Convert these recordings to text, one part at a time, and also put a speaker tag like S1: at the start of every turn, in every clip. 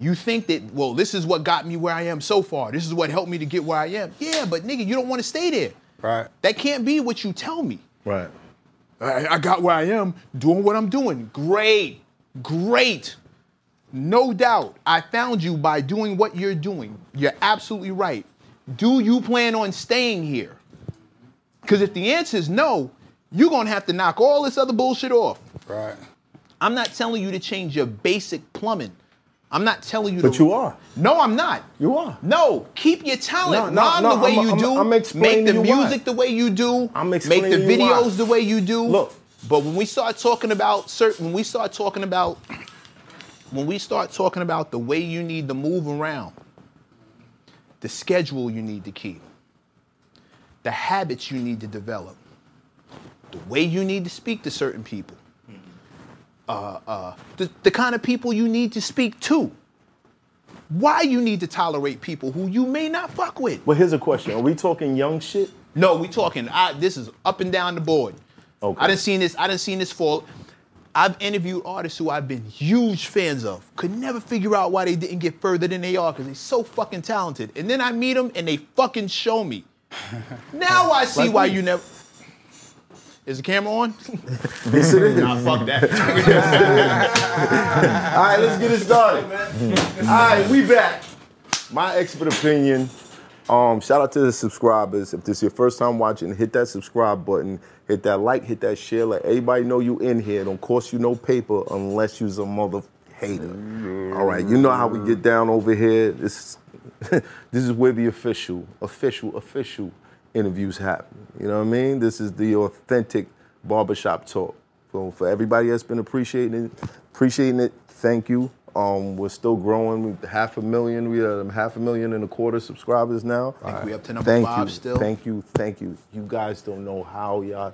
S1: You think that, well, this is what got me where I am so far. This is what helped me to get where I am. Yeah, but nigga, you don't want to stay there.
S2: Right.
S1: That can't be what you tell me.
S2: Right.
S1: I, I got where I am doing what I'm doing. Great. Great. No doubt. I found you by doing what you're doing. You're absolutely right. Do you plan on staying here? Because if the answer is no, you're going to have to knock all this other bullshit off.
S2: Right.
S1: I'm not telling you to change your basic plumbing. I'm not telling you to.
S2: But you are.
S1: No, I'm not.
S2: You are.
S1: No, keep your talent.
S2: No, no,
S1: Rhyme
S2: no,
S1: the way
S2: I'm-
S1: you
S2: I'm-
S1: do.
S2: I'm
S1: Make
S2: explaining
S1: the
S2: you why.
S1: music the way you do.
S2: I'm
S1: Make the
S2: explaining you
S1: videos
S2: why.
S1: the way you do.
S2: Look.
S1: But when we start talking about certain, when we start talking about, when we start talking about the way you need to move around, the schedule you need to keep, the habits you need to develop, the way you need to speak to certain people, uh, uh, the, the kind of people you need to speak to, why you need to tolerate people who you may not fuck with.
S2: But here's a question: Are we talking young shit?
S1: No, we talking. I, this is up and down the board.
S2: Okay.
S1: I didn't seen this. I didn't seen this fall. I've interviewed artists who I've been huge fans of. Could never figure out why they didn't get further than they are because they're so fucking talented. And then I meet them and they fucking show me. now I see
S2: Like
S1: why
S2: me.
S1: you never. Is the camera on?
S2: Yes, it is.
S1: nah,
S2: All
S1: fuck that.
S2: right, let's get it started. All right, we back. My expert opinion. Um, shout out to the subscribers. If this is your first time watching, hit that subscribe button, hit that like, hit that share. Let everybody know you in here. Don't cost you no paper unless you's a mother hater. All right, you know how we get down over here. This, this is where the official, official, official interviews happen. You know what I mean? This is the authentic barbershop talk. So for everybody that's been appreciating it, appreciating it, thank you. Um, we're still growing. We half a million. We are half a million and a quarter subscribers now. I
S1: think we up to number five
S2: you,
S1: still.
S2: Thank you, thank you. You guys don't know how y'all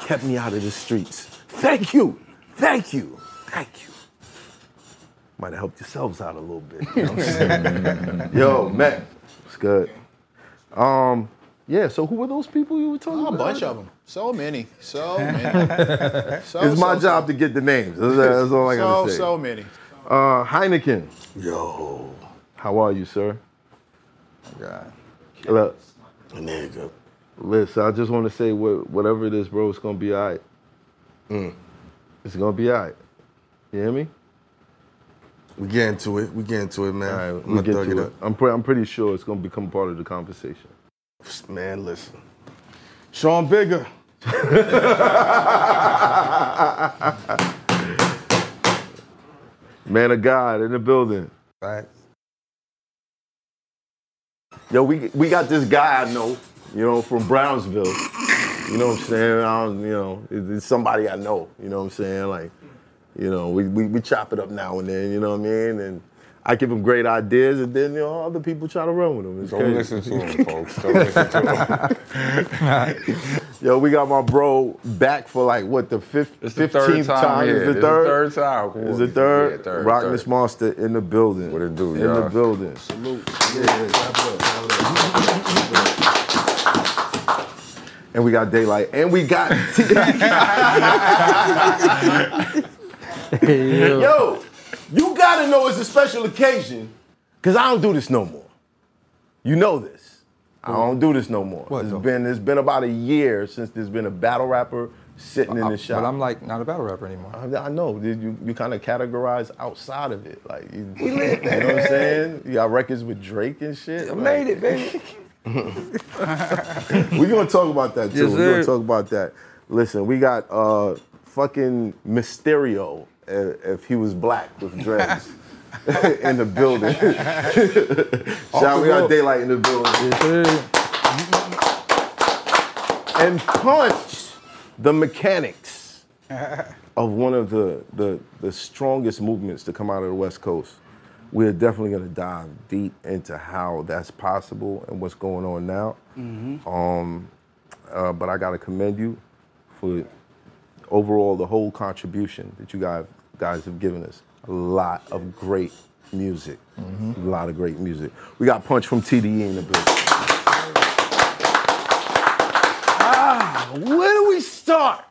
S2: kept me out of the streets. Thank you, thank you, thank you. Might have helped yourselves out a little bit. you know what I'm saying? Yo, Matt, it's good. Um, yeah. So who were those people you were talking
S1: a
S2: about?
S1: bunch of them. So many. So many. So,
S2: It's my
S1: so,
S2: job to get the names. That's, that's all
S1: So
S2: I
S1: so,
S2: gotta say.
S1: so many.
S2: Uh, Heineken. Yo. How are you, sir?
S3: God.
S2: Look,
S3: Nigga.
S2: listen, I just want to say what, whatever it is, bro, it's going to be all right.
S3: Mm.
S2: It's going to be all right. You hear me?
S3: We get into it. We get into it, man.
S2: All right,
S3: I'm
S2: we'll
S3: gonna
S2: get
S3: thug
S2: to
S3: it
S2: it. I'm, pre- I'm pretty sure it's going to become part of the conversation.
S3: up. Man, listen. Sean Bigger.
S2: Man of God in the building.
S3: Right.
S2: Yo, we we got this guy I know, you know, from Brownsville. You know what I'm saying? I don't, you know, it- it's somebody I know. You know what I'm saying? Like, you know, we, we we chop it up now and then. You know what I mean? And I give him great ideas, and then you know other people try to run with him. It's
S3: Don't
S2: crazy.
S3: listen to him, folks. Don't listen to him.
S2: Yo, we got my bro back for like what the fifth,
S3: It's the third
S2: 15th
S3: time.
S2: time.
S3: yeah.
S2: It's the
S3: It's
S2: third.
S3: time. Come
S2: It's
S3: on.
S2: the third.
S3: Yeah, third,
S2: Rock
S3: third.
S2: Miss Monster in the building.
S3: What it do,
S2: In
S3: y'all?
S2: the building.
S1: Salute.
S2: Yeah. and we got daylight, and we got Yo, you gotta know it's a special occasion, cause I don't do this no more. You know this. I don't do this no more.
S4: What,
S2: it's
S4: though?
S2: been it's been about a year since there's been a battle rapper sitting in the shop.
S4: But I'm like not a battle rapper anymore.
S2: I I know dude, you, you kind of categorize outside of it, like you, you know what I'm saying. You got records with Drake and shit. I'm like,
S4: baby.
S2: We're gonna talk about that too.
S4: Yes,
S2: We're gonna
S4: sir.
S2: talk about that. Listen, we got uh fucking Mysterio uh, if he was black with dreads in the building. Shout we got
S4: rope.
S2: daylight in the building. And punch the mechanics of one of the, the the strongest movements to come out of the West Coast. We're definitely gonna dive deep into how that's possible and what's going on now. Um, uh, but I gotta commend you for overall the whole contribution that you guys guys have given us. A lot of great music,
S1: Mm-hmm.
S2: a lot of great music. We got punch from TDE in the building. Ah,
S3: Where do we start?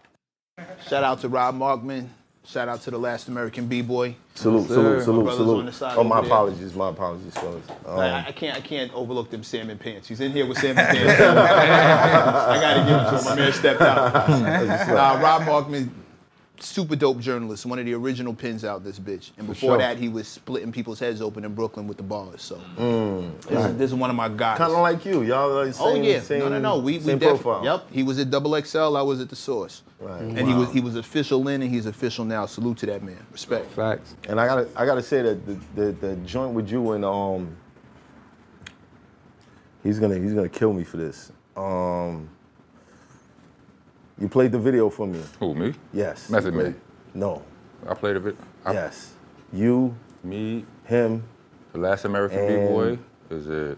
S1: Shout out to Rob Markman. Shout out to the last American B-boy.
S2: Salute,
S4: sir.
S2: salute, salute,
S1: brother's on the
S2: salute.
S1: side
S2: Oh, my
S1: over there.
S2: apologies, my apologies, fellas. Um,
S1: Like, I, I can't I can't overlook them salmon pants. He's in here with salmon pants. I gotta give it to him. My man stepped out. Nah, Rob Markman, super dope journalist, one of the original pins out this bitch. And before
S2: sure.
S1: that, he was splitting people's heads open in Brooklyn with the bars. So this, is, this is one of my guys.
S2: Kind of Um, mm. like you, y'all like
S1: Oh
S2: same,
S1: yeah,
S2: same,
S1: no, no, no. We, we
S2: same
S1: def-
S2: profile.
S1: Yep, he was at Double XL. I was at the Source,
S2: Right.
S1: and he was he was official then, and he's official now. Salute to that man. Respect.
S4: Facts.
S2: And I gotta, I gotta say that the, the, the joint with you and um, he's gonna, he's gonna kill me for this. Um, you played the video for me.
S5: Who, me?
S2: Yes.
S5: Method Man.
S2: No.
S5: I played a bit. I,
S2: Yes. You,
S5: Me,
S2: him.
S5: the last American
S2: And-
S5: B boy. Is it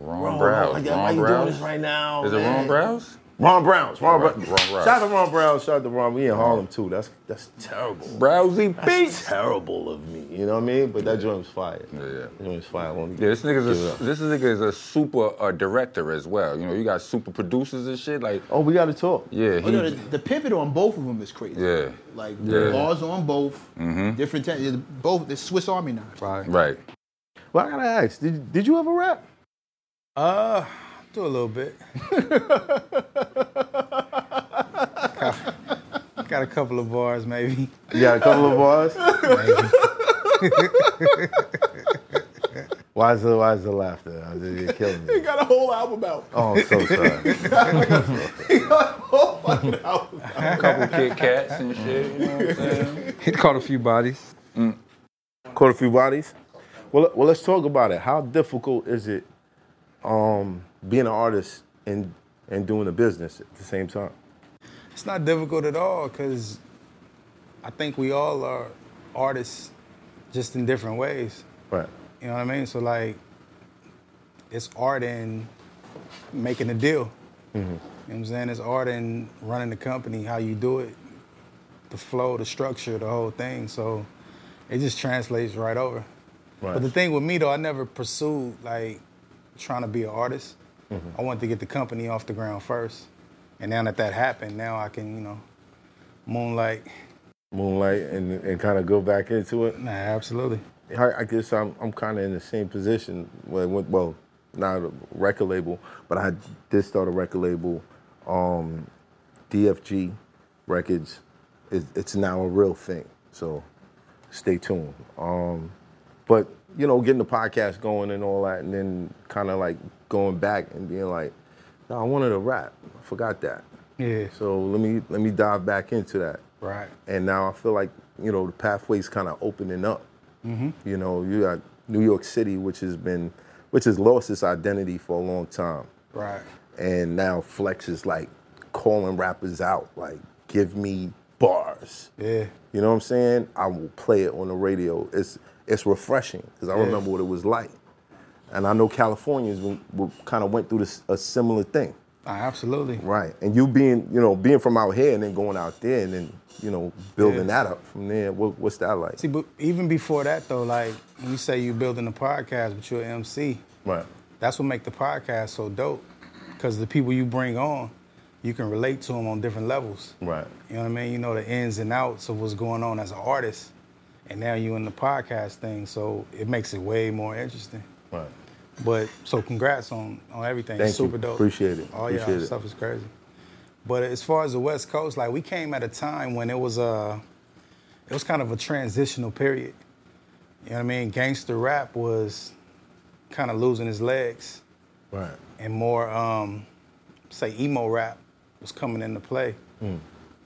S1: Oh,
S5: Ron Browse?
S2: Why,
S5: Ron
S2: you doing this
S5: Browse?
S2: right now?
S5: Is it Ron Browse?
S2: Ron Browns. Ron,
S5: Ron-
S2: Brown.
S5: Ron Browns.
S2: Shout out to Ron Brown. Shout out to Ron. We in Harlem too. That's that's terrible.
S5: Browsey
S2: That's terrible of me. You know what I mean? But that joint was fire. Yeah. That joint was fire. I wanna
S5: Yeah, this nigga's
S2: give it
S5: a,
S2: up.
S5: this nigga is a super uh, director as well. You know, you got super producers and shit. Like,
S2: Oh, we gotta talk.
S5: yeah, he,
S1: Oh, no, the, the pivot on both of them is crazy.
S5: Yeah.
S1: Like
S5: Yeah.
S1: the bars on both, different te- both the Swiss Army knives.
S4: Right.
S5: right.
S2: Well, I gotta ask. Did, did you ever rap?
S3: Uh, do a little bit. Got a couple of bars, maybe.
S2: You got a couple of bars. why is the why is the laughter? I was- You're killing me.
S1: got a whole album out.
S2: Oh, I'm so sorry.
S1: Oh,
S5: A couple Kit Kats and shit. You know what I'm saying?
S4: He caught a few bodies.
S2: Caught a few bodies. Well, well, let's talk about it. How difficult is it, um, being an artist and and doing a business at the same time?
S3: It's not difficult at all because I think we all are artists just in different ways.
S2: Right.
S3: You know what I mean? So like, it's art in making a deal. You know what I'm saying? It's art in running the company, how you do it, the flow, the structure, the whole thing. So it just translates right over.
S2: Right.
S3: But the thing with me though, I never pursued like trying to be an artist. I wanted to get the company off the ground first. And now that that happened, now I can, you know, moonlight.
S2: Moonlight and, and kind of go back into it.
S3: Nah, absolutely.
S2: I, I guess I'm I'm kind of in the same position. Well, well- well, not a record label, but I did start a record label. Um, DFG Records, it, it's now a real thing. So stay tuned. Um, but you know, getting the podcast going and all that, and then kind of like going back and being like, no, I wanted to rap. I forgot that.
S3: Yeah.
S2: So let me let me dive back into that.
S3: Right.
S2: And now I feel like you know the pathway's kind of opening up.
S4: Mm-hmm.
S2: You know, you got New York City, which has been, which has lost its identity for a long time,
S3: Right.
S2: and now Flex is like calling rappers out, like give me bars.
S3: Yeah.
S2: You know what I'm saying? I will play it on the radio. It's it's refreshing because I remember what it was like, and I know Californians kind of went through this a similar thing.
S3: Nah, absolutely.
S2: Right. And you being, you know, being from out here and then going out there and then, you know, building
S3: Yeah.
S2: that up from there, what, what's that like?
S3: See, but even before that though, like when you say you're building a podcast, but you're an MC,
S2: Right.
S3: that's what make the podcast so dope. because the people you bring on, you can relate to them on different levels.
S2: Right.
S3: You know what I mean? You know the ins and outs of what's going on as an artist, and now you in the podcast thing, so it makes it way more interesting.
S2: Right.
S3: But so congrats on on everything.
S2: Thank
S3: Super
S2: you.
S3: dope.
S2: Appreciate it.
S3: All
S2: Appreciate
S3: y'all
S2: it.
S3: stuff is crazy. But as far as the West Coast, like we came at a time when it was uh, it was kind of a transitional period. You know what I mean? Gangster rap was kind of losing his legs,
S2: Right.
S3: and more um, say emo rap was coming into play.
S2: Mm.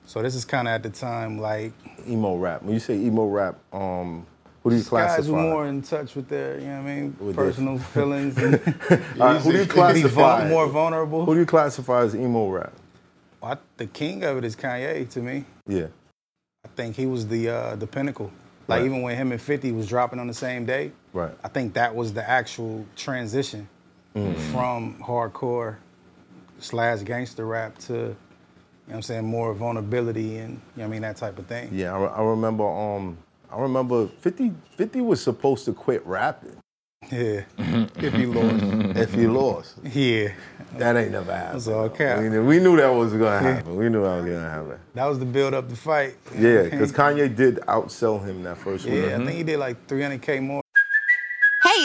S3: So this is kind of at the time like
S2: Emo rap. When you say emo rap, um, what do you classify?
S3: guys were more in touch with their, you know what I mean,
S2: With their-
S3: personal feelings. And
S2: All right, who do you
S3: be vul-
S2: classify?
S3: More vulnerable.
S2: Who do you classify as emo rap?
S3: I, the king of it is Kanye to me.
S2: Yeah.
S3: I think he was the uh, the pinnacle. Like
S2: Right.
S3: even when him and Fifty was dropping on the same day,
S2: Right.
S3: I think that was the actual transition
S2: Mm.
S3: from hardcore slash gangster rap to you know what I'm saying more vulnerability and you know what I mean that type of thing.
S2: Yeah, I, re- I remember. Um, I remember 50, 50 was supposed to quit rapping
S3: Yeah, if you lost,
S2: if he lost.
S3: yeah,
S2: That ain't never happened.
S3: That's all cap.
S2: We knew, we knew that was gonna happen. We knew that was gonna happen.
S3: that was the build up the fight.
S2: Yeah, because Kanye did outsell him that first
S3: yeah,
S2: week.
S3: I think he did like 300k more.
S6: Hey,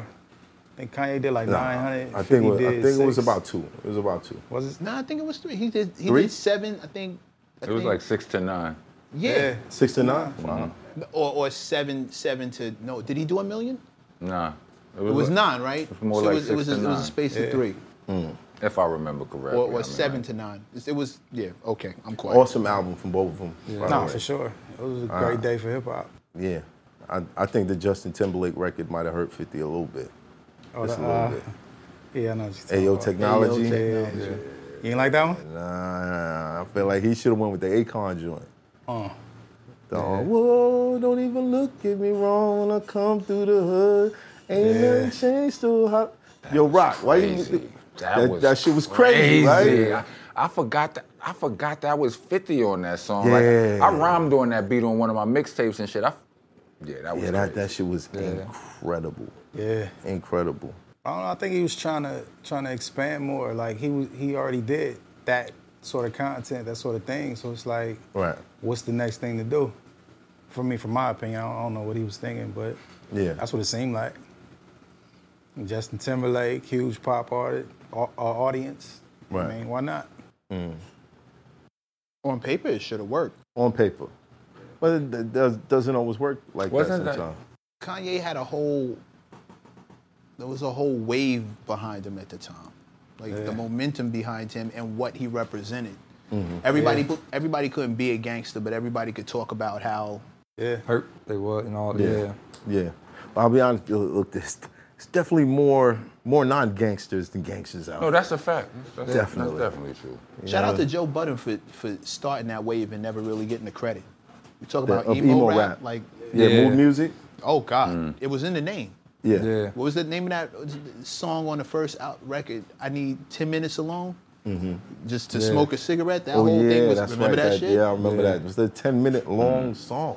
S3: I think Kanye did like
S2: Nah,
S3: 900.
S2: I think, it
S3: 50
S2: was, I
S3: did
S2: think it was
S3: six.
S2: about two. It was about two.
S3: Was it?
S1: No, I think it was three. He did. He
S2: Three?
S1: did seven. I think. I
S5: It was
S1: think-
S5: like six to nine.
S1: yeah,
S2: Six to nine. Wow.
S1: or or seven seven to no. Did he do a million?
S5: Nah.
S1: It was nine, right?
S5: It was more
S1: so
S5: like
S1: it was, it
S5: six
S1: was,
S5: to
S1: a, it was
S5: nine. Mm.
S1: a space of three,
S5: If I remember correctly.
S1: or,
S5: I
S1: or
S5: mean,
S1: seven
S5: like-
S1: to nine. It's- It was yeah. Okay, I'm quiet.
S2: Awesome album from both of them. by the
S3: No,
S2: way. Uh,
S3: for sure. It was a great day for hip hop.
S2: Yeah. I, I think the Justin Timberlake record might have hurt 50 a little bit.
S3: Oh,
S2: Just a
S3: the,
S2: little
S3: uh,
S2: bit.
S3: Yeah, I know. what you're talking
S2: Ayo
S3: about.
S2: Technology.
S1: Ayo Technology.
S3: Yeah, yeah. You ain't like that one?
S2: Nah, I feel like he should have went with the Akon joint. The, uh, whoa, don't even look at me wrong when I come through the hood. Ain't nothing changed to how. Yo, Rock, why you?
S5: Crazy.
S2: That, that shit was crazy,
S5: crazy.
S2: right?
S5: I, I forgot that. I forgot that I was 50 on that song.
S2: Yeah.
S5: Like I rhymed on that beat on one of my mixtapes and shit. I, f- yeah, that was
S2: Yeah, that, that
S5: crazy.
S2: shit was incredible.
S3: Yeah.
S2: Incredible.
S3: I don't know. I think he was trying to trying to expand more. Like he was, he already did that sort of content, that sort of thing. So it's like,
S2: Right.
S3: what's the next thing to do? For me, from my opinion, I don't, I don't know what he was thinking, but
S2: Yeah.
S3: that's what it seemed like. Justin Timberlake, huge pop artist, au- uh, audience.
S2: Right.
S3: I mean, why not?
S1: On paper, it should have worked.
S2: Mm. On paper. But it d- does, doesn't always work like
S5: Wasn't that-
S2: that sometimes.
S1: Kanye had a whole. There was a whole wave behind him at the time, like the momentum behind him and what he represented.
S2: Mm-hmm.
S1: Everybody, bu- everybody couldn't be a gangster, but everybody could talk about how
S4: Hurt they was and all.
S2: Yeah.
S4: Yeah.
S2: Yeah. Well, I'll be honest, look, look this. It's definitely more more non-gangsters than gangsters out.
S5: No, that's a fact. That's,
S2: Definitely.
S5: That's definitely true.
S1: Shout out to Joe Budden for for starting that wave and never really getting the credit. You talk about
S2: of
S1: emo,
S2: emo
S1: rap,
S2: rap.
S1: like
S2: yeah,
S4: Yeah.
S2: mood music.
S1: oh god, it was in the name.
S2: Yeah.
S4: Yeah.
S1: What was the name of that song on the first out record? I need ten minutes alone, just to smoke a cigarette. That
S2: Mm-hmm. Oh
S1: whole
S2: yeah,
S1: thing was
S2: that's
S1: remember
S2: right.
S1: that, shit.
S2: Yeah, I remember that. It was a 10-minute long song.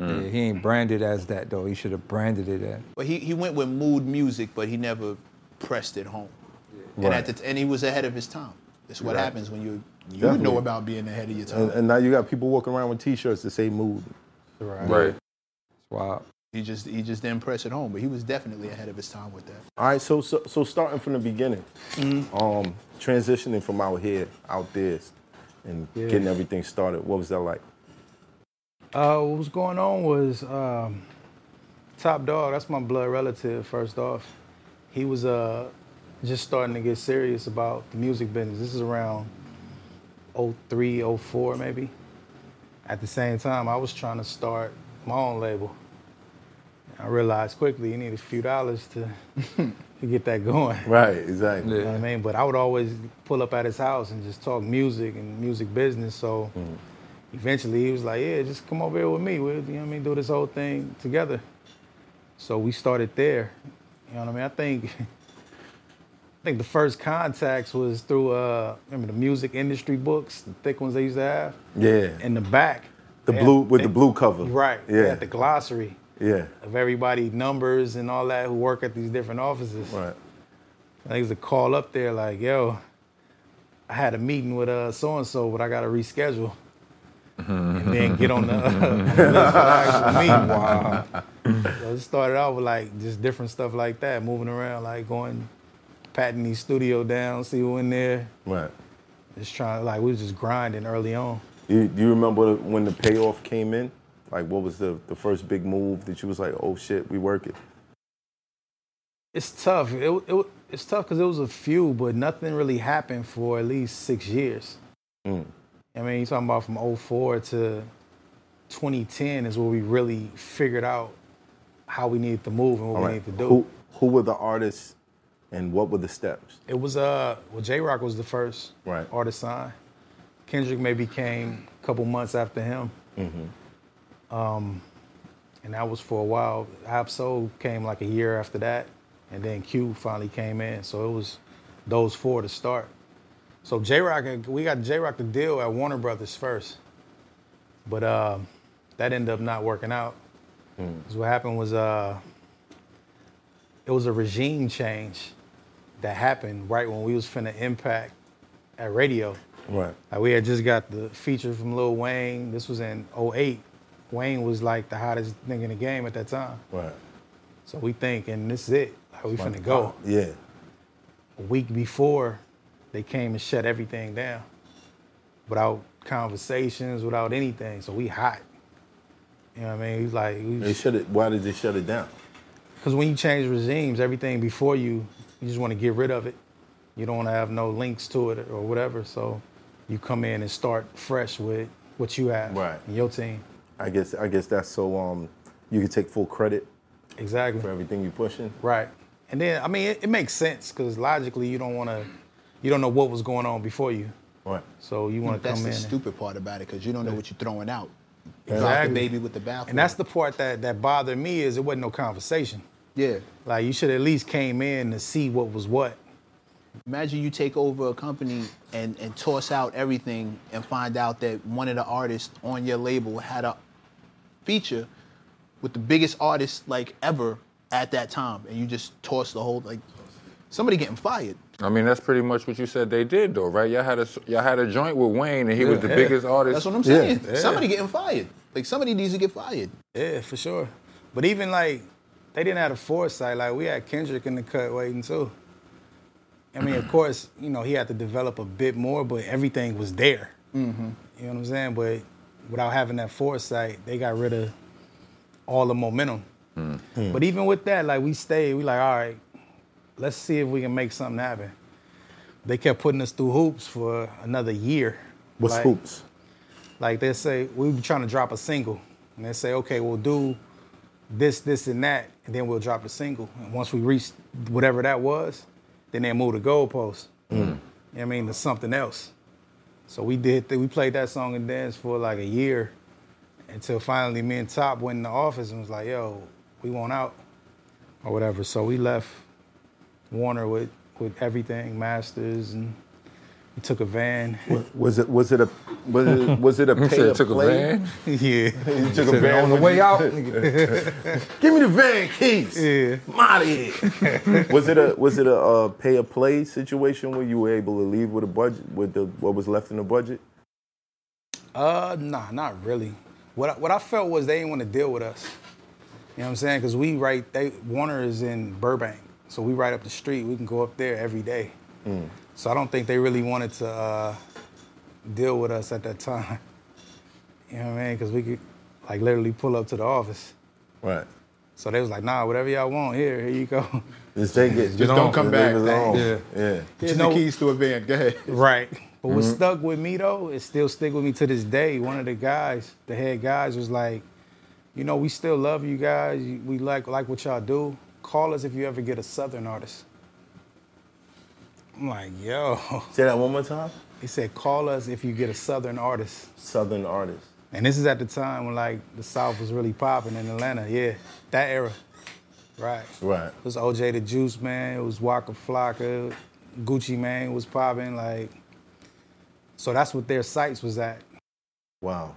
S4: Mm.
S2: Mm.
S4: Yeah, He ain't branded as that though. He should have branded it as.
S1: But he, he went with mood music, but he never pressed it home. And
S2: Right.
S1: at the t- and he was ahead of his time. That's what happens when you you know
S2: Definitely.
S1: about being ahead of your time.
S2: And, and now you got people walking around with T-shirts that say mood.
S3: Right.
S5: Right.
S4: Wow.
S1: he just he just didn't press it home, but he was definitely ahead of his time with that.
S2: All right, so so, so starting from the beginning,
S3: Mm-hmm.
S2: um, transitioning from out here, out there, and getting everything started. What was that like?
S3: Uh, what was going on was um, Top Dog. That's my blood relative. First off, he was uh, just starting to get serious about the music business. This is around 03, 04 maybe. At the same time, I was trying to start my own label. I realized quickly you need a few dollars to to get that going.
S2: Right, exactly.
S3: You know what I mean? But I would always pull up at his house and just talk music and music business. So
S2: Mm-hmm.
S3: eventually he was like, Yeah, just come over here with me. We'll, you know what I mean, do this whole thing together. So we started there. You know what I mean? I think I think the first contacts was through uh remember the music industry books, the thick ones they used to have?
S2: Yeah.
S3: In the back.
S2: The
S3: they
S2: blue
S3: had-
S2: with the blue cover.
S3: Right. They
S2: Yeah.
S3: had the glossary
S2: Yeah.
S3: of everybody numbers and all that who work at these different offices.
S2: Right.
S3: I used to call up there like, yo, I had a meeting with uh so and so, but I gotta reschedule.
S2: Mm-hmm.
S3: and then get on the, uh, list for the actual meeting. So it started out with like just different stuff like that, moving around, like going patting the studio down, see who in there.
S2: Right.
S3: Just trying like we was just grinding early on.
S2: You, do you remember when the payoff came in? Like, what was the, the first big move that you was like, oh shit, we work it?
S3: It's tough. It, wa- it wa- it's tough because it was a few, but nothing really happened for at least six years.
S2: Mm.
S3: I mean, you're talking about from 04 to 2010 is where we really figured out how we needed to move and what we needed to do.
S2: Who, who were the artists and what were the steps?
S3: It was uh well J Rock was the first
S2: Right.
S3: artist signed. Kendrick maybe came a couple months after him. Um, and that was for a while. Ab Soul came like a year after that, and then Q finally came in. So it was those four to start. So J Rock, we got J Rock the deal at Warner Brothers first, but uh, that ended up not working out.
S2: Hmm.
S3: 'Cause what happened was uh, it was a regime change that happened right when we was finna impact at radio.
S2: Right.
S3: Like we had just got the feature from Lil Wayne. This was in 08. Wayne was like the hottest thing in the game at that time.
S2: Right.
S3: So we thinking this is it. Like we finna go.
S2: Yeah.
S3: A week before, they came and shut everything down. Without conversations, without anything. So we hot. You know what I mean? He's like, we
S2: They shut it. Why did they shut it down?
S3: Because when you change regimes, everything before you, you just want to get rid of it. You don't want to have no links to it or whatever. So you come in and start fresh with what you have
S2: Right.
S3: in your team.
S2: I guess I guess that's so um you can take full credit
S3: Exactly.
S2: for everything you're pushing.
S3: Right. And then, I mean, it, it makes sense because logically you don't want to, you don't know what was going on before you.
S2: Right.
S3: So you want to
S1: That's
S3: come
S1: the
S3: in. and-
S1: stupid part about it because you don't know what you're throwing out. Drop the
S3: Exactly.
S1: baby with the bathwater.
S3: and that's the part that, that bothered me is it wasn't no conversation.
S1: yeah.
S3: Like you should at least came in to see what was what.
S1: Imagine you take over a company and, and toss out everything and find out that one of the artists on your label had a feature with the biggest artist like ever at that time, and you just toss the whole like somebody getting fired.
S5: I mean, that's pretty much what you said they did, though, right? Y'all had a s- y'all had a joint with Wayne, and he was the biggest artist.
S1: That's what I'm saying.
S2: Yeah.
S1: Somebody getting fired. Like somebody needs to get fired.
S3: Yeah, for sure. But even like they didn't have the foresight. Like we had Kendrick in the cut waiting too. I mean, of course, you know he had to develop a bit more, but everything was there.
S1: Mm-hmm.
S3: You know what I'm saying? But without having that foresight, they got rid of all the momentum.
S2: Hmm. Mm.
S3: But even with that, like we stayed. We like, all right, let's see if we can make something happen. They kept putting us through hoops for another year.
S2: What's
S3: Like-
S2: hoops?
S3: like they say, we were trying to drop a single. And they say, okay, we'll do this, this, and that, and then we'll drop a single. And once we reach whatever that was, then they move the goalpost.
S2: Mm.
S3: You know what I mean? To something else. So we did th- we played that song and dance for like a year until finally me and Top went in the office and was like, yo, we want out or whatever. So we left Warner with with everything, masters, and we took a van.
S2: Was it was it a was it was it a
S5: You
S2: pay
S5: said
S2: to
S5: it took a
S2: play?
S5: van.
S3: yeah.
S2: You took a van
S4: on the
S2: with
S4: way
S2: you?
S4: out.
S2: Give me the van keys.
S3: Yeah.
S2: I'm out of here. was it a was it a uh, pay a play situation where you were able to leave with a budget with the what was left in the budget?
S3: Uh, nah, not really. What I, what I felt was they didn't want to deal with us. You know what I'm saying? Because we right, they Warner is in Burbank, so we right up the street. We can go up there every day. So I don't think they really wanted to uh, deal with us at that time. You know what I mean? Because we could like literally pull up to the office.
S2: Right.
S3: So they was like, nah, whatever y'all want, here, here you go.
S2: Just take it. Just
S4: don't come
S2: leave
S4: back.
S2: it alone.
S4: Yeah.
S2: Yeah.
S1: Here's
S3: know-
S1: the keys to a van. Go ahead.
S3: Right. But what
S2: Mm-hmm.
S3: stuck with me though, it still stick with me to this day. One of the guys, the head guys, was like, you know, we still love you guys. You- We like like what y'all do. Call us if you ever get a Southern artist. I'm like, yo.
S2: Say that one more time.
S3: He said, call us if you get a Southern artist.
S2: Southern artist.
S3: And this is at the time when like the South was really popping in Atlanta. Yeah, that era. Right.
S2: Right.
S3: It was OJ the Juice Man. It was Waka Flocka. Gucci Man was popping. Like, so that's what their sights was at.
S2: Wow.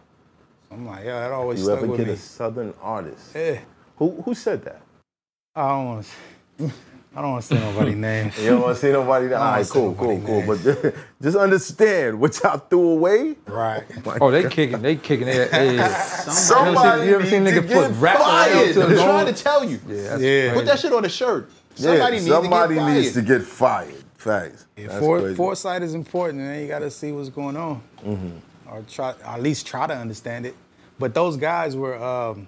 S3: I'm like, yeah, that always
S2: You
S3: stuck
S2: ever
S3: with
S2: get
S3: me.
S2: a Southern artist?
S3: Yeah.
S2: Who who said that?
S3: I don't want to. I don't want to say nobody's name.
S2: You don't want to see nobody. That, all
S3: I
S2: right,
S3: don't wanna
S2: cool,
S3: say
S2: cool, cool.
S3: nobody
S2: But just understand what y'all threw away.
S3: Right.
S4: Oh, they kicking, they kicking their ass.
S2: Somebody
S4: You ever seen- you ever seen
S2: need
S4: nigga
S2: to
S4: put
S2: get
S4: rap on
S2: fired.
S4: it till
S1: I'm
S4: it's
S1: trying
S4: on?
S1: to tell you.
S3: Yeah.
S1: Put that shit on a shirt.
S2: Yeah,
S1: Somebody needs
S2: somebody
S1: to get
S2: needs
S1: fired.
S2: to get fired. Facts.
S3: Yeah,
S2: That's
S3: for,
S2: crazy.
S3: foresight is important, and you got to see what's going on,
S2: Mm-hmm.
S3: or try at least try to understand it. But those guys were, um,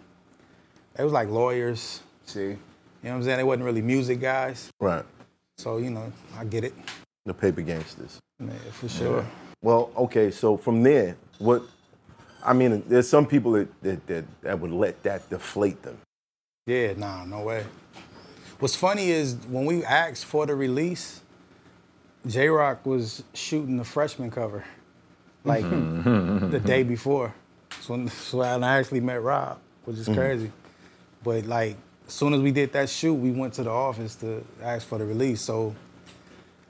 S3: they was like lawyers.
S1: See,
S3: You know what I'm saying? They wasn't really music guys,
S2: Right.
S3: so you know I get it
S2: The paper gangsters.
S3: yeah, for sure.
S2: Well, okay, so from there, what I mean, there's some people that that, that, that would let that deflate them.
S3: Yeah, nah, no way. What's funny is when we asked for the release, J Rock was shooting the freshman cover, like the day before. So when, so when I actually met Rob, which is crazy. But like, as soon as we did that shoot, we went to the office to ask for the release. So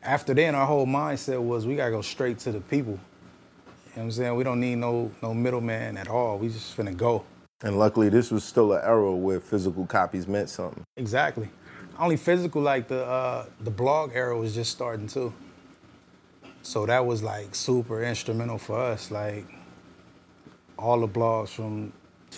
S3: after then, our whole mindset was we gotta go straight to the people. You know what I'm saying? We don't need no no middleman at all. We just finna go.
S2: And luckily, this was still an era where physical copies meant something.
S3: Exactly. Only physical, like the uh, the blog era was just starting too. So that was like super instrumental for us. Like all the blogs from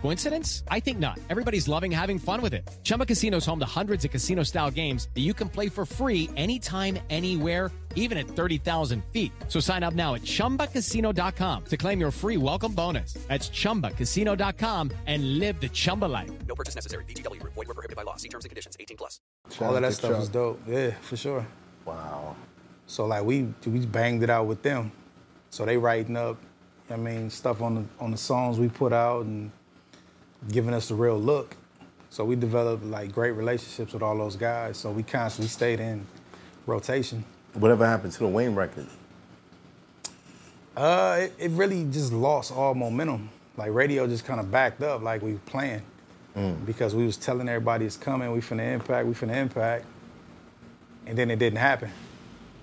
S7: Coincidence? I think not. Everybody's loving having fun with it. Chumba Casino is home to hundreds of casino style games that you can play for free anytime, anywhere even at 30,000 feet. So sign up now at ChumbaCasino.com to claim your free welcome bonus. That's ChumbaCasino.com and live the Chumba life.
S3: all of
S2: Shout
S3: that
S2: out to
S3: stuff
S2: Chuck.
S3: was dope. Yeah, for sure.
S2: Wow.
S3: So like we we banged it out with them. So they writing up, I mean, stuff on the on the songs we put out and giving us the real look. So we developed like great relationships with all those guys. So we constantly stayed in rotation.
S2: Whatever happened to the Wayne record?
S3: Uh, it, it really just lost all momentum. Like radio just kind of backed up, like we were playing, because we was telling everybody it's coming, we finna impact, we finna impact, and then it didn't happen.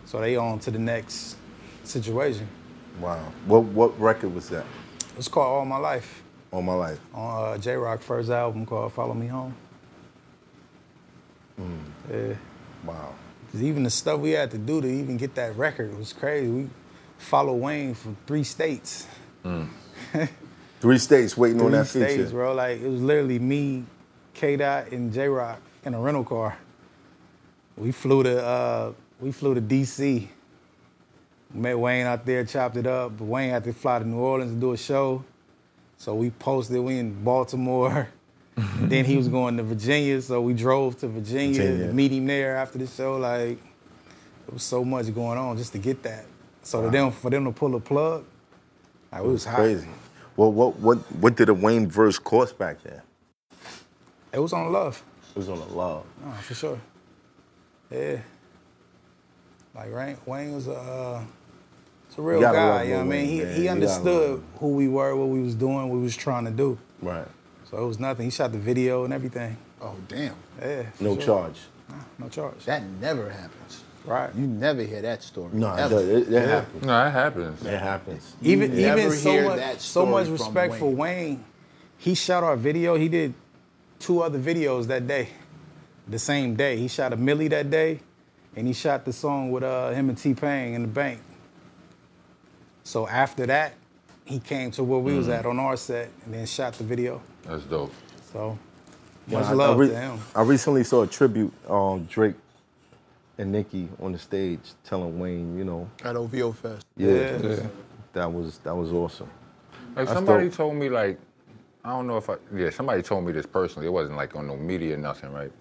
S3: So they on to the next situation.
S2: Wow. What what record was that?
S3: It's called All My Life
S2: All my life.
S3: on uh, J Rock first album called Follow Me Home.
S2: Mm.
S3: Yeah.
S2: Wow.
S3: 'Cause even the stuff we had to do to even get that record was crazy. We followed Wayne from three states.
S2: Three states waiting on
S3: Three
S2: that
S3: states,
S2: feature.
S3: bro. Like it was literally me, K Dot, and J Rock in a rental car. We flew to uh, we flew to DC. Met Wayne out there, chopped it up. But Wayne had to fly to New Orleans to do a show, so we posted. We in Baltimore. And then he was going to Virginia, so we drove to Virginia,
S2: Virginia.
S3: to meet him there after the show. Like it was so much going on just to get that. So to them, for them to pull a plug, like, it was, hot.
S2: Crazy. Well, what what what did a Wayne verse cost back then?
S3: It was on love.
S2: It was on the love.
S3: Oh, for sure. Yeah. Like Rain- Wayne was a, uh, was a real
S2: gotta
S3: guy.
S2: love
S3: You know what I
S2: Lil
S3: mean?
S2: Wayne,
S3: He,
S2: man.
S3: he
S2: You gotta love
S3: understood
S2: him.
S3: who we were, what we was doing, what we was trying to do.
S2: Right.
S3: So it was nothing. He shot the video and everything.
S1: Oh damn,
S3: Yeah. for
S2: No
S3: sure.
S2: charge.
S3: No charge.
S1: that never happens.
S3: Right.
S1: You never hear that story.
S2: No, it,
S1: ever.
S2: does- it, it happens.
S5: No, that happens.
S2: It happens.
S3: even
S1: You never
S3: even so
S1: hear
S3: much
S1: that
S3: so much
S1: story from
S3: respect for
S1: Wayne.
S3: Wayne. He shot our video. He did two other videos that day, the same day. He shot a Millie that day, and he shot the song with uh, him and T Pain in the bank. So after that, he came to where we was
S1: Mm-hmm.
S3: at on our set, and then shot the video.
S5: That's dope.
S3: So much
S2: I- I
S3: love
S2: re-
S3: to him.
S2: I recently saw a tribute um, Drake and Nicki on the stage telling Wayne, you know,
S1: At OVO Fest.
S2: yeah, that was that was awesome.
S5: Like
S2: That's
S5: somebody
S2: dope.
S5: told me, like, I don't know if I, yeah, somebody told me this personally. It wasn't like on no media or nothing, right?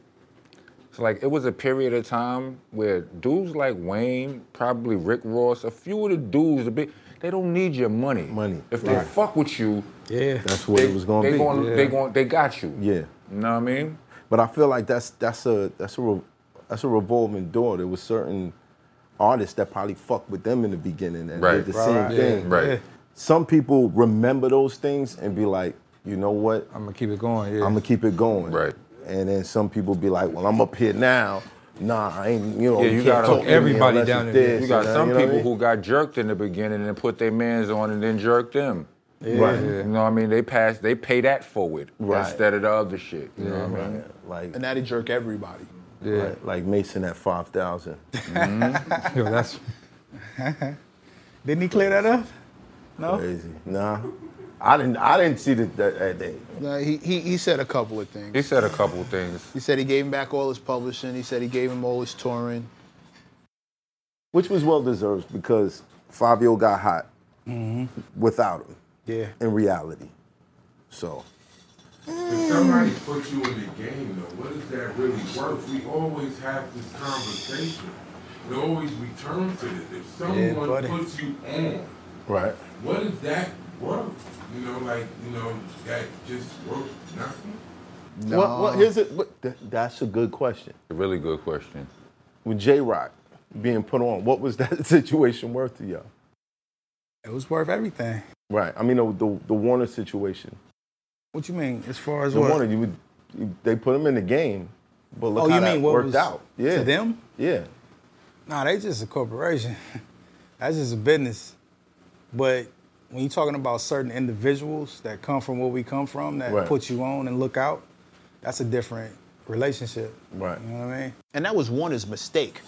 S5: So like it was a period of time where dudes like Wayne, probably Rick Ross, a few of the dudes, the big, they don't need your money. Money. If they
S2: Right.
S5: fuck with you,
S2: Yeah. That's what
S5: they,
S2: it was gonna
S5: they
S2: be.
S5: Gonna,
S2: Yeah.
S5: They going they got you.
S2: Yeah.
S5: You know what I mean?
S2: But I feel like that's that's a that's a re- that's a revolving door. There was certain artists that probably fucked with them in the beginning and
S5: Right.
S2: did the
S5: Right,
S2: same
S5: right. Yeah,
S2: thing.
S5: right. Yeah.
S2: Some people remember those things and be like, you know what? I'm
S4: gonna keep it going. Yeah.
S2: I'm gonna keep it going. Right. And then some people be like, well, I'm up here now. Nah, I ain't. You know,
S5: Yeah,
S2: you,
S5: you got
S2: can't talk to me unless it's this
S5: You
S2: and
S5: got
S2: that,"
S5: some
S2: you know what I
S5: people
S2: mean?
S5: who got jerked in the beginning and put their mans on and then jerked them.
S2: Yeah. Right.
S5: You know what I mean? They pass, they pay that forward
S2: Right.
S5: instead of the other shit. You know what I
S2: Yeah.
S5: mean?
S2: Like
S1: and that'd jerk everybody.
S2: Yeah. Like, like Mason at 5,000.
S4: Mm-hmm. Yo, that's
S2: Didn't he clear that up?
S3: No?
S2: Crazy. Nah. I didn't I didn't see that that, that day.
S1: No, he, he, he said a couple of things.
S5: He said a couple of things.
S1: He said he gave him back all his publishing. He said he gave him all his touring.
S2: Which was well deserved because Fabio got hot Mm-hmm. without him
S3: Yeah.
S2: in reality. So
S8: If somebody puts you in the game, though, what is that really worth? We always have this conversation. We always return to this. If
S2: Yeah,
S8: someone
S2: buddy.
S8: puts you on,
S2: Right.
S8: what is that worth? You know, like, you know, that just worth nothing?
S2: What, what, here's it. What, th- that's a good question.
S5: A really good question.
S2: With J Rock being put on, what was that situation worth to y'all?
S3: It was worth everything.
S2: Right. I mean, the, the, the Warner situation.
S3: What you mean as far as
S2: the
S3: what?
S2: Warner, you would, you- they put him in the game, but look
S3: Oh,
S2: how
S3: you
S2: that
S3: mean what
S2: worked
S3: was
S2: out. Yeah.
S3: to them?
S2: Yeah.
S3: Nah, they just a corporation. That's just a business. But when you're talking about certain individuals that come from where we come from, that
S1: Right.
S3: put you on and look out, that's a different relationship.
S2: Right.
S3: You know what I mean?
S1: And that was Warner's mistake.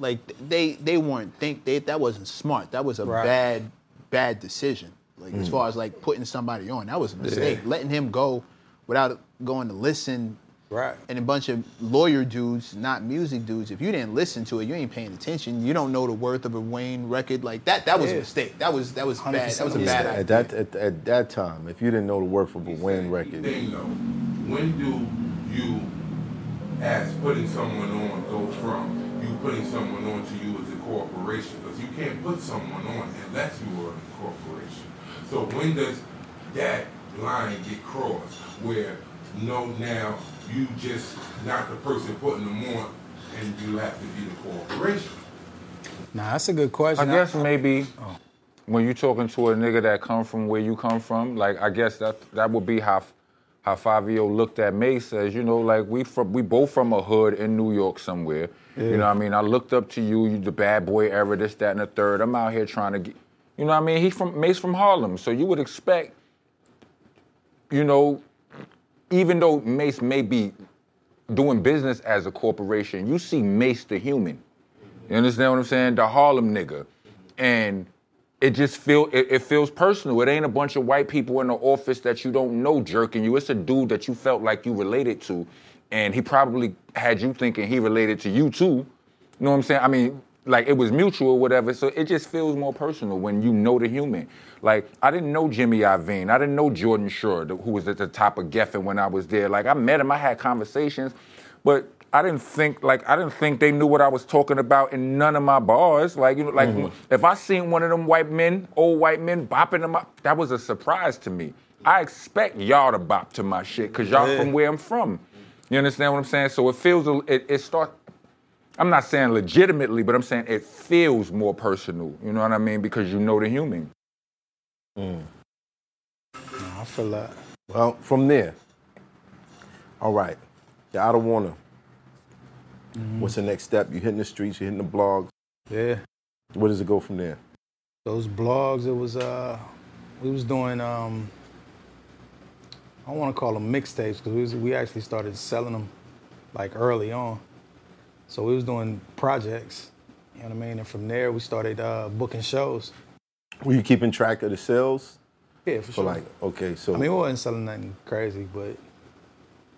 S1: Like they they weren't think they that wasn't smart. That was a
S3: Right.
S1: bad bad decision. Like as
S2: Hmm.
S3: Mhm.
S1: far as like putting somebody on, that was a
S3: Yeah.
S1: mistake. Letting him go without going to listen.
S3: Right.
S1: And a bunch of lawyer dudes, not music dudes. If you didn't listen to it, you ain't paying attention. You don't know the worth of a Wayne record. Like that. That was a
S2: Yeah.
S1: mistake. That was that was bad. That was a
S2: Yeah,
S1: bad idea.
S2: At that, at, at that time, if you didn't know the word for Wayne record,
S8: thing though, when do you, as putting someone on, go from you putting someone on to you as a corporation? Because you can't put someone on unless you are a corporation. So when does that line get crossed where no now you just not the person putting them on and you have to be the corporation?
S3: Nah, that's a good question.
S5: I guess maybe when you talking to a nigga that come from where you come from, like I guess that that would be how how Fabio looked at me says, you know, like we from we both from a hood in New York somewhere. You
S9: Yeah.
S5: know what I mean? I looked up to you, you the bad boy era, this, that, and the third. I'm out here trying to get you know what I mean? He from Mace from Harlem. So you would expect, you know, even though Mace may be doing business as a corporation, you see Mace the human. You understand what I'm saying? The Harlem nigga. And it just feel it, it feels personal. It ain't a bunch of white people in the office that you don't know jerking you. It's a dude that you felt like you related to. And he probably had you thinking he related to you too. You know what I'm saying? I mean, like it was mutual, or whatever. So it just feels more personal when you know the human. Like I didn't know Jimmy Iovine. I didn't know Jordan Shore, the- who was at the top of Geffen when I was there. Like I met him. I had conversations, but I didn't think like I didn't think they knew what I was talking about in none of my bars. Like you know, like
S9: Mhm.
S5: if I seen one of them white men, old white men bopping them up, that was a surprise to me. I expect y'all to bop to my shit because y'all
S9: Yeah.
S5: from where I'm from. You understand what I'm saying? So it feels a- it, it start I'm not saying legitimately, but I'm saying it feels more personal. You know what I mean? Because you know the human.
S3: I feel that.
S2: Mm. Well, from there, all right, you're out of Warner. What's the next step? You're hitting the streets, you're hitting the blogs.
S3: Yeah.
S2: Where does it go from there?
S3: those blogs. It was uh, we was doing um, I don't want to call them mixtapes because we was, we actually started selling them like early on. So we was doing projects, you know what I mean. And from there, we started uh, booking shows.
S2: Were you keeping track of the sales?
S3: Yeah, for sure.
S2: like, okay, so.
S3: I mean, we wasn't selling nothing crazy, but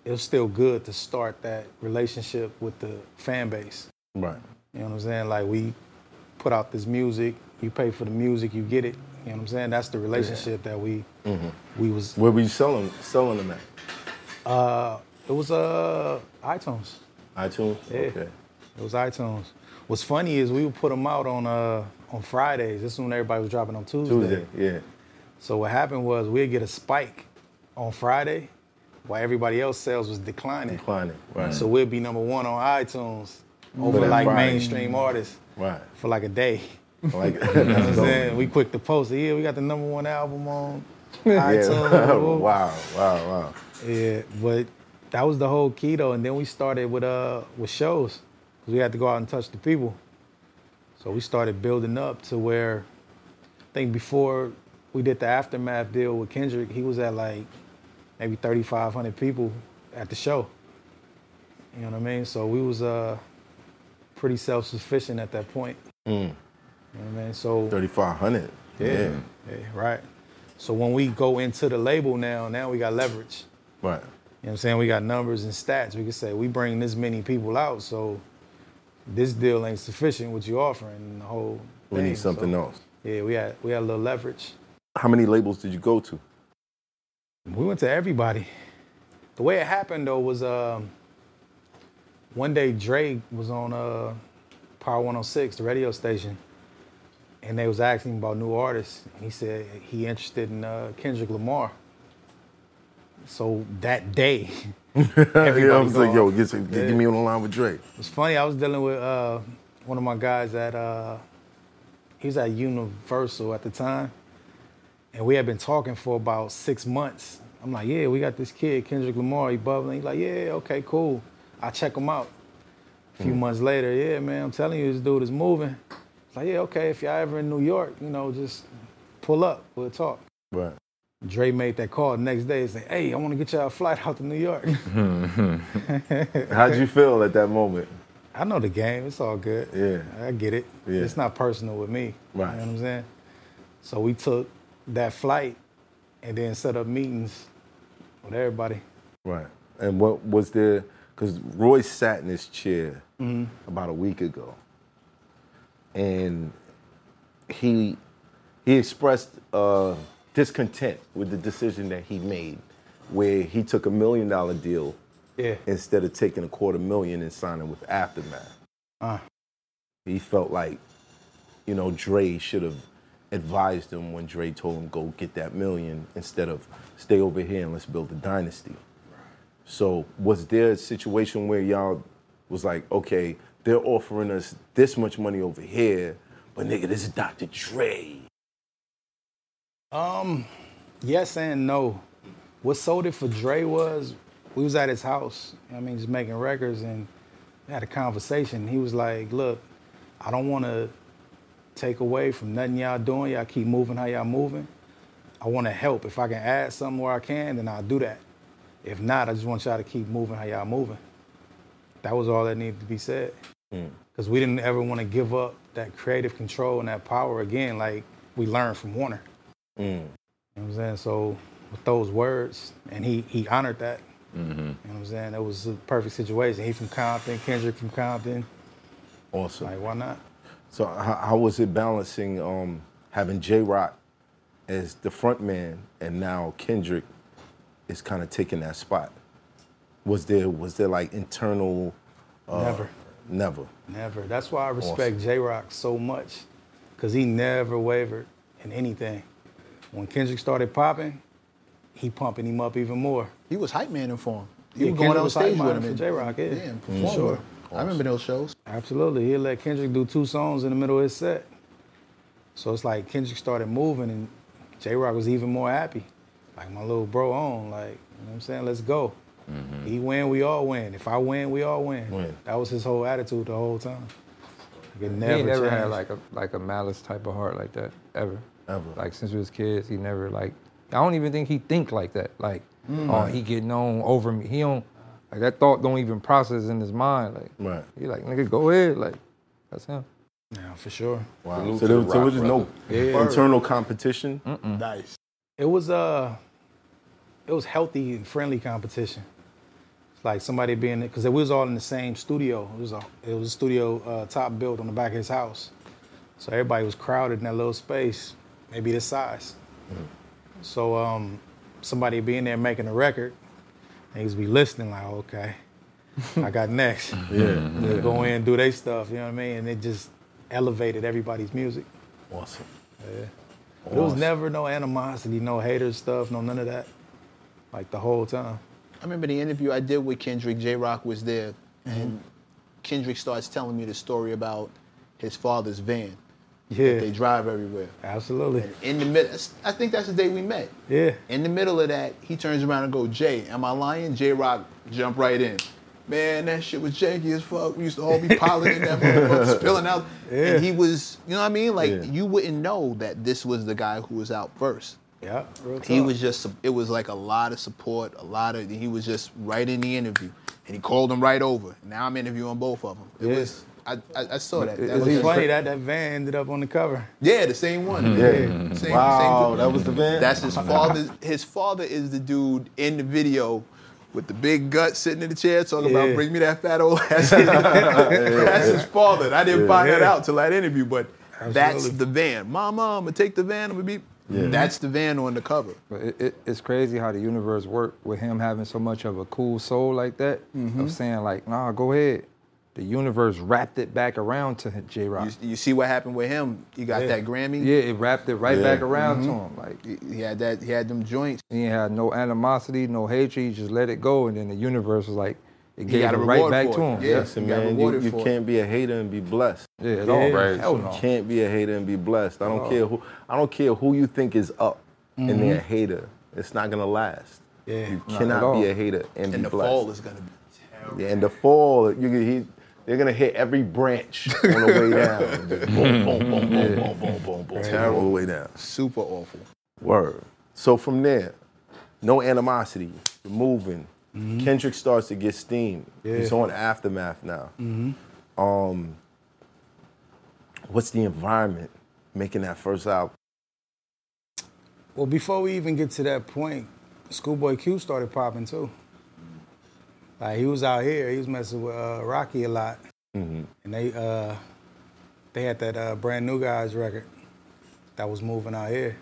S3: it was still good to start that relationship with the fan base.
S2: Right.
S3: You know what I'm saying? Like we put out this music, you pay for the music, you get it. You know what I'm saying? That's the relationship that we
S2: Mhm.
S3: we was.
S2: Where were you selling selling them at?
S3: Uh, it was uh iTunes.
S2: iTunes?
S3: Yeah.
S2: Okay.
S3: It was iTunes. What's funny is we would put them out on uh on Fridays. This is when everybody was dropping on Tuesday.
S2: Tuesday, yeah.
S3: So what happened was we'd get a spike on Friday while everybody else sales was declining.
S2: Declining, right.
S3: So we'd be number one on iTunes
S2: For
S3: over
S2: that
S3: like
S2: Friday.
S3: mainstream artists
S2: Right.
S3: for like a day.
S2: Like,
S3: you know what I'm saying? We quick to post, yeah, we got the number one album on
S2: Yeah.
S3: iTunes.
S2: wow, wow, wow.
S3: Yeah, but that was the whole key though. And then we started with uh with shows because we had to go out and touch the people. So we started building up to where I think before we did the aftermath deal with Kendrick, he was at like maybe 3,500 people at the show. You know what I mean? So we was uh pretty self-sufficient at that point.
S2: Mm.
S3: You know what I mean? So
S2: 3,500.
S3: yeah, yeah, right. So when we go into the label now, now we got leverage. You
S2: Right.
S3: know what I'm saying? We got numbers and stats. We can say we bring this many people out, so this deal ain't sufficient what you offering and the whole
S2: We need something else.
S3: Yeah, we had we had a little leverage.
S2: How many labels did you go to?
S3: We went to everybody. The way it happened though was um, one day Drake was on uh, Power 106, the radio station, and they was asking him about new artists. And he said he interested in uh, Kendrick Lamar. So that day, everybody
S2: yeah, I was like,
S3: gone.
S2: yo, get, get,
S3: Yeah.
S2: get me on the line with Drake.
S3: It's funny. I was dealing with uh, one of my guys at uh, he was at Universal at the time, and we had been talking for about six months. I'm like, yeah, we got this kid Kendrick Lamar. He bubbling. He's like, yeah, okay, cool. I check him out. A few months later, yeah, man, I'm telling you, this dude is moving. It's like, yeah, okay, if y'all ever in New York, you know, just pull up, we'll talk.
S2: Right.
S3: Dre made that call the next day and said, hey, I want to get y'all a flight out to New York.
S2: How'd you feel at that moment?
S3: I know the game. It's all good.
S2: Yeah.
S3: I get it.
S2: Yeah.
S3: It's not personal with me. You
S2: Right.
S3: know what I'm saying? So we took that flight and then set up meetings with everybody.
S2: Right. And what was there? Because Roy sat in his chair about a week ago, and he he expressed uh, discontent with the decision that he made, where he took a million dollar deal
S3: Yeah.
S2: instead of taking a quarter million and signing with Aftermath.
S3: Uh,
S2: He felt like, you know, Dre should have advised him when Dre told him go get that million instead of stay over here and let's build a dynasty. So was there a situation where y'all was like, okay, they're offering us this much money over here, but nigga, this is Dr. Dre.
S3: Um, yes and no. What sold it for Dre was we was at his house. I mean, just making records and we had a conversation. He was like, "Look, I don't want to take away from nothing y'all doing. Y'all keep moving how y'all moving. I want to help. If I can add something where I can, then I'll do that. If not, I just want y'all to keep moving how y'all moving." That was all that needed to be said because we didn't ever want to give up that creative control and that power again, like we learned from Warner. You know what I'm saying? So with those words, and he he honored that.
S2: Mm-hmm.
S3: You know what I'm saying? It was a perfect situation. He from Compton, Kendrick from Compton.
S2: Awesome.
S3: Like why not?
S2: So how, how was it balancing um, having J Rock as the front man and now Kendrick is kind of taking that spot? Was there was there like internal? Uh,
S3: Never.
S2: Never.
S3: Never. That's why I respect J Rock so much, because he never wavered in anything. When Kendrick started popping, he pumping him up even more.
S1: He was hype man for him. He
S3: Yeah,
S1: was going
S3: Kendrick
S1: on
S3: was
S1: stage
S3: hype
S1: with
S3: man
S1: him.
S3: for
S1: and-
S3: J-Rock, yeah.
S1: Yeah, and
S3: Mhm.
S1: performed.
S3: Sure.
S1: with him. I remember those shows.
S3: Absolutely. He'll let Kendrick do two songs in the middle of his set. So it's like Kendrick started moving and J Rock was even more happy. Like my little bro on, like, you know what I'm saying? Let's go. He win, we all win. If I win, we all win.
S4: Win.
S3: That was his whole attitude the whole time. Like, it
S4: He
S3: never,
S4: ain't never had
S3: changed.
S4: like a like a malice type of heart like that ever.
S2: Ever.
S4: Like since we was kids, he never like. I don't even think he think like that. Like,
S5: Mm.
S4: oh, he getting on over me. He don't like that thought. Don't even process in his mind. Like,
S2: right.
S4: He like nigga, go ahead. Like, that's him.
S3: Yeah, for sure.
S2: Wow. So there, so there was no internal competition.
S3: Nice. It was uh it was healthy and friendly competition. It's like somebody being because we was all in the same studio. It was a it was a studio uh, top built on the back of his house. So everybody was crowded in that little space, maybe this size.
S2: Mm.
S3: So um somebody being there making a record, niggas be listening like, okay. I got next.
S2: Yeah.
S3: They go in, do their stuff, you know what I mean? And it just elevated everybody's music.
S2: Awesome.
S3: Yeah. But There was
S1: Awesome.
S3: never no animosity, no haters stuff, no none of that. Like the whole time.
S1: I remember the interview I did with Kendrick. J Rock was there,
S3: Mm-hmm.
S1: and Kendrick starts telling me the story about his father's van.
S3: Yeah.
S1: That they drive everywhere.
S3: Absolutely.
S1: In the middle, I think that's the day we met.
S3: Yeah.
S1: In the middle of that, he turns around and go, Jay, am I lying? J Rock jump right in. Man, that shit was janky as fuck. We used to all be piloting that motherfucker, spilling out.
S3: Yeah.
S1: And he was, you know what I mean? Like
S3: Yeah.
S1: you wouldn't know that this was the guy who was out first.
S3: Yeah. Real
S1: He
S3: talk.
S1: was just, it was like a lot of support, a lot of, he was just right in the interview. And he called him right over. Now I'm interviewing both of them. It
S3: Yeah.
S1: was, I, I, I saw that.
S3: It
S1: That
S3: was
S1: was
S3: funny that that van ended up on the cover.
S1: yeah, the same one.
S3: Mm-hmm. Yeah.
S1: Same, same
S3: Wow,
S1: dude.
S3: that was the van?
S1: That's his father. His father is the dude in the video with the big gut sitting in the chair talking
S3: Yeah.
S1: about bring me that fat old ass. That's his father. And I didn't
S2: Yeah.
S1: find that
S2: Yeah.
S1: out till that interview, but that's
S4: Absolutely.
S1: the van. Mama, I'm gonna take the van. I'm gonna be.
S4: Yeah.
S1: That's the van on the cover.
S4: But it, it, it's crazy how the universe worked with him having so much of a cool soul like that.
S1: Mhm.
S4: Of saying like, nah, go ahead. The universe wrapped it back around to J Rock.
S1: You see what happened with him? He got
S4: Yeah.
S1: that Grammy.
S4: Yeah, it wrapped it right back around
S1: Mhm.
S4: to him.
S1: Like he had that, he had them joints.
S4: He ain't had no animosity, no hatred. He just let it go, and then the universe was like, it
S2: He
S4: gave
S2: got
S4: it
S2: a
S4: right
S2: reward
S4: back
S2: for
S4: to
S2: it.
S4: him.
S2: Yeah, Listen,
S4: got
S2: man, you,
S4: rewarded
S2: you
S4: for it.
S2: can't be a hater and be blessed.
S4: Yeah, at all. Right. Hell
S2: You
S4: no.
S2: can't be a hater and be blessed. I don't
S4: No.
S2: care who I don't care who you think is up and they're a
S3: Mhm.
S2: hater. It's not gonna last.
S3: Yeah.
S2: You
S3: Not at
S2: cannot
S3: all.
S2: be a hater and,
S1: And
S2: be
S1: the
S2: blessed.
S1: fall is gonna be.
S2: Yeah, in the fall, you can- he, they're gonna hit every branch on the way down. Just boom, boom, boom, boom,
S1: Yeah.
S2: boom, boom, boom, boom.
S1: Terrible.
S2: All the way down.
S1: Super awful.
S2: Word. So from there, no animosity. You're moving. Kendrick starts to get steam.
S3: Mm-hmm. Yeah.
S2: He's on aftermath now.
S3: Mm-hmm.
S2: Um, what's the environment making that first album?
S3: Well, before we even get to that point, Schoolboy Q started popping too. Like he was out here, he was messing with uh, Rocky a lot,
S2: Mm-hmm.
S3: and they uh, they had that uh, brand new guys record that was moving out here.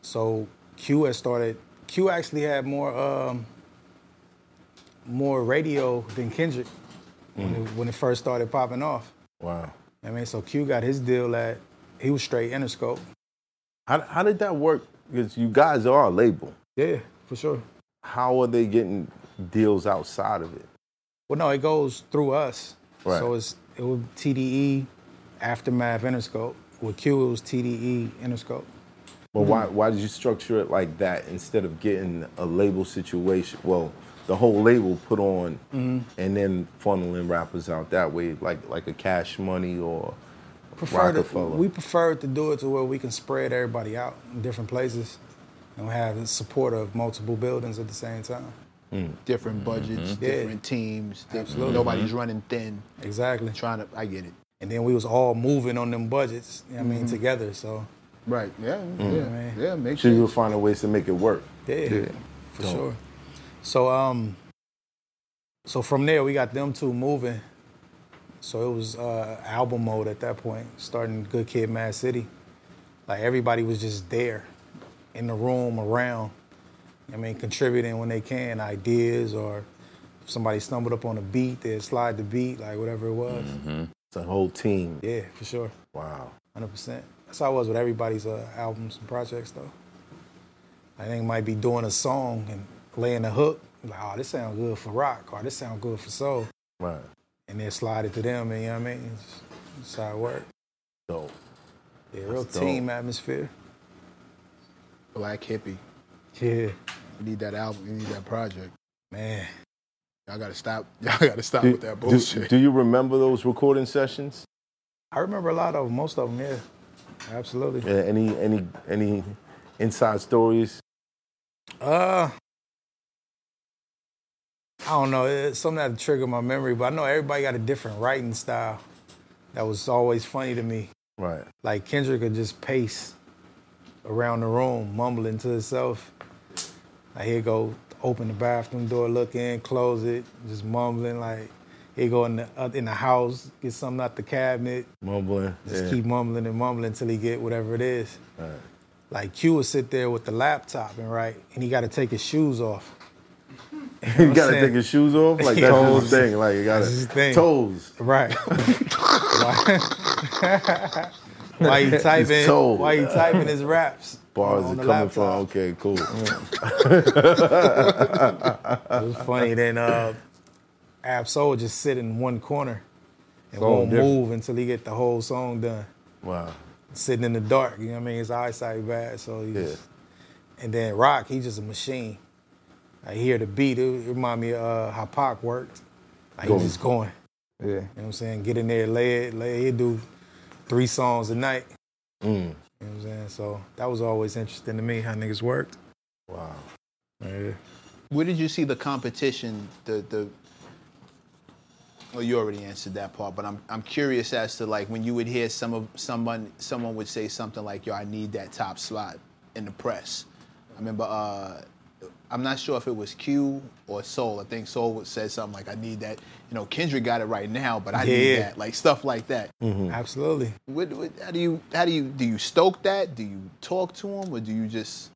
S3: So Q had started. Q actually had more um, more radio than Kendrick when, it, when it first started popping off.
S2: Wow.
S3: I mean, so Q got his deal at he was straight Interscope.
S2: How, how did that work? Because you guys are a label.
S3: Yeah, for sure.
S2: How are they getting deals outside of it?
S3: Well, no, it goes through us.
S2: Right.
S3: So it's it was TDE, Aftermath, Interscope. With Q, it was TDE, Interscope.
S2: But why,
S3: Mm-hmm.
S2: why did you structure it like that instead of getting a label situation? Well, the whole label put on
S3: Mhm.
S2: and then funneling rappers out that way, like like a Cash Money or
S3: Prefer to,
S2: Rockefeller.
S3: we prefer to do it to where we can spread everybody out in different places and have the support of multiple buildings at the same time.
S2: Mm.
S1: Different budgets,
S3: Mhm.
S2: Mm-hmm.
S3: Yeah.
S1: different teams. different-
S3: Absolutely.
S1: Nobody's
S3: Mhm.
S1: running thin.
S3: Exactly.
S1: Trying to, I get it.
S3: And then we was all moving on them budgets. You know what I mean,
S1: Mhm.
S3: together. So
S1: Right. Yeah.
S2: Mm.
S1: Yeah. Yeah. Make
S2: so
S1: sure.
S2: you would find a ways to make it work.
S3: Yeah, for
S2: Dope.
S3: sure. So um, so from there we got them two moving. So it was uh, album mode at that point, starting Good Kid, Mad City. Like everybody was just there, in the room, around. I mean, contributing when they can, ideas or if somebody stumbled up on a beat, they'd slide the beat, like whatever it was.
S1: Mm-hmm.
S2: It's a whole team.
S3: Yeah, for sure.
S2: Wow.
S3: Hundred percent. That's how I was with everybody's uh, albums and projects, though. I think might be doing a song and laying a hook. Like, oh, this sounds good for rock, or this sounds good for soul,
S2: Right.
S3: and then slide it to them. And you know what I mean? It's, it's how it worked.
S2: Dope.
S3: Yeah, real
S1: That's dope.
S3: team atmosphere.
S1: Black hippie.
S3: Yeah.
S1: We need that album. We need that project.
S3: Man.
S1: Y'all gotta stop. Y'all gotta stop with that
S2: do-
S1: bullshit.
S2: do you remember those recording sessions?
S3: I remember a lot of them, most of them. Yeah, absolutely.
S2: Yeah, Uh, any any any inside stories?
S3: Uh, I don't know. It's something that triggered my memory, but I know everybody got a different writing style. That was always funny to me.
S2: Right.
S3: Like Kendrick could just pace around the room, mumbling to himself. Like he'd go open the bathroom door, look in, close it, just mumbling. Like he'd go in the uh, in the house, get something out the cabinet,
S2: Mumbling.
S3: just
S2: yeah.
S3: keep mumbling and mumbling until he get whatever it is.
S2: Right.
S3: Like Q would sit there with the laptop and write, and he got to take his shoes off.
S2: you gotta take your shoes off. Like that's the whole
S3: Toes.
S2: thing. Like you
S3: That's his
S2: gotta
S3: thing.
S2: toes.
S3: Right. Why you
S2: His
S3: typing?
S2: toes.
S3: Why you typing his raps?
S2: Bars are
S3: on the
S2: coming from. Okay, cool.
S3: It was funny. Then uh, Ab Soul would just sit in one corner and
S2: Soul
S3: won't
S2: different.
S3: move until he get the whole song done.
S2: Wow.
S3: Sitting in the dark, you know what I mean? His eyesight bad, so he's. And then Rock, he's just a machine. I hear the beat. It remind me of uh, how Pac worked. Like
S4: Go.
S3: he's just going.
S4: Yeah.
S3: You know what I'm saying? Get in there, lay it, lay it. He'd do three songs a night.
S2: Mm.
S3: You know what I'm saying? So that was always interesting to me how niggas worked.
S2: Wow.
S1: Where did you see the competition? The the. Well, you already answered that part, but I'm I'm curious as to like when you would hear some of someone someone would say something like, "Yo, I need that top slot in the press." I remember. Uh, I'm not sure if it was Q or Soul. I think Soul would say something like, "I need that." You know, Kendrick got it right now, but I
S3: Yeah.
S1: need that. Like stuff like that.
S2: Mm-hmm.
S3: Absolutely.
S1: What, what, how do you how do you do you stoke that? Do you talk to him or do you just?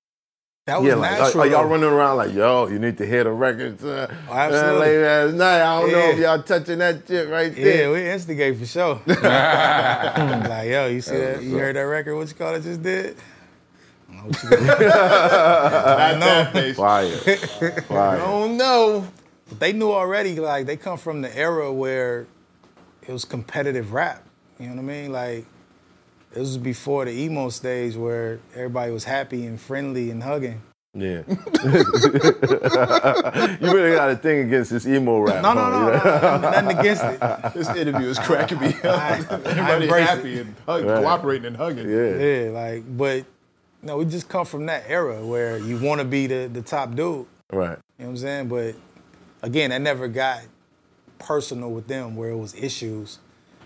S2: yeah, like, are- Are, y'all running around like, yo, you need to hear the records? Uh,
S3: absolutely.
S2: Uh, late last night. I don't know if
S3: Yeah.
S2: y'all touching that shit right
S3: Yeah,
S2: there.
S3: we instigate for sure. like, yo, you see
S2: That's
S3: that?
S2: what's
S3: You
S2: up.
S3: heard that record? What you call it just did? I don't know.
S2: I
S3: know.
S2: Fire.
S3: I
S2: Fire.
S3: don't know. But they knew already, like, they come from the era where it was competitive rap. You know what I mean? Like, this was before the emo stage where everybody was happy and friendly and hugging.
S2: Yeah. you really got a thing against this emo rap.
S3: No, no,
S2: huh?
S3: no,
S2: You
S3: no,
S2: know?
S3: nothing against it.
S1: This interview is cracking me up. Everybody
S3: embrace
S1: happy and hug,
S2: Right.
S1: cooperating and hugging.
S3: Yeah, like, but no, we just come from that era where you want to be the, the top dude.
S2: Right.
S3: You know what I'm saying? But again, I never got personal with them where it was issues,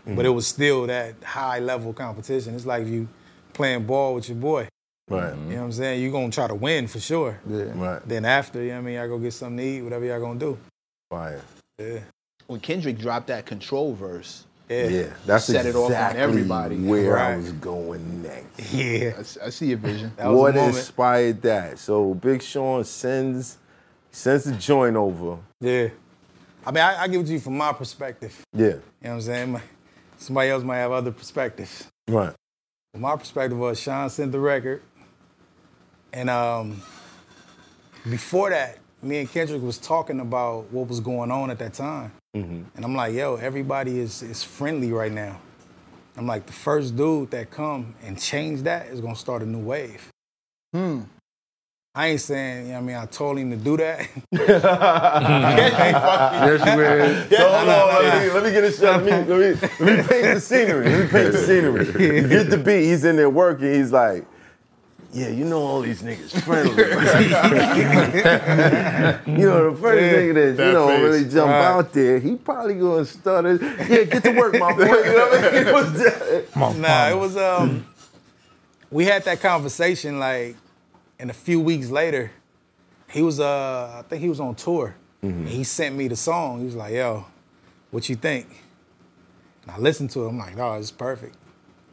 S3: but it
S2: Mm-hmm.
S3: was still that high level competition. It's like if you playing ball with your boy.
S2: Right. Mm-hmm.
S3: You know what I'm saying? You're gonna try to win for sure.
S2: Right.
S3: Then after, you know what I mean, I go get something to eat, whatever y'all gonna do.
S2: Fire.
S3: Yeah.
S1: When Kendrick dropped that control verse,
S3: Yeah.
S2: Yeah. That's
S1: set it off on
S2: exactly
S1: everybody.
S2: where I
S3: Right.
S2: was going next.
S3: Yeah.
S1: I, s- I see your vision.
S3: That was
S2: what
S3: a moment.
S2: inspired that? So Big Sean sends sends the joint over.
S3: Yeah. I mean, I, I give it to you from my perspective.
S2: Yeah.
S3: You know what I'm saying? My- Somebody else might have other perspectives.
S2: Right.
S3: my perspective was Sean sent the record, and um, before that, me and Kendrick was talking about what was going on at that time,
S2: Mm-hmm.
S3: and I'm like, yo, everybody is is friendly right now. I'm like, the first dude that come and change that is gonna start a new wave.
S1: Hmm.
S3: I ain't saying, you know what I mean, I told him to do that.
S5: Yes, you is.
S2: So hold
S3: no,
S2: on,
S3: no,
S2: let, me, let me get a shot. Let me, let, me, let me paint the scenery. Let me paint the scenery. You get the beat, he's in there working, he's like, yeah, you know all these niggas friendly. you know, the first nigga that, you know really jump
S3: Right.
S2: out there, he probably gonna stutter. Yeah, get to work, my boy. You know what I mean? It was just-
S3: nah, it was um we had that conversation like and a few weeks later, he was uh I think he was on tour. And he sent me the song. He was like, yo, what you think? And I listened to it, I'm like, no, it's perfect.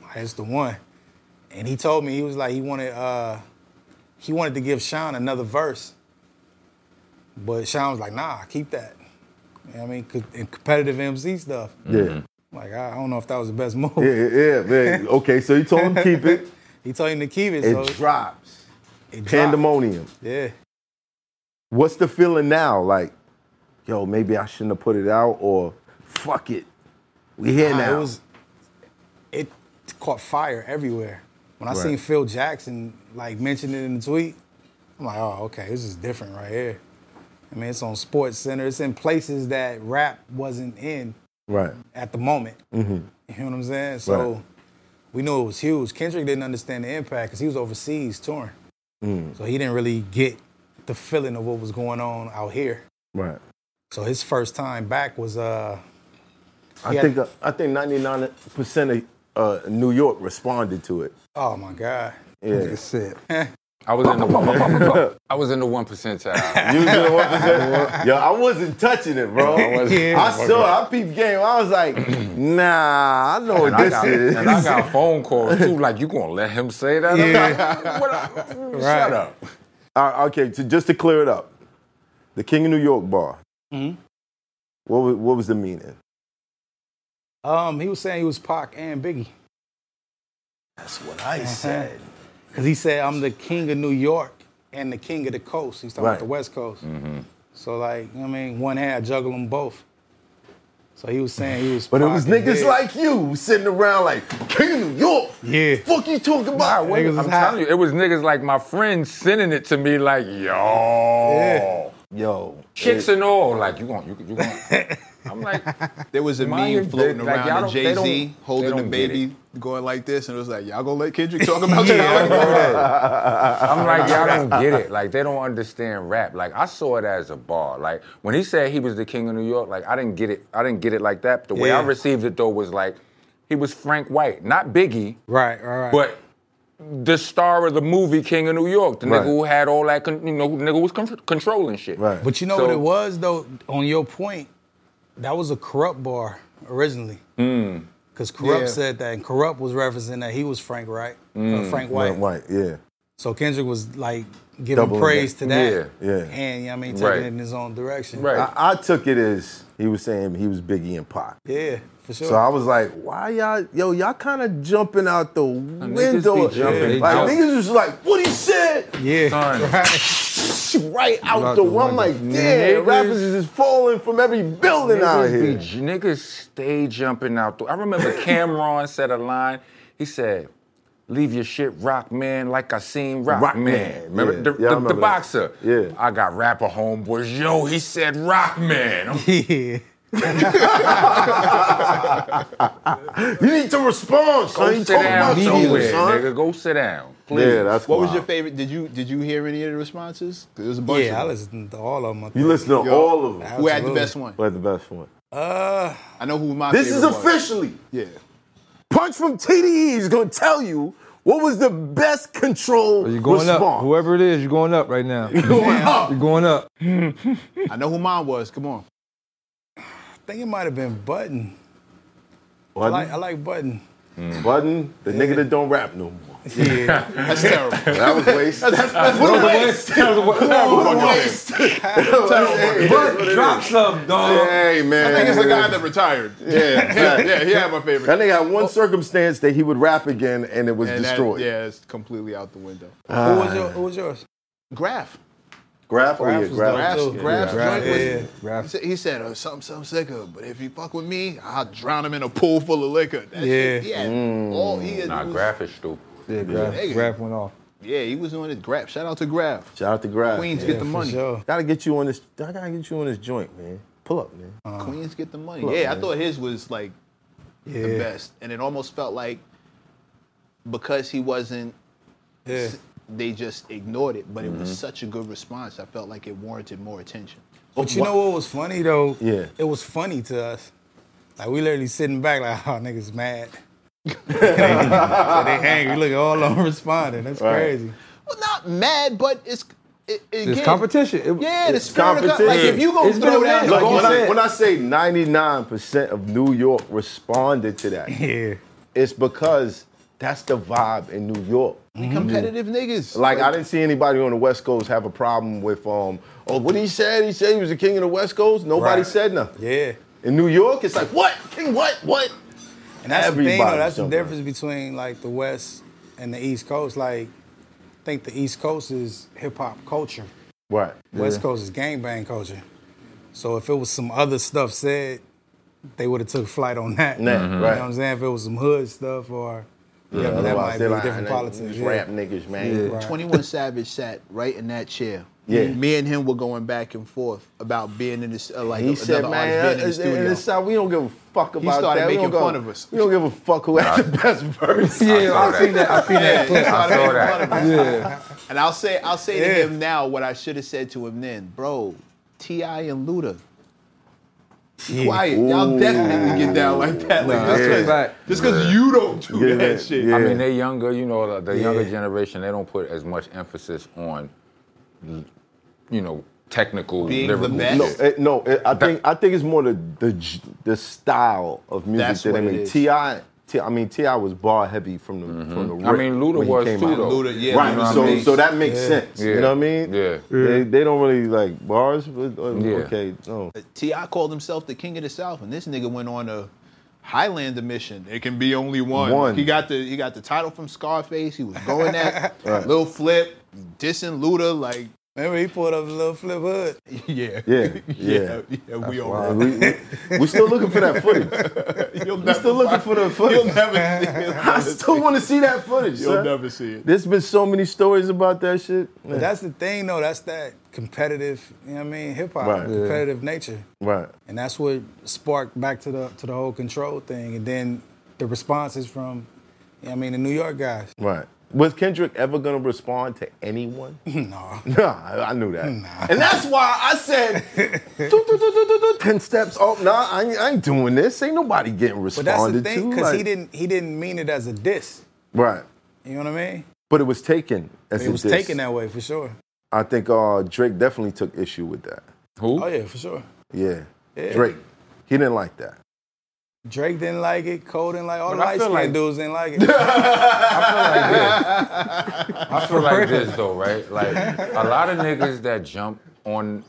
S3: Like, it's the one. And he told me he was like, he wanted uh he wanted to give Sean another verse. But Sean was like, nah, keep that. You know what I mean, Co- and competitive MC stuff.
S2: yeah.
S3: Like, I I don't know if that was the best move.
S2: Yeah, yeah, man. Okay, so you told him keep it.
S3: He told him to keep it.
S2: It
S3: so
S2: drops.
S3: it dropped.
S2: Pandemonium.
S3: Yeah.
S2: What's the feeling now? Like, yo, maybe I shouldn't have put it out, or fuck it. We here
S3: Nah,
S2: now.
S3: It was. It caught fire everywhere. When I
S2: Right.
S3: seen Phil Jackson like mention it in the tweet, I'm like, oh, okay, this is different right here. I mean, it's on Sports Center. It's in places that rap wasn't in
S2: right. Mm-hmm.
S3: at the moment. You know what I'm saying? So
S2: Right.
S3: we knew it was huge. Kendrick didn't understand the impact because he was overseas touring,
S2: Mm.
S3: so he didn't really get the feeling of what was going on out here.
S2: Right.
S3: So his first time back was uh
S2: I
S3: Yeah.
S2: think uh, I think 99% of uh, New York responded to it.
S3: oh my god.
S2: Yeah.
S5: I was in the I was in the one percentile.
S2: You was in the 1%? Yo, I wasn't touching it, bro. I, wasn't-
S3: Yeah.
S2: I saw, it, I peeped game. I was like, nah, I know what
S5: And I,
S2: this
S5: got,
S2: is.
S5: and I got phone calls too. Like you gonna let him say that? I'm like, what I- Shut up.
S2: All right, okay, to, just to clear it up, The King of New York bar.
S3: hmm
S5: Mm-hmm.
S2: What was, what was the meaning?
S3: Um, he was saying he was Pac and Biggie.
S2: That's what I
S3: said. Because he said, I'm the king of New York and the king of the coast. He's talking
S2: Right.
S3: about the West Coast. So, like, you know what I mean? One hand, juggle them both. So he was saying he was
S2: But it was
S3: Pac and
S2: niggas
S3: Big.
S2: like you sitting around like King of New York.
S3: Yeah.
S2: Fuck you talking about?
S5: Nah, wait,
S3: Niggas
S5: I'm
S3: is hot.
S5: telling you, it was niggas like my friends sending it to me like, yo,
S2: Yo,
S5: chicks
S2: it-
S5: and all. Like you going, you, you going. I'm like,
S1: There was a
S5: Mind your
S1: meme floating
S5: business. Like, y'all
S1: around of
S5: don't- they
S1: Jay
S5: don't-
S1: Z
S5: they
S1: holding the
S5: don't get
S1: baby, going like this, and it was like, y'all gonna let Kendrick talk about that?
S5: I'm like, y'all don't get it. Like, they don't understand rap. Like, I saw it as a bar. Like, when he said he was the king of New York, like, I didn't get it. I didn't get it like that. The way I
S3: Yeah.
S5: received it though was like, he was Frank White, not Biggie,
S3: Right, right, right.
S5: but the star of the movie King of New York, the
S2: Right.
S5: nigga who had all that, con- you know, who- nigga who was con- controlling shit.
S2: Right.
S3: But you know
S5: So-
S3: what it was though. On your point, that was a corrupt bar originally.
S5: Mm.
S3: Because corrupt
S1: Yeah.
S3: said that, and corrupt was referencing that he was Frank Wright,
S5: Mm.
S3: uh, Frank White.
S2: Right, right, yeah.
S3: So Kendrick was like giving
S2: Doubling
S3: praise to
S2: that.
S3: that,
S2: Yeah, yeah.
S3: and you know what I mean, taking
S5: Right.
S3: it in his own direction.
S5: Right.
S2: I, I took it as he was saying he was Biggie and Pac.
S3: Yeah, for sure.
S2: So I was like, why y'all, yo, y'all kind of jumping out the window.
S5: be jumping.
S2: Like,
S5: Yeah.
S2: niggas was like, what he said?
S3: yeah.
S2: Right out,
S4: Out the
S2: the, window. I'm like,
S4: window.
S2: damn,
S5: Niggas-
S2: rappers is just falling from every building out
S5: Niggas,
S2: here.
S5: be, j- niggas stay jumping out. The, I remember Cameron said a line. He said, "Leave your shit, rock man, like I seen rock,
S2: Rock
S5: man."
S2: Man,
S5: Remember
S2: yeah.
S5: the,
S2: Yeah, I
S5: the- the
S2: remember that.
S5: boxer?
S2: Yeah.
S5: I got rapper homeboys. Yo, he said rock man. I'm-
S3: yeah.
S2: You need to respond,
S5: Go
S2: son. You
S5: sit
S2: talking about
S5: down somewhere,
S2: somewhere, son.
S5: nigga. Go sit down. Please.
S2: Yeah, that's
S1: What was
S2: wild.
S1: your favorite? Did you did you hear any of the responses? 'Cause There's a bunch.
S3: Yeah, I
S1: of them.
S3: listened to all of them. I
S2: You
S3: think.
S2: listen to all of them.
S1: Who had the
S3: Absolutely.
S1: best one?
S2: Who had the best one?
S3: Uh,
S1: I know who my.
S2: This is
S1: favorite was.
S2: officially.
S1: Yeah.
S2: Punch from TDE is gonna tell you what was the best control
S4: Are you going
S2: response.
S4: up? Whoever it is, you're going up right now. You're
S2: Going up.
S4: going up.
S1: I know who mine was. Come on.
S3: I think it might have been Button. I
S2: Button,
S3: like, I like Button.
S2: Button, the nigga that don't rap no more.
S3: Yeah.
S1: That's terrible.
S2: That was waste. that's, that's what a waste. What a waste. But
S4: Drop some, dog.
S2: Hey man,
S1: I think it's the guy that retired.
S2: Yeah,
S1: yeah,
S2: exactly.
S1: yeah. He had my favorite. Oh.
S2: That nigga had one circumstance that he would rap again, and it was
S1: And that-
S2: destroyed.
S1: yeah, it's completely out the window.
S3: who was your, who was yours?
S1: Graph.
S2: Graph, oh yeah,
S3: Graph was
S2: graph.
S3: dope,
S1: Graph's,
S3: too.
S1: Graph's
S3: Yeah.
S1: joint was-
S3: Yeah.
S1: He said, he said oh, something, something sicker, but if you fuck with me, I'll drown him in a pool full of liquor. That shit,
S3: Yeah.
S1: yeah.
S2: Mm.
S1: All he had
S5: Nah,
S1: was-
S5: Graf is stupid.
S4: Yeah, grab,
S1: Nigga.
S4: grab went off.
S1: Yeah, he was doing his graph. Shout out to Graph.
S2: Shout out to Graph.
S1: Queens
S2: man.
S1: get the money.
S3: sure.
S2: Gotta get you on this. I gotta get you on this joint, man. Pull up, man.
S1: Queens get the money.
S2: Look,
S1: yeah,
S2: Uh-huh. man.
S1: I thought his was like the best, and it almost felt like because he wasn't,
S3: Yeah.
S1: they just ignored it. But it was such a good response. I felt like it warranted more attention.
S5: Oh,
S3: But you know what was funny though?
S2: Yeah.
S3: It was funny to us. Like we literally sitting back like, oh niggas mad. they, they angry. Look at all of them responding. That's crazy.
S1: Well, not mad, but it's it, again,
S4: It's competition. It-
S1: Yeah, the
S2: it's
S1: spirit of co- like
S2: competition.
S1: if you gonna
S4: It's been
S1: throw
S4: around.
S1: that,
S2: Like,
S4: you
S2: when, I,
S4: said.
S2: when I say 99% of New York responded to that,
S3: Yeah.
S2: it's because that's the vibe in New York.
S1: competitive
S3: Mm-hmm.
S1: niggas.
S2: Like I didn't see anybody on the West Coast have a problem with um. Oh, what he said? He said he was the king of the West Coast. Nobody
S3: Right.
S2: said nothing.
S3: Yeah.
S2: In New York, it's like what king? What what?
S3: And that's the thing
S2: Everybody
S3: though, that's the
S2: jumping.
S3: difference between like the West and the East Coast. Like, I think the East Coast is hip hop culture.
S2: Right.
S3: West Coast is gangbang culture. So if it was some other stuff said, they would have took flight on that.
S2: Nah,
S3: You know
S2: right.
S3: what I'm saying? If it was some hood stuff or yeah, that
S2: Otherwise,
S3: might be
S2: they're like
S3: different
S2: "Ah, nigga,
S3: politics.
S2: these
S3: yeah.
S2: Rap niggas, man.
S3: Right.
S1: 21 Savage sat right in that chair.
S2: Yeah.
S1: Me and him were going back and forth about being in this, uh, like
S2: He
S1: another
S2: said, man,
S1: artist being in the
S2: it's,
S1: studio.
S2: it's, it's, we don't give a fuck about
S1: started
S2: that. We don't
S1: making
S2: go-
S1: fun of us.
S2: We don't give a fuck who had the best verse.
S4: Yeah, I've seen that. I've seen that. clip.
S5: I saw that.
S4: Yeah.
S1: and I'll say, I'll say
S3: Yeah.
S1: to him now what I should have said to him then, bro. Ti and Luda,
S3: Yeah.
S1: quiet. Y'all definitely can get down like that. Like just 'cause-
S4: Right.
S1: just because you don't do
S2: Yeah,
S1: that shit.
S2: yeah.
S5: I mean, they younger, you know, the- the younger
S3: Yeah.
S5: generation, they don't put as much emphasis on, you know, technical
S1: Being the
S5: lyrical
S1: best.
S2: No,
S5: shit.
S2: it, no. It, I think I think it's more the the j- the style of music
S1: That's
S2: that they
S1: what it
S2: make.
S1: is.
S2: Ti T, I mean, Ti was bar heavy from the from the.
S5: I
S2: rip
S5: mean, Luda
S2: when he
S5: was
S2: came
S5: too,
S2: out.
S5: though. Luda, yeah,
S2: right.
S5: you know what I
S2: so
S5: mean?
S2: so that makes
S5: Yeah.
S2: sense.
S5: Yeah.
S2: You know what I mean?
S5: Yeah.
S2: They,
S5: Yeah.
S2: they don't really like bars, but uh,
S1: Yeah.
S2: okay, no.
S1: T.I. called himself the king of the South, and this nigga went on a Highlander mission. It can be only one.
S2: One.
S1: He got the he got the title from Scarface. He was going at
S2: Right.
S1: Lil Flip, dissing Luda. Like
S3: remember he pulled up Lil Flip Hood.
S1: yeah,
S2: Yeah,
S1: yeah,
S2: yeah.
S1: yeah, we all
S2: Wow. We, we, we're still looking for that footage.
S1: You'll
S2: We're still looking for the footage.
S1: You'll never see it.
S2: I still want to see that footage.
S1: You'll
S2: son.
S1: never see it.
S2: There's been so many stories about that shit.
S3: But that's the thing, though. That's that competitive. You know what I mean? Hip hop,
S2: Right. Yeah.
S3: competitive nature,
S2: right.
S3: and that's what sparked back to the to the whole control thing, and then the responses from, you know what I mean, the New York guys.
S2: Right. Was Kendrick ever gonna respond to anyone?
S3: No.
S2: Nah, I I knew that. And that's why I said, "Do, do, do, do, do, do, 10 steps up. Nah, I ain't, I ain't doing this. Ain't nobody getting
S3: But that's
S2: responded
S3: the thing,
S2: to.
S3: because he
S2: like-
S3: didn't he didn't mean it as a diss.
S2: Right.
S3: You know what I mean?
S2: But it was taken as
S3: it
S2: a
S3: was
S2: diss.
S3: taken that way for sure.
S2: I think uh, Drake definitely took issue with that.
S5: Who?
S3: Oh yeah, for sure.
S2: Yeah.
S3: Yeah.
S2: Drake. He didn't like that.
S3: Drake didn't like it. Cole didn't like. All
S5: But
S3: the
S5: I
S3: light
S5: feel
S3: skinned
S5: like-
S3: dudes didn't like it.
S5: I feel like this though, right? Like a lot of niggas that jump on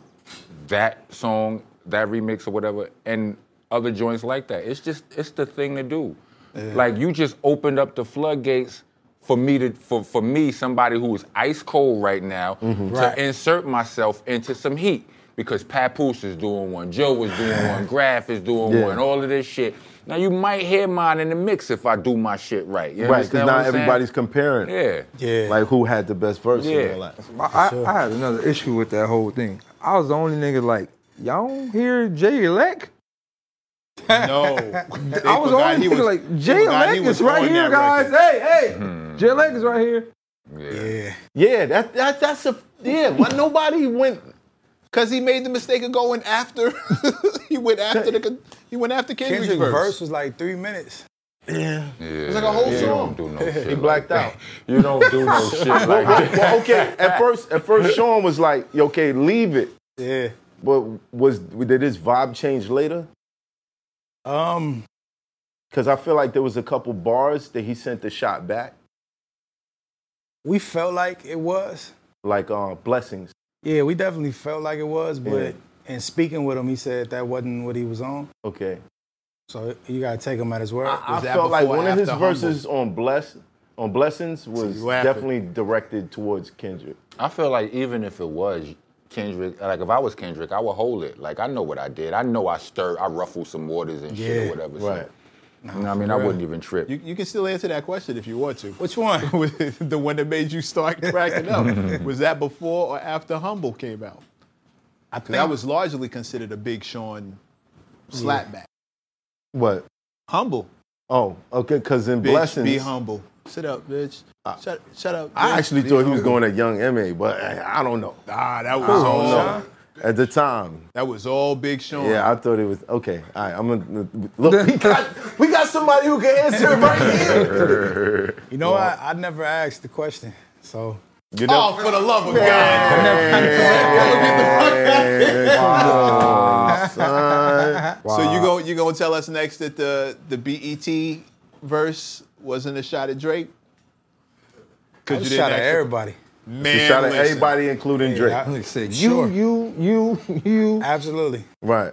S5: that song, that remix or whatever, and other joints like that. It's just it's the thing to do. Like you just opened up the floodgates for me to for for me somebody who is ice cold right now to
S3: Right.
S5: insert myself into some heat because Papoose is doing one, Joe was doing one, Graf is doing
S2: Yeah.
S5: one, all of this shit. Now you might hear mine in the mix if I do my shit right. You
S2: right, because
S5: understand
S2: now
S5: what I'm saying?
S2: everybody's comparing.
S5: Yeah.
S3: yeah.
S2: Like who had the best verse and
S5: Yeah.
S2: all that.
S4: I, I, I had another issue with that whole thing. I was the only nigga like, y'all don't hear Jay Elect?
S5: oh.
S1: No, They
S4: I was the
S1: forgot
S4: only
S1: he
S4: nigga
S1: was-
S4: like,
S1: they
S4: Jay
S1: forgot he
S4: Elect
S1: was
S4: is right
S1: on
S4: here,
S1: that
S4: guys.
S1: record. Hmm.
S4: Hey, hey, Jay Elect is right here.
S3: yeah.
S2: Yeah, that, that that's a yeah. Why nobody went?
S1: Cause he made the mistake of going after. he went after the. He went after Kendrick's
S3: Kendrick's verse.
S1: verse.
S3: was like three minutes.
S5: It's
S1: like a whole
S5: you
S1: song.
S5: Don't do no shit
S2: He blacked
S5: like
S2: out.
S5: That. You don't do no shit like that.
S2: well, okay. At first, at first, Sean was like, "Okay, leave it."
S3: Yeah.
S2: But was did his vibe change later?
S3: Um.
S2: Because I feel like there was a couple bars that he sent the shot back,
S3: We felt like it was.
S2: like uh, blessings.
S3: Yeah, we definitely felt like it was, but
S2: Yeah.
S3: in speaking with him, he said that wasn't what he was on.
S2: Okay,
S3: So you gotta take him at his word.
S2: I
S1: Was that
S2: felt like
S1: before or
S2: one of his
S1: after Humble?
S2: verses on bless on blessings was
S1: you after.
S2: definitely directed towards Kendrick.
S5: I feel like even if it was Kendrick, like if I was Kendrick, I would hold it. Like I know what I did. I know I stirred, I ruffled some waters and shit
S3: Yeah.
S5: or whatever.
S2: Right.
S5: So, you know what I mean? I wouldn't even trip.
S1: You, you can still answer that question if you want to.
S3: Which one?
S1: the one that made you start cracking up was that before or after Humble came out? I think that was largely considered a Big Sean slapback.
S2: What?
S1: Humble,
S2: Oh, okay. Because in
S1: bitch,
S2: blessings,
S1: be humble. Sit up, bitch. shut, shut up.
S2: I
S1: bitch.
S2: actually
S1: Be
S2: thought he was
S1: humble.
S2: going at Young Ma, but eh, I, I don't know.
S1: Ah, that was
S2: I
S1: all.
S2: don't know. At the time,
S1: That was all Big Sean.
S2: Yeah, I thought it was okay. All right, I'm gonna look. We got, we got somebody who can answer it right here.
S3: You know, I, I never asked the question. So
S2: You
S1: Oh,
S2: know,
S1: for the love of God!
S2: son.
S1: So you go, you gonna tell us next that the the BET verse wasn't a shot at Drake?
S3: I
S1: Because
S3: was shot at everybody.
S2: It's a
S1: Man,
S2: shot at
S1: listen.
S2: everybody, including Drake.
S3: I-
S4: They said, you,
S3: Sure.
S4: you, you, you.
S3: Absolutely.
S2: Right.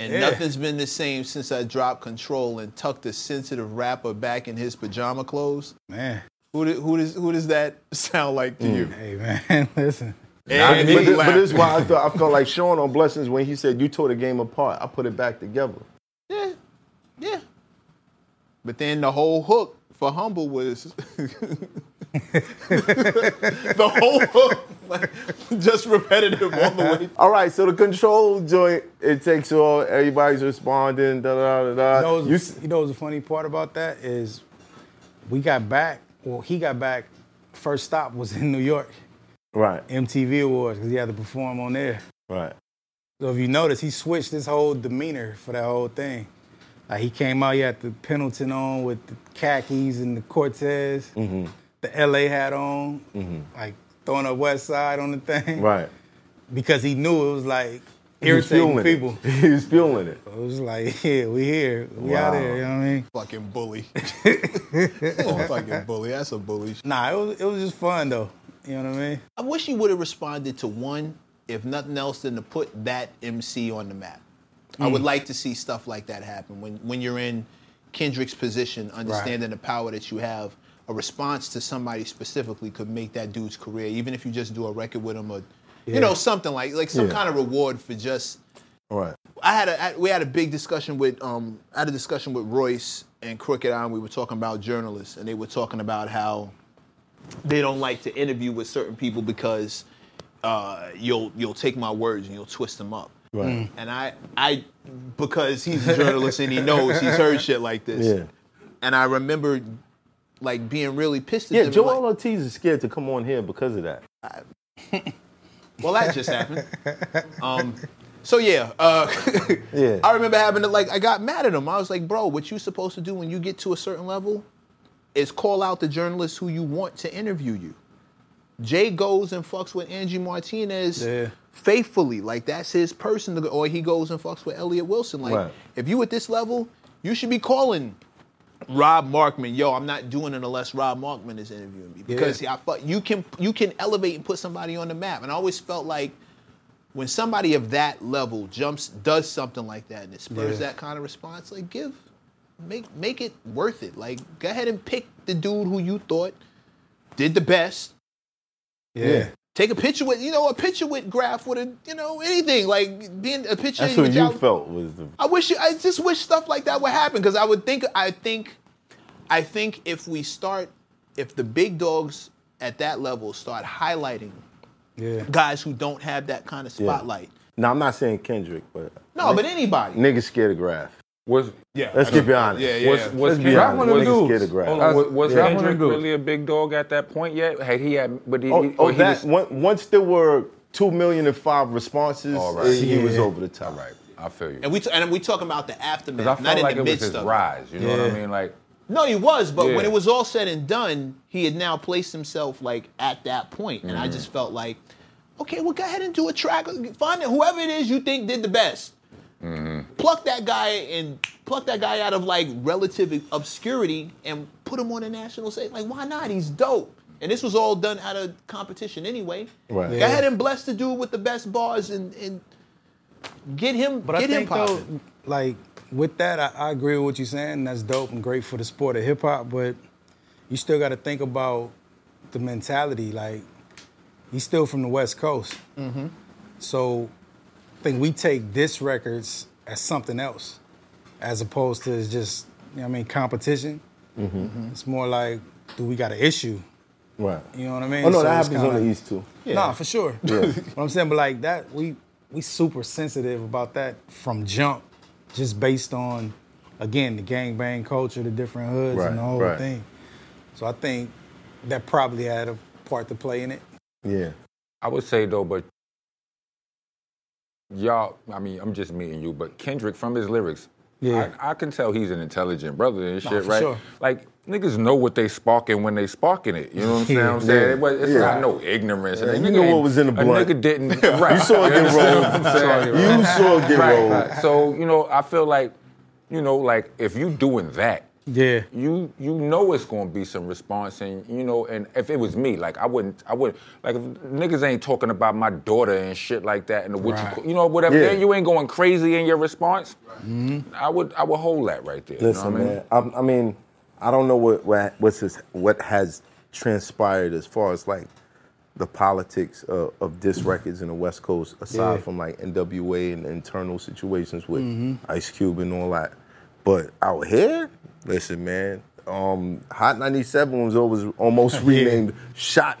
S1: And
S3: Yeah.
S1: nothing's been the same since I dropped control and tucked the sensitive rapper back in his pajama clothes.
S3: Man.
S1: Who, do- who, does, who does that sound like to you?
S3: Hey man, listen.
S2: But,
S1: And he
S2: thi- but
S1: laughed.
S2: this is why I thought I felt like Sean on Blessings when he said, "You tore the game apart. I put it back together."
S1: yeah, yeah. But then the whole hook for Humble was the whole hook, like, just repetitive all the way.
S2: All right, so the control joint, it takes all. Everybody's responding. Da da da
S3: You know,
S2: da.
S3: what's-
S2: You s-
S3: you know what's the funny part about that is we got back, well, he got back, first stop was in New York,
S2: right,
S3: MTV Awards, because he had to perform on there.
S2: right.
S3: So if you notice, he switched his whole demeanor for that whole thing. Like he came out, he had the Pendleton on with the khakis and the Cortez,
S2: Mm-hmm,
S3: the LA hat on, like throwing up West Side on the thing.
S2: Right.
S3: Because he knew it was like irritating
S2: fueling it.
S3: people.
S2: He was fueling it.
S3: It was like, yeah, we here, we out
S2: Wow.
S3: here. You know what I mean?
S1: Fucking bully. oh, fucking bully. That's a bully.
S3: Nah, it was it was just fun though. You know what I mean?
S1: I wish you would have responded to one, if nothing else, than to put that MC on the map. I
S3: Hmm.
S1: would like to see stuff like that happen when when you're in Kendrick's position, understanding the power that you have. A response to somebody specifically could make that dude's career, even if you just do a record with him or, you know, something like like some
S2: Yeah.
S1: kind of reward for just
S2: All right.
S1: I had a I, we had a big discussion with um I had a discussion with Royce and Crooked Eye. and We were talking about journalists, and they were talking about how they don't like to interview with certain people because uh, you'll you'll take my words and you'll twist them up.
S2: Right.
S1: And I I because he's a journalist and he knows he's heard shit like this.
S2: Yeah.
S1: And I remember like being really pissed at
S2: Yeah,
S1: them.
S2: Joel
S1: like,
S2: Ortiz is scared to come on here because of that.
S1: Well, that just happened. Um, so yeah, uh,
S2: Yeah.
S1: I remember having to like I got mad at him. I was like, bro, what you supposed to do when you get to a certain level is call out the journalists who you want to interview you. Jay goes and fucks with Angie Martinez
S3: Yeah.
S1: faithfully, like that's his person to go, or he goes and fucks with Elliot Wilson. Like
S2: Right.
S1: if you at this level, you should be calling Rob Markman, yo, I'm not doing it unless Rob Markman is interviewing me because I fu- you can you can elevate and put somebody on the map. And I always felt like when somebody of that level jumps does something like that and it spurs
S3: Yeah.
S1: that kind of response, like give make make it worth it. Like go ahead and pick the dude who you thought did the best.
S3: Yeah.
S1: Take a picture with you know a picture with Graf with a you know anything like being a picture.
S2: That's what
S1: with
S2: you
S1: y'all-
S2: felt was the.
S1: I wish I just wish stuff like that would happen because I would think I think I think if we start if the big dogs at that level start highlighting
S3: Yeah.
S1: guys who don't have that kind of spotlight.
S2: Now I'm not saying Kendrick, but
S1: No, but anybody.
S2: niggas scared of graph.
S5: Was
S1: yeah.
S2: Let's keep it honest.
S1: Yeah, yeah.
S5: was was
S2: Let's be
S5: Kendrick,
S2: honest.
S4: one of the
S2: Niggas
S4: dudes.
S2: scared of
S5: hold
S2: graph.
S5: on,
S4: That's-
S5: was, was
S4: yeah.
S5: Kendrick
S4: Yeah.
S5: really a big dog at that point yet? Had he had, but he,
S2: Oh,
S5: or
S2: oh
S5: he
S2: that
S5: was-
S2: one- once there were two million and five responses,
S5: All right.
S2: he was
S3: Yeah.
S2: over the top.
S5: All right, I feel you.
S1: And we t- and we talking about the
S5: Because I
S1: aftermath, not
S5: felt
S1: in
S5: like
S1: the
S5: it was
S1: midst
S5: his
S1: of it.
S5: rise. You know what I
S3: Yeah.
S5: mean? Like,
S1: No, he was, but
S5: Yeah.
S1: when it was all said and done, he had now placed himself like at that point, and
S5: Mm-hmm.
S1: I just felt like, okay, well, go ahead and do a track, find it, whoever it is you think did the best, pluck that guy and pluck that guy out of like relative obscurity and put him on a national stage. Like, why not? He's dope. And this was all done out of competition anyway.
S2: Right.
S1: Go
S2: Yeah.
S1: ahead and bless the dude with the best bars and, and get him.
S3: But
S1: get
S3: I
S1: him
S3: think
S1: popping.
S3: though, like with that, I, I agree with what you're saying. and That's dope and great for the sport of hip hop, but you still got to think about the mentality. Like he's still from the West Coast, so I think we take this records as something else, as opposed to it's just you know what I mean competition. It's more like, do we got an issue?
S2: Right.
S3: You know what I mean?
S2: Oh no,
S3: So
S2: that
S3: it's
S2: happens on
S3: kinda-
S2: the East too.
S3: Nah, for sure. what I'm saying, but like that, we we super sensitive about that from jump, just based on again the gangbang culture, the different hoods,
S2: Right,
S3: and the whole
S2: right.
S3: thing. So I think that probably had a part to play in it.
S2: Yeah.
S5: I would say though, but y'all, I mean, I'm just meeting you, but Kendrick from his lyrics,
S3: Yeah.
S5: I, I can tell he's an intelligent brother and
S3: Nah,
S5: shit,
S3: for
S5: right?
S3: sure.
S5: Like niggas know what they sparking when they sparking it. You know what I'm saying?
S3: Yeah.
S5: I'm saying
S2: Yeah.
S5: It was- it's
S2: Yeah.
S5: not no ignorance.
S2: Yeah,
S5: A
S2: you
S5: nigga
S2: know what
S5: ain't-
S2: was in the blunt.
S5: A nigga didn't. Right.
S2: You saw it get
S5: understand
S2: rolled.
S5: what I'm saying, right?
S2: You saw it get
S5: Right,
S2: rolled.
S5: right. So you know, I feel like, you know, like if you doing that,
S3: Yeah.
S5: you you know it's gonna be some response, and you know, and if it was me, like I wouldn't, I wouldn't, like if niggas ain't talking about my daughter and shit like that, and what you
S3: Right.
S5: you, you know, whatever,
S2: Yeah.
S5: then you ain't going crazy in your response.
S3: Mm-hmm.
S5: I would I would hold that right there.
S2: Listen,
S5: you know what I mean?
S2: man. I, I mean, I don't know what what what's his, what has transpired as far as like the politics of, of disc
S5: Mm-hmm.
S2: records in the West Coast, aside
S3: Yeah.
S2: from like NWA and internal situations with
S5: Mm-hmm.
S2: Ice Cube and all that. But out here, listen, man. Um, Hot 97 was always almost renamed Shot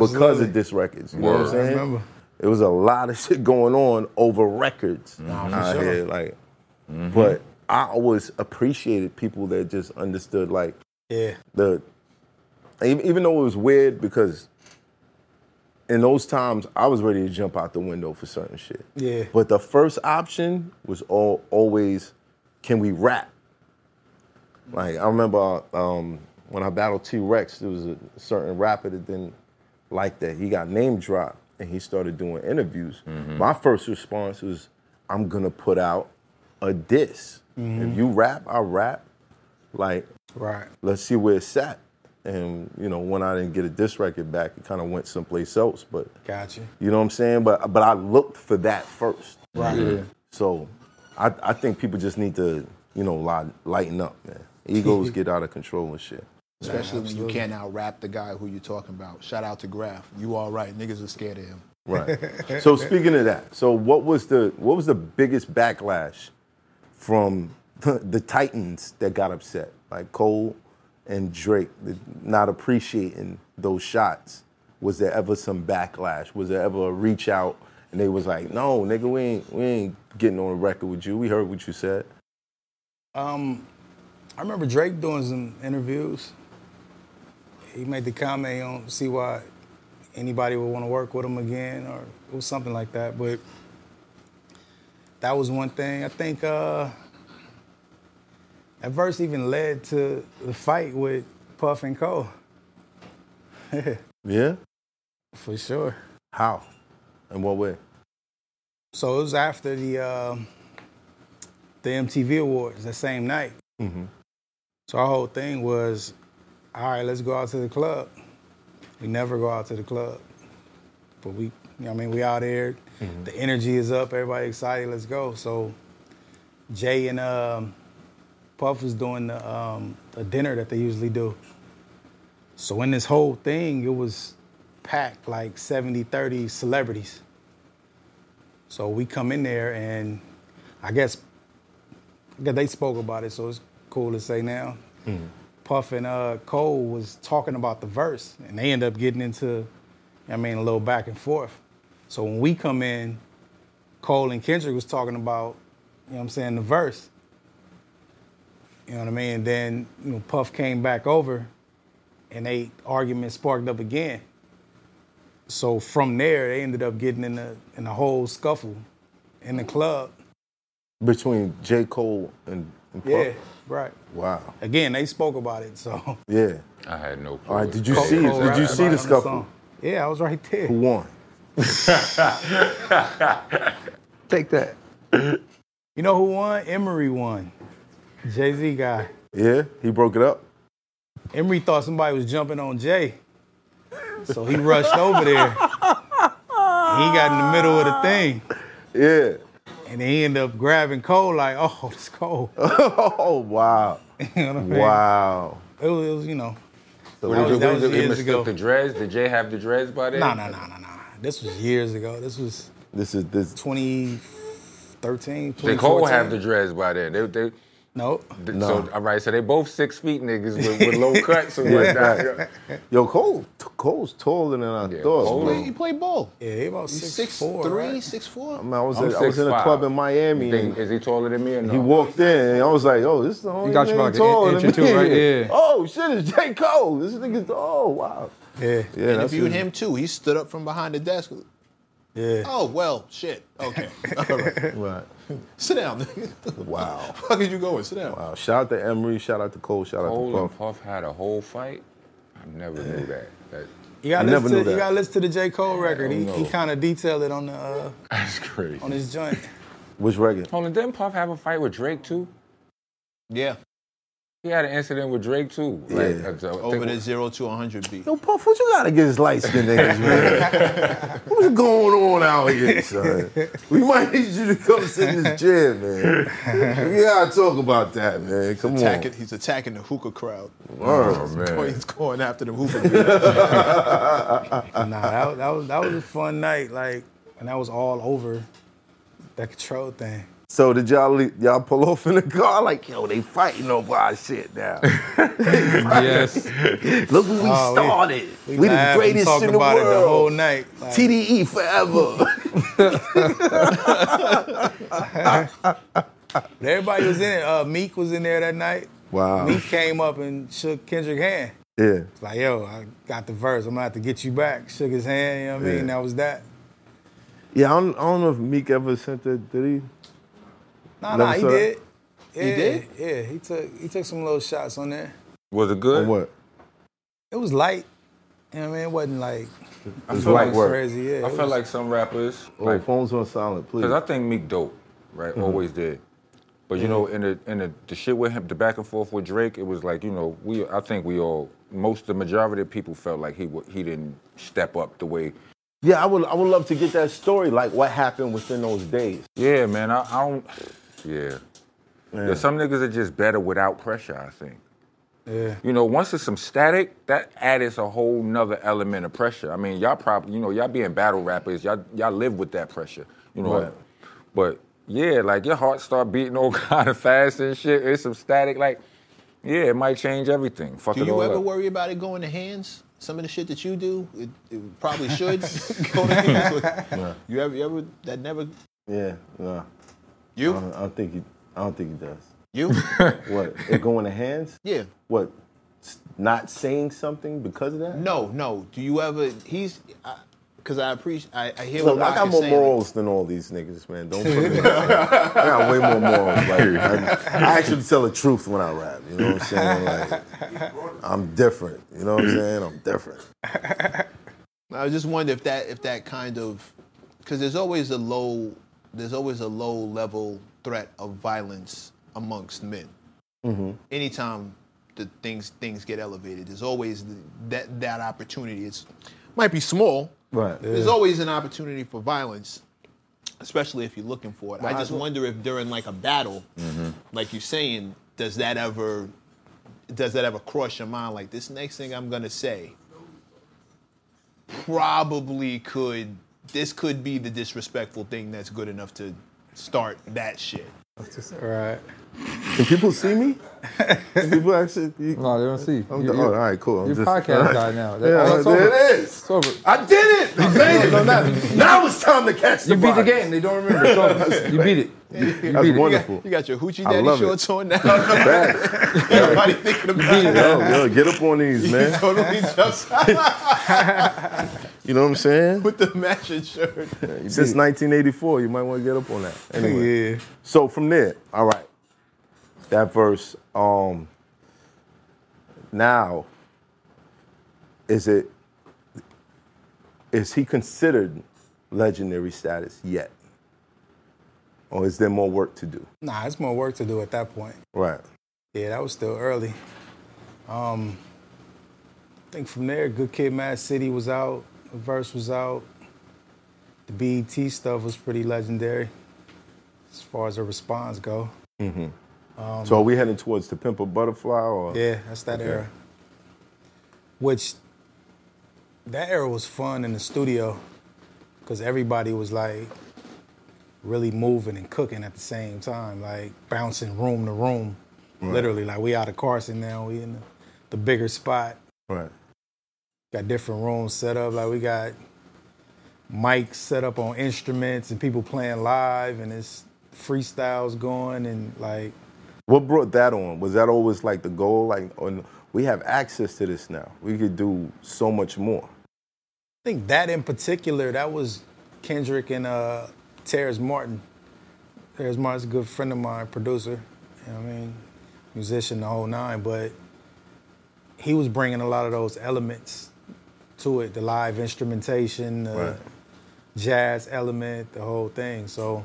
S5: Word.
S2: because of disc records. You know what I'm
S5: Word.
S2: saying?
S3: I remember.
S2: It was a lot of shit going on over records out
S3: sure.
S2: here. Like,
S3: Mm-hmm.
S2: but I always appreciated people that just understood like
S3: Yeah.
S2: the even even though it was weird because in those times I was ready to jump out the window for certain shit.
S3: Yeah.
S2: But the first option was all always can we rap? Like I remember um, when I battled T Rex, there was a certain rapper that didn't like that. He got name dropped. and he started doing interviews,
S3: Mm-hmm.
S2: my first response was, I'm gonna put out a diss. If
S3: Mhm.
S2: you rap, I rap. Like,
S3: Right.
S2: let's see where it's at. And you know, when I didn't get a diss record back, it kind of went someplace else. But
S3: Gotcha.
S2: you know what I'm saying? But but I looked for that first.
S3: Right. Yeah.
S2: So I, I think people just need to, you know, li- lighten up, man. Egos get out of control and shit.
S1: Especially when you
S2: Absolutely.
S1: can't out rap the guy who you're talking about. Shout out to Graf. You all right. Niggas are scared of him.
S2: Right. so speaking of that, so what was the what was the biggest backlash from the, Titans that got upset? Like Cole and Drake the- not appreciating those shots. Was there ever some backlash? Was there ever a reach out and they was like, "No, nigga, we ain't we ain't getting on a record with you. We heard what you said."
S3: Um, I remember Drake doing some interviews. He made the comment, he don't see why anybody would want to work with him again, or it was something like that. But that was one thing. I think uh, that verse even led to the fight with Puff and Cole.
S2: Yeah.
S3: For sure.
S2: How? In what way?
S3: So it was after the uh, the MTV Awards that same night.
S2: Mm-hmm.
S3: So our whole thing was, all right, let's go out to the club. We never go out to the club, but we, you know, what I mean, we out there. The energy is up. Everybody excited. Let's go. So Jay and um, Puff was doing the, um, the dinner that they usually do. So in this whole thing, it was packed like 70, 30 celebrities. So we come in there and I guess because they spoke about it, so it's cool to say now.
S2: Mm-hmm.
S3: Puff and uh, Cole was talking about the verse, and they end up getting into, I mean, a little back and forth. So when we come in, Cole and Kendrick was talking about, you know what I'm saying, the verse. You know what I mean? And then, you know, Puff came back over and they argument sparked up again. So from there, they ended up getting in a, in a whole scuffle in the club.
S2: Between J. Cole and, and Puff?
S3: Yeah, right.
S2: Wow.
S3: Again, they spoke about it, so.
S2: Yeah.
S5: I had no
S2: All right. Did you
S3: Cole-
S2: see?
S3: Cole
S2: did you
S3: rapped
S2: see
S3: about it
S2: the
S3: on
S2: scuffle?
S3: song. Yeah, I was right there.
S2: Who won?
S3: Take that. You know who won? Emery won. Jay Z guy.
S2: Yeah, he broke it up.
S3: Emery thought somebody was jumping on Jay. So he rushed over there. He got in the middle of the thing. Yeah. And he ended up grabbing Cole, like, oh, it's Cole.
S2: oh, wow. Wow.
S3: It was, it was, you know,
S5: So
S3: that was, that was
S5: he
S3: years
S5: mistook
S3: ago.
S5: the dreads. Did Jay have the dreads by then?
S3: No, no, no, no, no. This was years ago. This was
S2: This is this
S3: 2013,
S5: Did Cole
S3: 2014.
S5: have the dreads by then? They, they,
S3: Nope.
S5: th- So, all right, so they both six feet niggas with, with low cuts and
S2: Yeah,
S5: whatnot.
S2: right. Yo, Cole, Cole's taller than I thought.
S5: Cole-
S2: bro.
S1: He played ball.
S3: Yeah, he about
S1: He's
S3: six,
S1: six
S3: four,
S1: three,
S3: right?
S1: six four.
S2: I, mean, I was,
S5: I'm
S2: at- I was in a
S5: 6'5".
S2: club in Miami.
S5: You think- is he taller than me or
S2: and
S5: no?
S2: he walked in, and I was like, "Yo, this is the only
S4: got you
S2: nigga
S4: about an
S2: taller
S4: inch
S2: than
S4: or two,
S2: me.
S4: right? Yeah.
S2: Oh shit, it's J. Cole. This nigga's oh wow.
S3: Yeah.
S2: Yeah, that's
S1: Interviewed
S2: his-
S1: him too. He stood up from behind the desk.
S3: Yeah.
S1: Oh well, shit. Okay, all right.
S2: Right.
S1: Sit down. nigga.
S2: Wow.
S1: Fuck is you going? Sit down.
S2: wow. Shout out to Emery. Shout out to Cole. Shout out
S5: Cole
S2: to Puff.
S5: and Puff had a whole fight? I never knew that. that
S3: You gotta,
S2: You
S3: listen to,
S2: never knew
S3: you
S2: that.
S3: gotta listen to the J. Cole record. He,
S5: don't
S3: he
S5: know.
S3: kind of detailed it on the uh,
S5: that's crazy.
S3: on his joint.
S2: Which record?
S5: Hold on, didn't Puff have a fight with Drake too?
S1: Yeah.
S5: He had an incident with Drake too.
S2: Yeah.
S5: uh, so I think-
S1: Over the zero to 100 beat.
S2: Yo, Puff, what you gotta get his light skinned niggas, man? What's going on out here, son? We might need you to come sit in this chair, man. We gotta talk about that, man. Come on.
S1: Attacking, he's attacking the hookah crowd.
S2: Word.
S1: He's going after the hookah crowd.
S3: nah, that, that was that was a fun night. Like, and that was all over that control thing.
S2: So did y'all leave, y'all pull off in the car like, yo, they fighting over our shit now.
S4: Yes.
S2: Look what we
S3: Oh, we-
S2: started. We, the
S3: laughed and
S2: greatest
S3: talked
S2: in the
S3: about
S2: world.
S3: it the whole night. Like,
S2: TDE forever.
S3: everybody was in it. Uh, Meek was in there that night.
S2: Wow.
S3: Meek came up and shook Kendrick hand.
S2: yeah.
S3: It's like, yo, I got the verse. I'm gonna have to get you back. Shook his hand. You know what I mean?
S2: Yeah.
S3: That was that.
S2: Yeah, I don't, I don't know if Meek ever sent that, did
S3: Nah,
S2: Never
S3: nah, he
S2: saw that?
S3: did. Yeah,
S1: He did?
S3: Yeah, he took he took some little shots on there.
S5: Was it
S2: he?
S5: good?
S2: Or what?
S3: It was light. You know what I mean? It wasn't like
S5: I
S3: it
S5: feel like
S3: was crazy. Yeah,
S5: I
S3: it
S5: feel
S3: was-
S5: like some rappers.
S2: Oh,
S5: like,
S2: phones on silent, please.
S5: Because I think Meek dope, right?
S2: Mhm.
S5: Always did. But
S2: Mm-hmm.
S5: you know, in the in the, the shit with him, the back and forth with Drake, it was like you know, we I think we all most the majority of people felt like he wa- he didn't step up the way.
S2: Yeah, I would I would love to get that story, like what happened within those days.
S5: Yeah, man, I, I don't. Yeah. yeah, some niggas are just better without pressure. I think.
S3: Yeah.
S5: You know, once it's some static, that adds a whole nother element of pressure. I mean, y'all probably, you know, y'all being battle rappers, y'all y'all live with that pressure. You know,
S2: Right.
S5: but yeah, like your heart start beating all kind of fast and shit. It's some static, like yeah, it might change everything. Fuck
S1: Do
S5: it
S1: you
S5: all
S1: ever
S5: up.
S1: worry about it going to hands? Some of the shit that you do, it, it probably should go to hands. You ever, you ever, that never,
S2: Yeah, nah.
S1: You?
S2: I don't, I don't think he. I don't think he does.
S1: You?
S2: what? It going to hands?
S1: Yeah.
S2: What? s- Not saying something because of that?
S1: No, no. Do you ever, he's, because I, appreciate, I, I hear
S2: Look,
S1: what
S2: I got
S1: Rock is
S2: more
S1: saying.
S2: morals than all these niggas, man. Don't put me. in the same- I got way more morals. Like, I, I actually tell the truth when I rap. You know what I'm saying? Like, I'm different. You know what I'm saying? I'm different.
S1: I just wonder if that if that kind of because there's always a low there's always a low level threat of violence amongst men.
S2: Mhm.
S1: Anytime the things things get elevated, there's always th- that that opportunity. It's might be small.
S2: Right.
S1: There's always an opportunity for violence, especially if you're looking for it.
S2: Well,
S1: I
S2: I
S1: just
S2: don't-
S1: wonder if during like a battle,
S2: Mm-hmm.
S1: like you're saying, does that ever does that ever cross your mind? Like this next thing I'm gonna say probably could this could be the disrespectful thing that's good enough to start that shit.
S3: Right.
S2: Can people see me? Can people actually?
S4: no, they don't see.
S2: I'm
S4: You-
S2: done.
S4: you-
S2: all right, cool. I'm
S4: You're
S2: just- all
S4: podcast
S2: right.
S4: guy now.
S2: Yeah,
S4: That- that's
S2: there
S4: over.
S2: it is.
S4: It's over.
S2: I did it. I made it. I'm not- now it's time to catch
S4: You
S2: the
S4: beat the
S2: body.
S4: game. They don't remember. It's over. You beat it. You
S2: That's
S4: beat it.
S2: wonderful.
S1: You got your hoochie
S2: I
S1: daddy
S2: love it.
S1: shorts on now.
S2: Everybody
S1: thinking
S2: about
S1: it.
S2: Yo, yo, get up on these,
S1: You
S2: man.
S1: totally just
S2: You know what I'm saying?
S1: with the matching shirt.
S2: Since 1984, you might want to get up on that. Anyway,
S3: Yeah.
S2: so from there, all right, that verse. Um, now, is it is he considered legendary status yet, or is there more work to do?
S3: Nah, it's more work to do at that point.
S2: Right.
S3: Yeah, that was still early. Um, I think from there, Good Kid, Mad City was out. The verse was out. The BET stuff was pretty legendary, as far as the response go.
S2: hmm
S3: Um,
S2: so are we heading towards the Pimp a Butterfly? Or?
S3: Yeah, that's that
S2: Okay.
S3: era. Which that era was fun in the studio because everybody was like really moving and cooking at the same time, like bouncing room to room,
S2: Right.
S3: literally. Like we out of Carson now, we in the, the bigger spot.
S2: Right.
S3: Got different rooms set up. Like we got mics set up on instruments and people playing live, and it's freestyles going and like
S2: What brought that on? Was that always like the goal? Like, on, we have access to this now. We could do so much more.
S3: I think that in particular, that was Kendrick and uh, Terrence Martin. Terrence Martin's a good friend of mine, producer. You know what I mean, musician, the whole nine. But he was bringing a lot of those elements to it—the live instrumentation, the
S2: Right.
S3: jazz element, the whole thing. So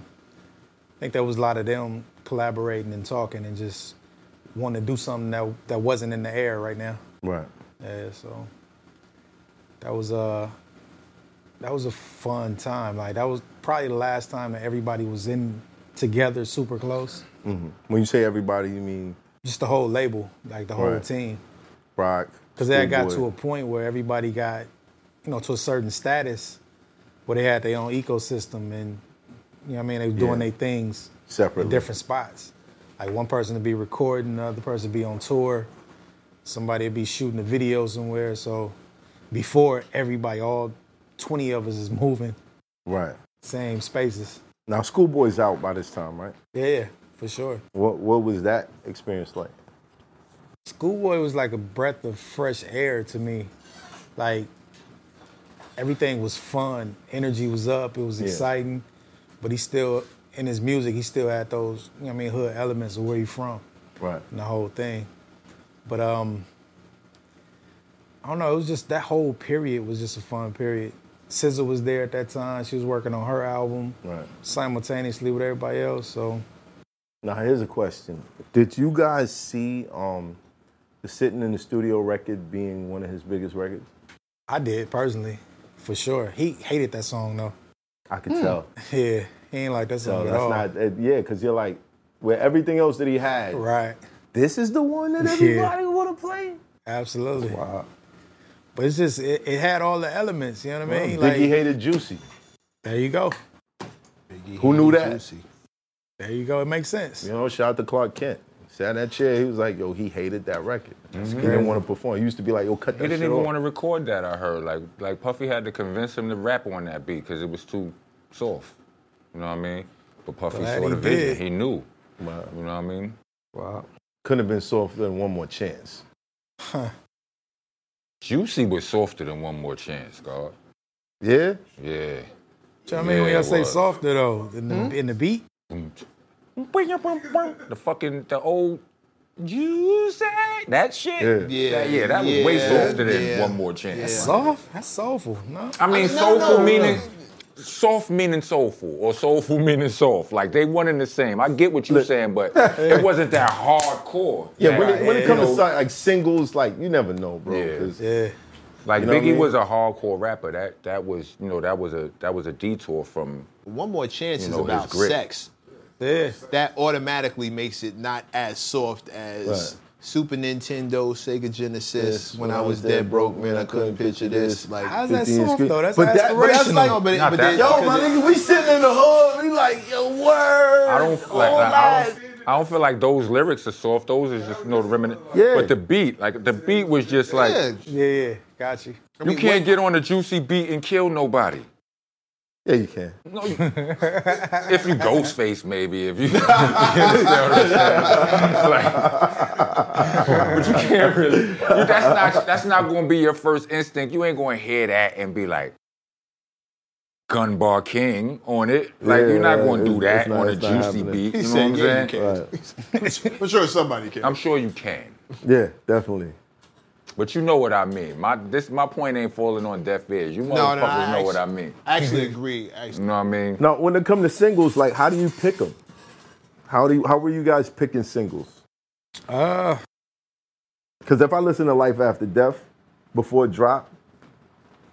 S3: I think there was a lot of them collaborating and talking and just wanting to do something that that wasn't in the air right now.
S2: Right.
S3: Yeah, so that was uh, a that was a fun time. Like that was probably the last time that everybody was in together, super close.
S2: hmm When you say everybody, you mean
S3: Just the whole label, like the whole
S2: Right.
S3: team.
S2: rock?
S3: Because that got to
S2: Schoolboy.
S3: a point where everybody got, you know, to a certain status where they had their own ecosystem and, you know what I mean, they were doing
S2: Yeah.
S3: their things
S2: Separately.
S3: in different spots. Like one person to be recording, another person to be on tour, somebody would be shooting a video somewhere. So before everybody, all 20 of us is moving,
S2: Right.
S3: same spaces.
S2: Now, Schoolboy's out by this time, right?
S3: Yeah, yeah, for sure.
S2: What What was that experience like?
S3: Schoolboy was like a breath of fresh air to me. Like everything was fun, energy was up, it was
S2: Yeah.
S3: exciting, but he still in his music, he still had those, you know what I mean, hood elements of where he from
S2: Right.
S3: and the whole thing. But um I don't know. It was just that whole period was just a fun period. SZA was there at that time. She was working on her album
S2: Right.
S3: simultaneously with everybody else. So
S2: Now here's a question: Did you guys see um, the sitting in the studio record being one of his biggest records?
S3: I did personally, for sure. He hated that song though. Hmm.
S2: I could tell.
S3: Yeah, he ain't like that
S2: So
S3: song at
S2: that's
S3: all.
S2: not uh, yeah, because you're like with everything else that he had.
S3: right.
S2: This is the one that
S3: Yeah.
S2: everybody want to play.
S3: Absolutely. Wow. But it's just it, it had all the elements. You know what I mean?
S2: Biggie hated Juicy.
S3: There you go.
S2: Who knew that?
S3: There you go. It makes sense.
S2: You know, shout out to Clark Kent. Sat in that chair. He was like, yo, he hated that record. He
S5: crazy.
S2: didn't want to perform. He used to be like, yo, cut that
S5: He didn't
S2: shit
S5: even
S2: off.
S5: want to record that. I heard like like Puffy had to convince him to rap on that beat because it was too soft. You know what I mean? But Puffy
S2: Glad
S5: saw the
S2: he
S5: vision.
S2: did.
S5: He knew.
S2: Wow.
S5: You know what I mean?
S2: Wow. Couldn't have been softer than one more chance.
S5: Juicy was softer than one more chance, God.
S2: Yeah.
S3: You know
S5: Yeah.
S3: what I mean? When
S5: Yeah,
S3: y'all
S5: it
S3: say
S5: was.
S3: softer though, in the, in the beat.
S5: The fucking the old Juicy that shit.
S3: Yeah.
S5: Yeah, that, yeah, that was way
S3: Yeah.
S5: softer than
S3: Yeah.
S5: one more chance.
S3: That's soft. That's soulful. No.
S5: I mean,
S3: no,
S5: soulful
S3: no,
S5: meaning
S3: no.
S5: soft meaning soulful, or soulful meaning soft. Like they one and the same. I get what you're saying, but it wasn't that hardcore.
S2: Yeah, when
S5: Like,
S2: it, when it
S5: you
S2: comes
S5: know,
S2: to si- like singles, like you never know, bro. Yeah.
S5: like
S2: you know what
S5: Biggie
S2: I mean?
S5: was a hardcore rapper. That that was you know that was a that was a detour from
S1: One more chance
S5: You
S1: is
S5: know, his
S1: about
S5: grit.
S1: sex.
S3: Yeah.
S1: That automatically makes it not as soft as
S2: Right.
S1: Super Nintendo, Sega Genesis.
S2: This,
S1: when, I was dead broke, man, I couldn't picture this. Like,
S2: How's that 50 and soft, screen- though? That's
S1: but that, but that's
S2: aspirational.
S1: like, no, but, it-
S2: Not
S1: but
S2: that
S1: it-
S2: soft.
S1: yo, my nigga, we sitting in the hood. We like, yo, word.
S5: I don't like,
S1: all
S5: like, I
S1: that.
S5: don't. I don't feel like those lyrics are soft. Those are just you know the remnant.
S3: Yeah.
S5: But the beat, like the beat was just like
S3: Yeah, yeah. Got you.
S5: you can't get on a juicy beat and kill nobody.
S2: Yeah, you can.
S5: No, you- if you Ghostface, maybe if you. you understand what I'm saying? Like, but you can't really. you- that's not. That's not going to be your first instinct. You ain't going to hear that and be like, Gunbar King on it. Like you're not
S2: Yeah,
S5: going to do
S2: it's-
S5: that
S2: it's not-
S5: on a
S2: it's not
S5: juicy
S2: happening.
S5: beat.
S2: He
S5: You know
S2: said,
S5: what
S2: "Yeah,
S5: I'm
S2: you
S5: saying?
S1: I'm sure somebody can.
S5: I'm sure you can.
S2: Yeah, definitely.
S5: But you know what I mean. My this my point ain't falling on deaf ears. You motherfuckers
S1: No, no,
S5: know
S1: I
S5: what I
S1: actually-
S5: mean.
S1: I actually agree. I
S5: You know what I mean?
S2: Now, when it comes to singles, like how do you pick them? How do you, how were you guys picking singles?
S3: Uh,
S2: Because if I listen to Life After Death before it dropped,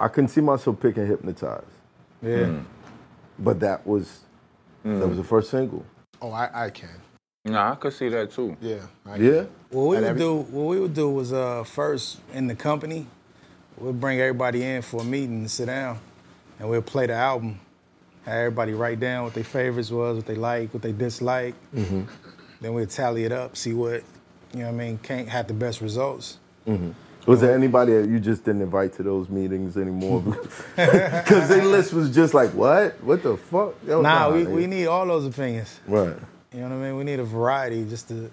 S2: I couldn't see myself picking Hypnotize.
S3: Yeah.
S5: Hmm.
S2: But that was that was the first single.
S1: Oh, I, I can.
S5: Nah, I could see that too.
S1: Yeah. I
S2: Yeah.
S3: What we
S1: At
S3: would
S1: every-
S3: do, what we would do was uh, first in the company, we'd bring everybody in for a meeting and sit down, and we'd play the album. Have everybody write down what their favorites was, what they like, what they dislike.
S2: Mm-hmm.
S3: Then we'd tally it up, see what you know. what I mean, can't have the best results.
S2: hmm Was there anybody that you just didn't invite to those meetings anymore? Because their list was just like, what? What the fuck? Yo,
S3: nah, we,
S2: nigga.
S3: we need all those opinions.
S2: Right,
S3: You know what I mean? We need a variety just to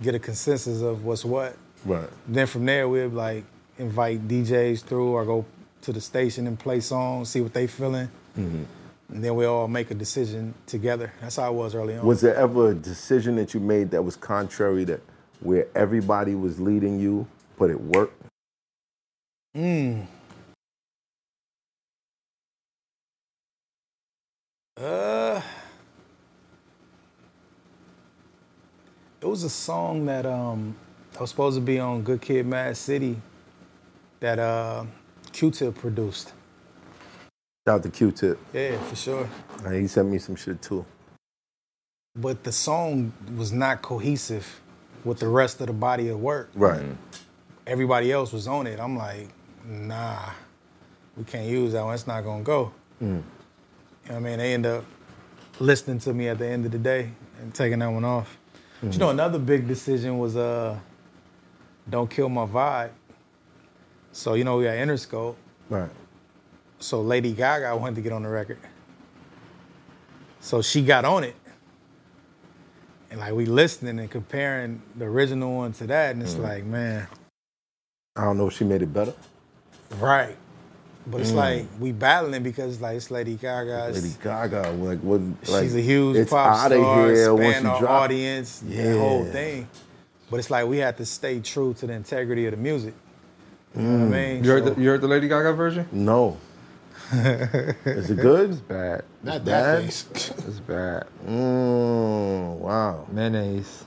S3: get a consensus of what's what.
S2: right.
S3: Then from there, we'd like invite DJs through or go to the station and play songs, see what they feeling,
S2: Mhm.
S3: and then we all make a decision together. That's how it was early on.
S2: Was there ever a decision that you made that was contrary to where everybody was leading you, but it worked?
S3: Mm. Uh, it was a song that um I was supposed to be on Good Kid, Mad City, that uh Q-Tip produced.
S2: Shout out to Q-Tip.
S3: Yeah, for sure.
S2: Uh, he sent me some shit too.
S3: But the song was not cohesive with the rest of the body of work.
S2: Right.
S3: Everybody else was on it. I'm like, nah, we can't use that one. It's not gonna go.
S2: Mm.
S3: You know what I mean? They end up listening to me at the end of the day and taking that one off. But you
S2: Mm-hmm.
S3: know, another big decision was uh, Don't Kill My Vibe. So, you know, we got Interscope.
S2: Right.
S3: So Lady Gaga wanted to get on the record. So she got on it. And like we listening and comparing the original one to that, and it's
S2: Mhm.
S3: like, man,
S2: I don't know if she made it better.
S3: right. But it's
S2: Mm.
S3: like we battling because like it's Lady Gaga, it's
S2: Lady Gaga, like, what, like
S3: She's a huge
S2: it's
S3: pop
S2: outta
S3: star,
S2: here once
S3: span
S2: you
S3: our
S2: drop.
S3: audience, the
S2: Yeah.
S3: whole thing. But it's like we had to stay true to Mm. the integrity of the music. You know
S2: Mm.
S3: what I mean?
S4: You heard,
S3: So-
S4: the, you heard the Lady Gaga version?
S2: No. Is it good?
S4: It's bad.
S1: Not that
S2: Bad?
S1: face.
S4: It's bad.
S2: Mm, wow.
S4: Mayonnaise.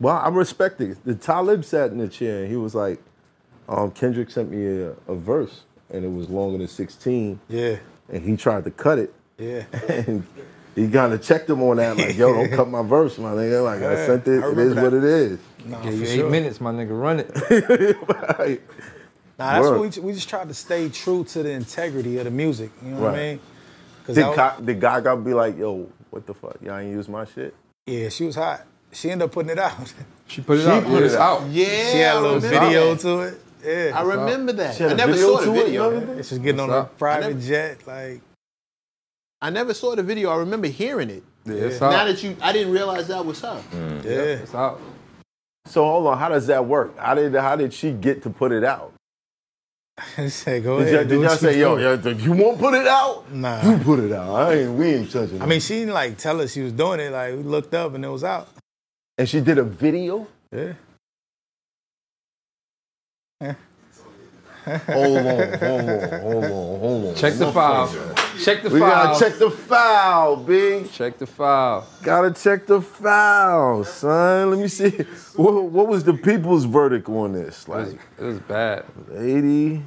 S2: Well, I respect it. The Talib sat in the chair and he was like, um, Kendrick sent me a, a verse and it was longer than 16
S3: yeah,
S2: and he tried to cut it
S3: yeah.
S2: and he kind of checked him on that like, yo, don't cut my verse, my nigga. Like, I
S3: Yeah,
S2: sent it.
S3: I
S2: It
S3: remember
S2: is
S3: that.
S2: what it is.
S3: Nah,
S4: Gave
S3: for
S4: you eight
S3: sure.
S4: minutes, my nigga. Run it.
S2: Like,
S3: Nah, that's
S2: Word.
S3: what we, we just tried to stay true to the integrity of the music. You know what I
S2: Right.
S3: mean? 'Cause
S2: did,
S3: that was-
S2: Ga- did Gaga be like, yo, what the fuck? Y'all ain't use my shit?
S3: yeah, she was hot. She ended up putting it out.
S4: She put it out.
S2: put
S4: yeah,
S2: it
S4: it's
S2: out.
S4: out.
S1: Yeah,
S3: she had a
S1: I
S3: little
S1: remember
S3: video
S1: that.
S3: to it. Yeah,
S1: I remember that.
S2: She had
S1: I
S2: a
S1: never
S2: video
S1: saw the
S2: to it and
S1: video.
S2: everything?
S3: she's getting on
S4: What's
S3: a
S4: up?
S3: private
S1: never-
S3: jet. Like,
S1: I never saw the video. I remember hearing it.
S4: Yeah, it's
S1: Now
S4: out.
S1: that you, I didn't realize that was her.
S2: Mm.
S3: yeah.
S4: It's out.
S2: So hold on, how does that work? How did how did she get to put it out?
S3: I said, go
S2: Did
S3: ahead.
S2: y'all,
S3: do
S2: did
S3: what
S2: y'all
S3: you
S2: say, yo,
S3: do.
S2: yo, if you won't put it out?
S3: Nah.
S2: You put it out. I ain't, we ain't touching
S3: I
S2: it.
S3: mean, she didn't like tell us she was doing it. Like, we looked up and it was out.
S2: And she did a video?
S3: Yeah.
S2: Hold on, hold on, hold on, hold on.
S4: Check the file. Check the
S2: We
S4: file.
S2: gotta check the file, big.
S4: Check the Oh, file.
S2: Gotta check the file, son. Let me see. What, what was the people's verdict on this?
S4: It was,
S2: Like
S4: it was bad.
S2: 80?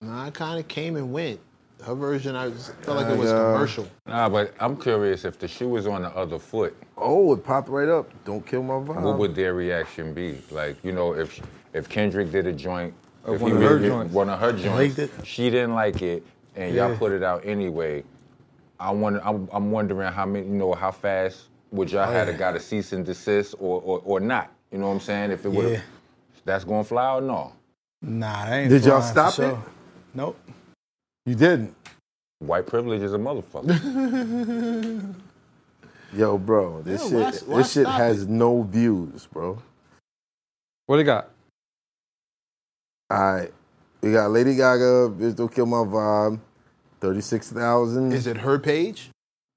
S1: Nah, I kind of came and went. Her version, I was- felt like it
S2: Uh,
S1: was
S2: yeah.
S1: commercial.
S5: Nah, but I'm curious if the shoe was on the other foot,
S2: Oh, it popped right up. Don't kill my vibe.
S5: what would their reaction be? Like, you know, if if Kendrick did a joint,
S4: Of
S5: if
S4: one of her
S5: did
S4: joints.
S5: one of her
S3: Liked
S5: joints,
S3: it.
S5: she didn't like it, and y'all put it out anyway. I wonder, I'm, I'm wondering how many, you know, how fast would y'all have got a cease and desist or, or or not? You know what I'm saying? If it would,
S3: Yeah.
S5: have that's going to fly or no?
S3: Nah, that ain't
S2: Did y'all
S3: flying for
S2: stop it?
S3: sure. Nope.
S2: you didn't.
S5: White privilege is a motherfucker.
S2: Yo, bro, this
S1: Yeah, why-
S2: shit,
S1: why
S2: this shit
S1: stop
S2: has no views, bro.
S4: What it got?
S2: All right, we got Lady Gaga, Bitch Don't Kill My Vibe, 36,000.
S1: Is it her page?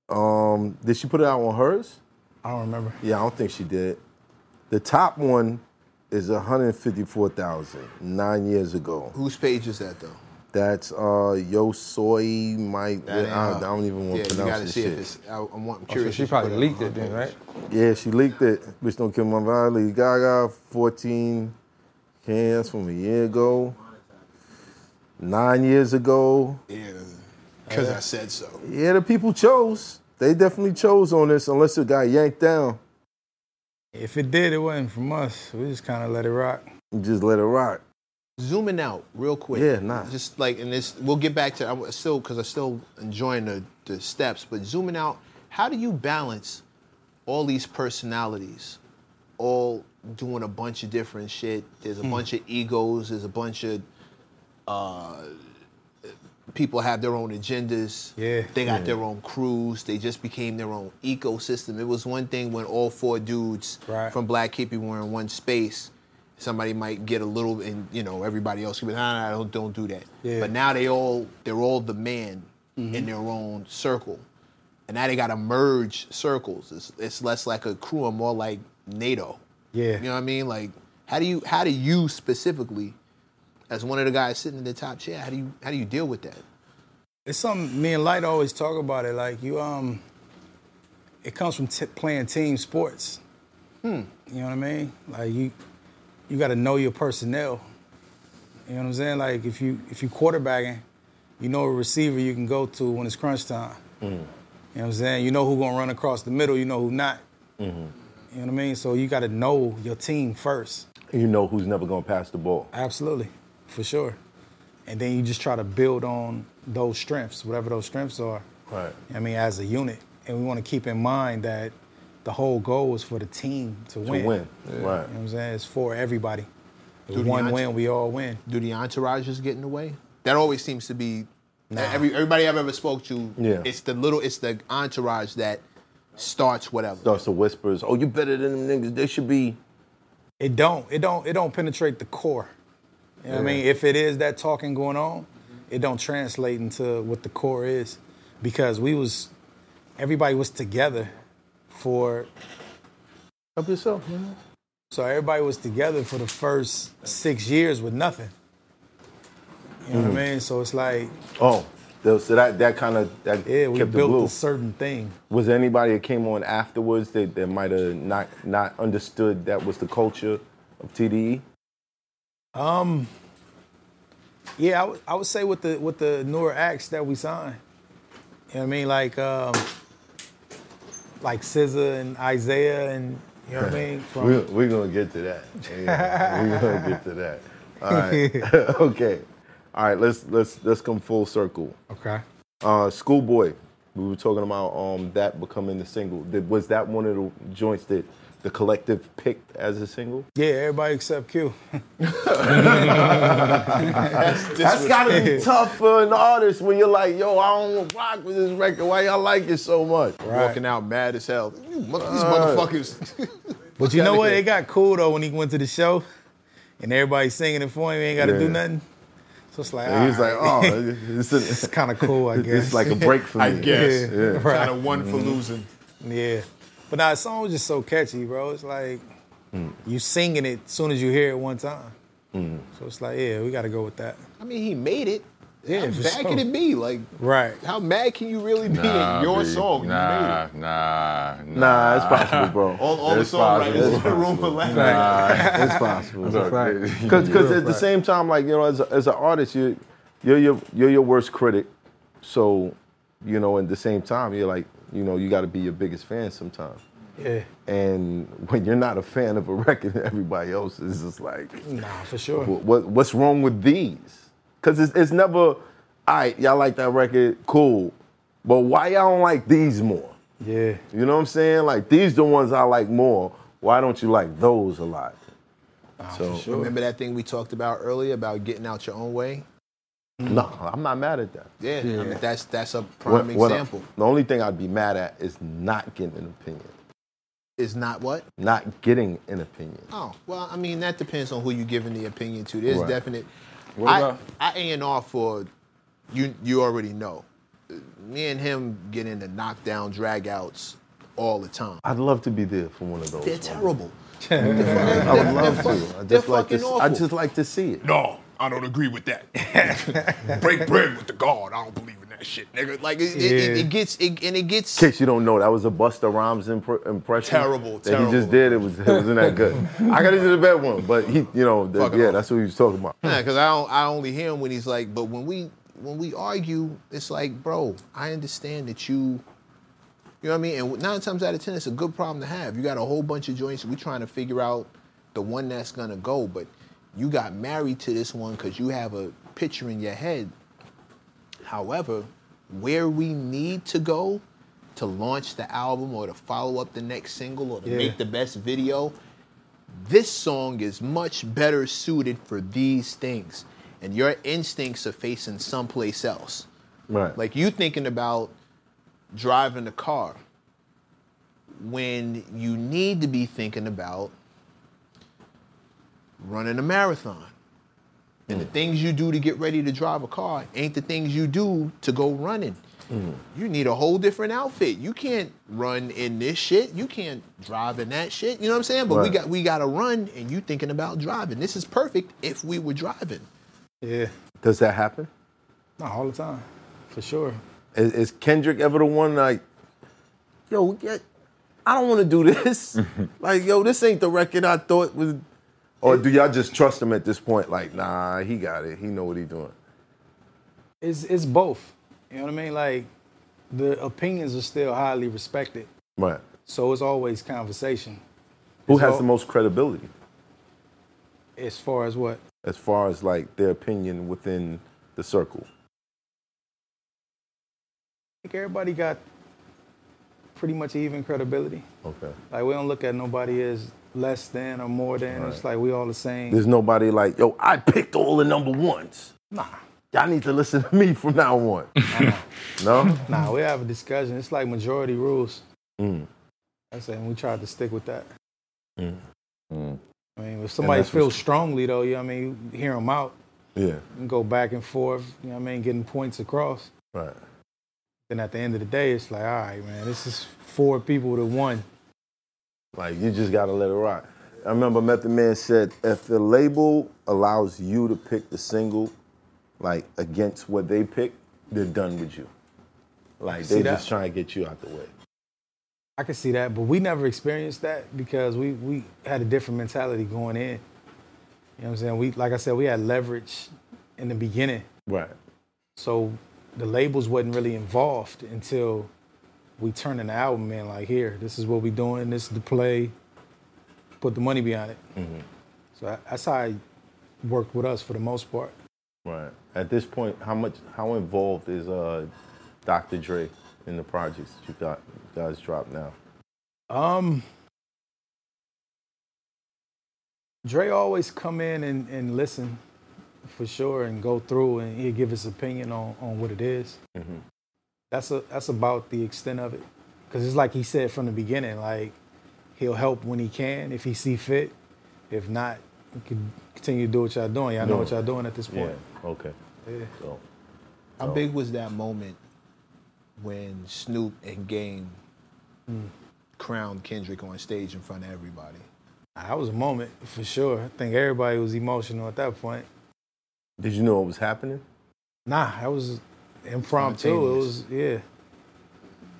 S2: Um, did she put it out on hers?
S3: I don't remember.
S2: Yeah, I don't think she did. The top one is 154,000 nine years ago.
S1: Whose page is that though?
S2: That's uh, Yo Soy Mike.
S1: That ain't
S2: I,
S1: her.
S2: I don't even
S1: Yeah,
S2: want
S1: you
S2: to
S1: gotta
S2: pronounce
S1: see
S2: this
S1: if
S2: shit.
S1: it's. I, I'm, I'm
S4: Oh, so
S1: curious.
S4: she
S1: if
S4: probably
S1: put
S4: leaked
S1: on
S4: it
S1: her
S4: then,
S1: page.
S4: right?
S2: Yeah, she leaked it. Bitch Don't Kill My Vibe, Lady Gaga, 14 cans from a year ago. Nine years ago.
S1: Yeah, because I said so.
S2: Yeah, the people chose. They definitely chose on this, unless it got yanked down.
S3: If it did, it wasn't from us. We just kind of let it rock.
S2: And just let it rock.
S1: Zooming out real quick.
S2: Yeah, nah.
S1: Just like in this, we'll get back to. I'm still because I'm still enjoying the the steps, but zooming out. How do you balance all these personalities, all doing a bunch of different shit? There's
S2: Hmm.
S1: a bunch of egos. There's a bunch of uh, people have their own agendas.
S3: Yeah.
S1: They got their own crews. They just became their own ecosystem. It was one thing when all four dudes
S3: Right.
S1: from Black Keepy were in one space. Somebody might get a little, and you know everybody else could be, nah, nah, don't don't do that.
S3: Yeah. Mm-hmm.
S1: But now they all they're all the man in their own circle, and now they got to merge circles. It's, it's less like a crew and more like NATO.
S3: Yeah.
S1: You know what I mean? Like, how do you how do you specifically, as one of the guys sitting in the top chair, how do you how do you deal with that?
S3: It's something me and Light always talk about it. Like you, um, it comes from t- playing team sports.
S2: Hmm.
S3: You know what I mean? Like you, you got to know your personnel. You know what I'm saying? Like if you if you quarterbacking, you know a receiver you can go to when it's crunch time.
S2: Mm-hmm.
S3: You know what I'm saying? You know who gonna run across the middle. You know who not. You know what I mean? So you got to know your team first.
S2: You know who's never gonna pass the ball.
S3: Absolutely, for sure. And then you just try to build on those strengths, whatever those strengths are.
S2: Right.
S3: I mean, as a unit, and we want to keep in mind that the whole goal is for the team to,
S2: To
S3: win.
S2: win.
S3: You know
S2: Right.
S3: what I'm saying? It's for everybody. If
S1: Dude,
S3: one
S1: Deontay-
S3: win, we all win.
S1: Do the entourages get in the way? That always seems to be every everybody I've ever spoke to.
S2: Yeah.
S1: It's the little it's the entourage that starts whatever.
S2: Starts to whispers, oh, you better than them niggas. They should be.
S3: It don't, it don't, it don't penetrate the core. You know what I mean? If it is that talking going on, it don't translate into what the core is. Because we was everybody was together for
S2: Help yourself, man.
S3: So everybody was together for the first six years with nothing. You know what I
S2: Mhm.
S3: mean? So it's like,
S2: Oh, tho- so that that kind of that
S3: yeah, we
S2: kept the
S3: built
S2: glue.
S3: a certain thing.
S2: was there anybody that came on afterwards that, that might have not not understood that was the culture of E? TDE?
S3: Um, yeah, I would- I would say with the with the newer acts that we signed, you know what I mean, like um, like SZA and Isaiah, and you know what I mean. From
S2: we're, we're gonna get to that. Yeah, we're gonna get to that. All right. okay. All right. Let's let's let's come full circle.
S3: okay,
S2: Uh, Schoolboy. We were talking about um that becoming the single. Did, was that one of the joints that the collective picked as a single?
S3: yeah, everybody except Q.
S2: That's gotta be tough for an artist when you're like, yo, I don't wanna rock with this record. Why y'all like it so much?
S1: Walking out mad as hell. You mother-
S3: Uh,
S1: These
S2: Right.
S1: motherfuckers.
S3: But you know
S1: Gotta
S3: what?
S1: get-
S3: It got cool though when he went to the show, and everybody singing it for him. He ain't got to
S2: Yeah.
S3: do nothing. So it's like
S2: And he's
S3: all
S2: like, oh,
S3: right.
S2: it's, it's
S3: kind of cool, I
S2: it's
S3: guess.
S2: like a break for
S3: I
S2: me.
S3: guess.
S2: Yeah. Mm-hmm.
S3: Right.
S1: Kind of one for
S3: Mhm.
S1: losing.
S3: Yeah. But now the song was just so catchy, bro. It's like
S2: Mm.
S3: you singing it as soon as you hear it one time. So it's like, yeah, we got to go with that.
S1: I mean, he made it.
S3: Yeah,
S1: how
S3: for
S1: bad
S3: sure.
S1: can it be? Like,
S3: Right.
S1: how mad can you really be
S5: Nah,
S1: in your
S5: B.
S1: song? You made
S5: Nah,
S1: it.
S5: nah, nah.
S2: Nah, it's possible, bro.
S1: All, all the
S5: It's
S1: songwriters
S5: possible.
S1: in the room were laughing.
S5: Nah.
S2: it's possible.
S5: Look, it-
S2: Because
S5: yeah.
S2: at the same time, like you know, as, a, as an artist, you you're your you're your worst critic. So, you know, at the same time, you're like, you know, you got to be your biggest fan sometimes.
S3: Yeah.
S2: And when you're not a fan of a record, everybody else is just like,
S3: Nah, for sure.
S2: what, what what's wrong with these? Because it's it's never, all right, y'all like that record, cool, but why y'all don't like these more?
S3: Yeah.
S2: You know what I'm saying? Like these the ones I like more. Why don't you like those a lot?
S3: Ah,
S2: so
S1: Remember that thing we talked about earlier about getting out your own way?
S2: no, I'm not mad at that.
S1: Yeah, I mean, that's that's a prime
S2: What- what I-
S1: example.
S2: the only thing I'd be mad at is not getting an opinion.
S1: Is not what?
S2: Not getting an opinion.
S1: Oh, well, I mean, that depends on who you're giving the opinion to. There's
S2: Right.
S1: definite.
S2: What
S1: I,
S2: about-
S1: I A and R for you. You already know. Uh, Me and him get into knockdown dragouts all the time.
S2: I'd love to be there for one of those.
S1: They're terrible.
S2: I would love
S1: fuck-
S2: to. I
S1: they're
S2: just like to.
S1: fucking
S2: s- I
S1: awful.
S2: just like to see it.
S1: No, I don't agree with that. Break bread with the God. I don't believe in that shit, nigga. Like it, it, it,
S2: Yeah.
S1: it gets it, and it gets
S2: In case you don't know, that was a Buster Rhymes impr- impression.
S1: Terrible,
S2: That he just did. It was it wasn't that good. I got into the bad one, but he, you know, the- yeah, that's what he was talking about.
S1: Nah, cause I don't, I only hear him when he's like, but when we when we argue, it's like, bro, I understand that you, you know what I mean. And nine times out of ten, it's a good problem to have. You got a whole bunch of joints. We're trying to figure out the one that's gonna go, but you got married to this one because you have a picture in your head. However, where we need to go to launch the album or to follow up the next single or to
S3: Yeah.
S1: make the best video, this song is much better suited for these things and your instincts are facing someplace else
S2: Right.
S1: like you thinking about driving the car when you need to be thinking about running a marathon and
S3: Mm.
S1: the things you do to get ready to drive a car ain't the things you do to go running you need a whole different outfit. You can't run in this shit. You can't drive in that shit. You know what I'm saying? But we
S2: Right.
S1: got we got to run, and you thinking about driving. This is perfect if we were driving.
S3: Yeah.
S2: Does that happen?
S3: Nah, all the time. For sure.
S2: Is, is Kendrick ever the one like, yo, we get, I don't want to do this. like, yo, this ain't the record I thought was. Or do y'all just trust him at this point? Like, nah, he got it. He know what he doing.
S3: It's it's both. You know what I mean? Like the opinions are still highly respected.
S2: Right.
S3: So it's always conversation.
S2: Who
S3: It's
S2: has
S3: all-
S2: the most credibility
S3: as far as what?
S2: as far as like their opinion within the circle?
S3: I think everybody got pretty much even credibility.
S2: Okay.
S3: Like we don't look at nobody as less than or more than. It's like we all the same.
S2: There's nobody like, yo, I picked all the number ones.
S3: Nah.
S2: Y'all need to listen to me from now on. no?
S3: Nah, we have a discussion. It's like majority rules.
S2: Mm.
S3: That's it. And we tried to stick with that.
S2: Mm.
S3: I mean, if somebody
S2: that's
S3: feels
S2: what's-
S3: strongly though, you know what I mean, you hear them out
S2: Yeah.
S3: and go back and forth, you know what I mean, getting points across.
S2: Right.
S3: Then at the end of the day, it's like, all right, man, this is four people to one.
S2: Like you just gotta let it rock. I remember Method Man said, if the label allows you to pick the single, like against what they pick, they're done with you. Like
S3: See
S2: they're
S3: that?
S2: just trying to get you out the way.
S3: I can see that, but we never experienced that because we we had a different mentality going in. You know what I'm saying? We like I said, we had leverage in the beginning.
S2: Right.
S3: So the labels wasn't really involved until we turned an album in like here, this is what we doing, this is the play, put the money behind it. So that- that's how it worked with us for the most part.
S2: Right. At this point, how much how involved is uh, Dr. Dre in the projects that you got you guys dropped now?
S3: Um, Dre always come in and, and listen for sure and go through and he'll give his opinion on, on what it is. That's a, that's about the extent of it. Cause it's like he said from the beginning, like he'll help when he can, if he see fit. If not, you can continue to do what y'all doing. Y'all know what y'all doing at this point.
S2: Yeah. Okay.
S3: Yeah.
S2: So,
S1: How big was that moment when Snoop and Game crowned Kendrick on stage in front of everybody?
S3: That was a moment for sure. I think everybody was emotional at that point.
S2: Did you know what was happening?
S3: Nah, that was impromptu. It was
S2: Spontaneous.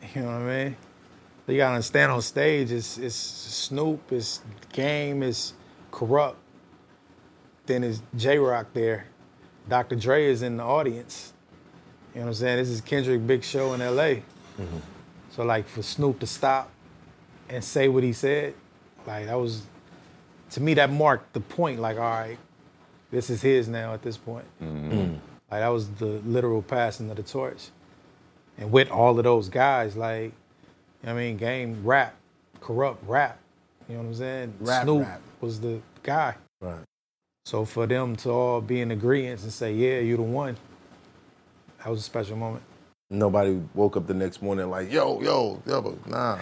S3: yeah. You know what I mean? You gotta understand on stage, it's it's Snoop, it's Game, it's corrupt. Then it's J Rock there. Dr. Dre is in the audience. You know what I'm saying? This is Kendrick Big Show in LA. So like for Snoop to stop and say what he said, like that was to me that marked the point, like, all right, this is his now at this point.
S9: Mhm.
S3: Like that was the literal passing of the torch. And with all of those guys, like, you know what I mean, game rap, corrupt rap. You know what I'm saying?
S1: Rap,
S3: Snoop
S1: rap.
S3: was the guy.
S2: Right.
S3: So for them to all be in agreement and say, yeah, you the one, that was a special moment.
S2: Nobody woke up the next morning like, yo, yo, yo, but nah,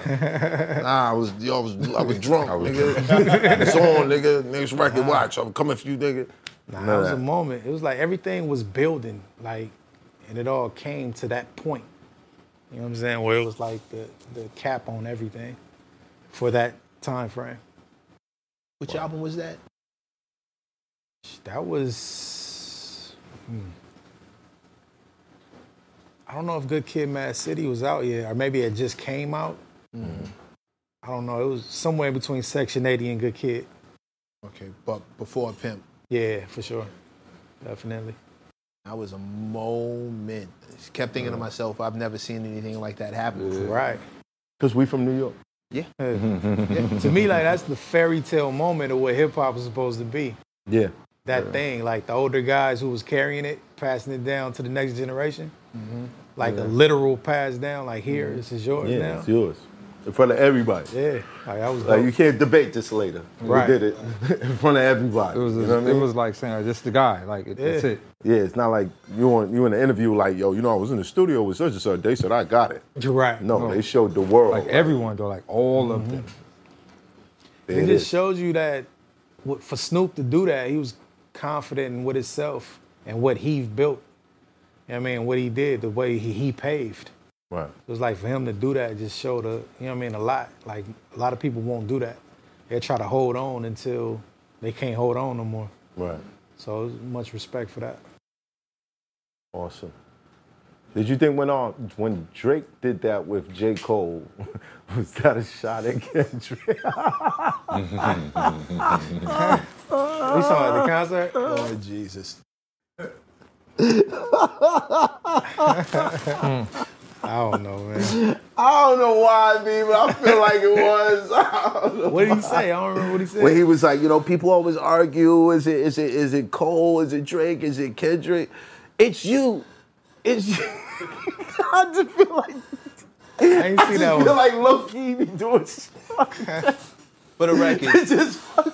S2: nah, I was, yo, I was, I was drunk, nigga. it's on, nigga. Next record, watch. I'm coming for you, nigga.
S3: Nah,
S2: None
S3: that
S2: of
S3: was a
S2: that.
S3: moment. It was like everything was building, like, and it all came to that point. You know what I'm saying? Where it was like the, the cap on everything for that time frame.
S1: Which album was that?
S3: That was. hmm. I don't know if Good Kid, Mad City was out yet, or maybe it just came out.
S1: Mm.
S3: I don't know. It was somewhere in between Section 80 and Good Kid.
S1: Okay, but before Pimp.
S3: Yeah, for sure. Definitely.
S1: That was a moment. Just kept thinking to myself, I've never seen anything like that happen before.
S3: Right.
S2: Cause we from New York.
S1: Yeah.
S3: Yeah. to me, like that's the fairy tale moment of what hip hop is supposed to be.
S2: Yeah.
S3: That
S2: Yeah.
S3: thing, like the older guys who was carrying it, passing it down to the next generation,
S1: Mm.
S2: Mhm.
S3: like
S2: Yeah.
S3: a literal pass down. Like here,
S2: Mhm.
S3: this is yours
S2: yeah,
S3: now.
S2: it's yours. In front of everybody.
S3: Yeah. Like, that was
S2: Like
S3: dope.
S2: you can't debate this later.
S3: Right.
S2: We did it in front of everybody.
S4: It was
S2: you
S4: just-
S2: know what I
S4: it
S2: mean?
S4: was like saying just the guy. Like it, that's it.
S2: Yeah, it's not like you on you in the interview like, yo, you know, I was in the studio with such and such. They said I got it.
S3: You're right.
S2: No, they showed the world. Mm-hmm.
S4: Like everyone though, like all of them.
S2: There
S3: it
S2: it
S3: just
S2: is.
S3: shows you that what, for Snoop to do that, he was confident in what himself and what he built. You know what I mean, what he did, the way he, he paved.
S2: Right.
S3: It was like for him to do that just showed a, you know what I mean, a lot. Like a lot of people won't do that. They try to hold on until they can't hold on no more.
S2: Right.
S3: So much respect for that.
S2: Awesome. Did you think when uh, when Drake did that with J. Cole, was that a shot at Kendrick?
S3: We saw it at the concert.
S1: Oh, Jesus.
S2: Hmm.
S3: I don't know, man.
S2: I don't know why, B, but I feel like it was. I don't know
S3: What did he
S2: why.
S3: say? I don't remember what he said.
S2: When he was like, you know, people always argue, is it is it is it Cole? Is it Drake? Is it Kendrick? It's you. It's you. I just feel like
S3: I ain't see
S2: just
S3: that one.
S2: feel like low key be doing shit.
S1: For the record,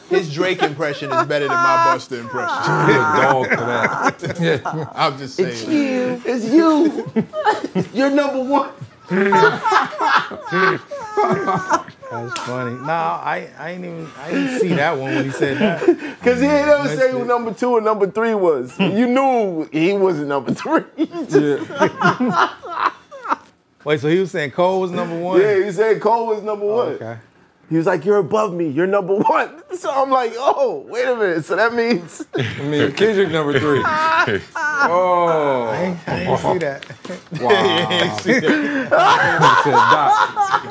S1: his Drake impression is better than my Buster impression.
S4: Dog for that.
S1: I'm just saying.
S2: you. It's you. You're number one.
S3: That's funny. Nah, I, I ain't even I didn't see that one when he said that.
S2: Cause he ain't ever
S3: Missed
S2: say who
S3: it.
S2: number two and number three was. You knew he wasn't number three. He just-
S3: Wait, so he was saying Cole was number one? Oh,
S2: yeah, he said Cole was number one.
S3: Okay.
S2: He was like, "You're above me. You're number one." So I'm like, "Oh, wait a minute. So that means."
S5: I mean, Kendrick number three. oh.
S3: I didn't see that.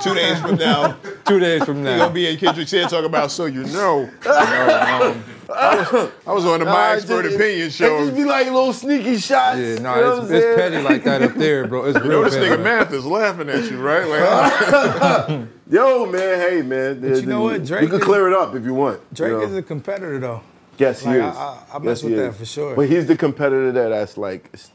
S1: Two days from now,
S5: Two days from
S1: you're
S5: now.
S1: gonna be in Kendrick's head talking about. So you know,
S5: Oh, um,
S1: I was on the
S2: Nah,
S1: My
S2: it
S1: Expert
S2: just-
S1: Opinion
S2: It
S1: show.
S2: just be like little sneaky shots.
S5: yeah,
S2: you know
S5: no,
S2: what
S5: it's,
S2: I'm
S5: it's
S2: saying?
S5: petty like that up there, bro. It's
S1: You know
S5: real
S1: this
S5: petty.
S1: nigga Math is laughing at you, right? Like,
S2: Yo, man, hey, man.
S3: you know what?
S2: You
S3: Drake
S2: can
S3: is-
S2: clear it up if you want. you
S3: Drake
S2: know?
S3: is a competitor though.
S2: Yes, he
S3: Like,
S2: is.
S3: I- I- I
S2: yes,
S3: mess
S2: he
S3: with that
S2: is.
S3: for sure.
S2: But he's the competitor that that's like, it's-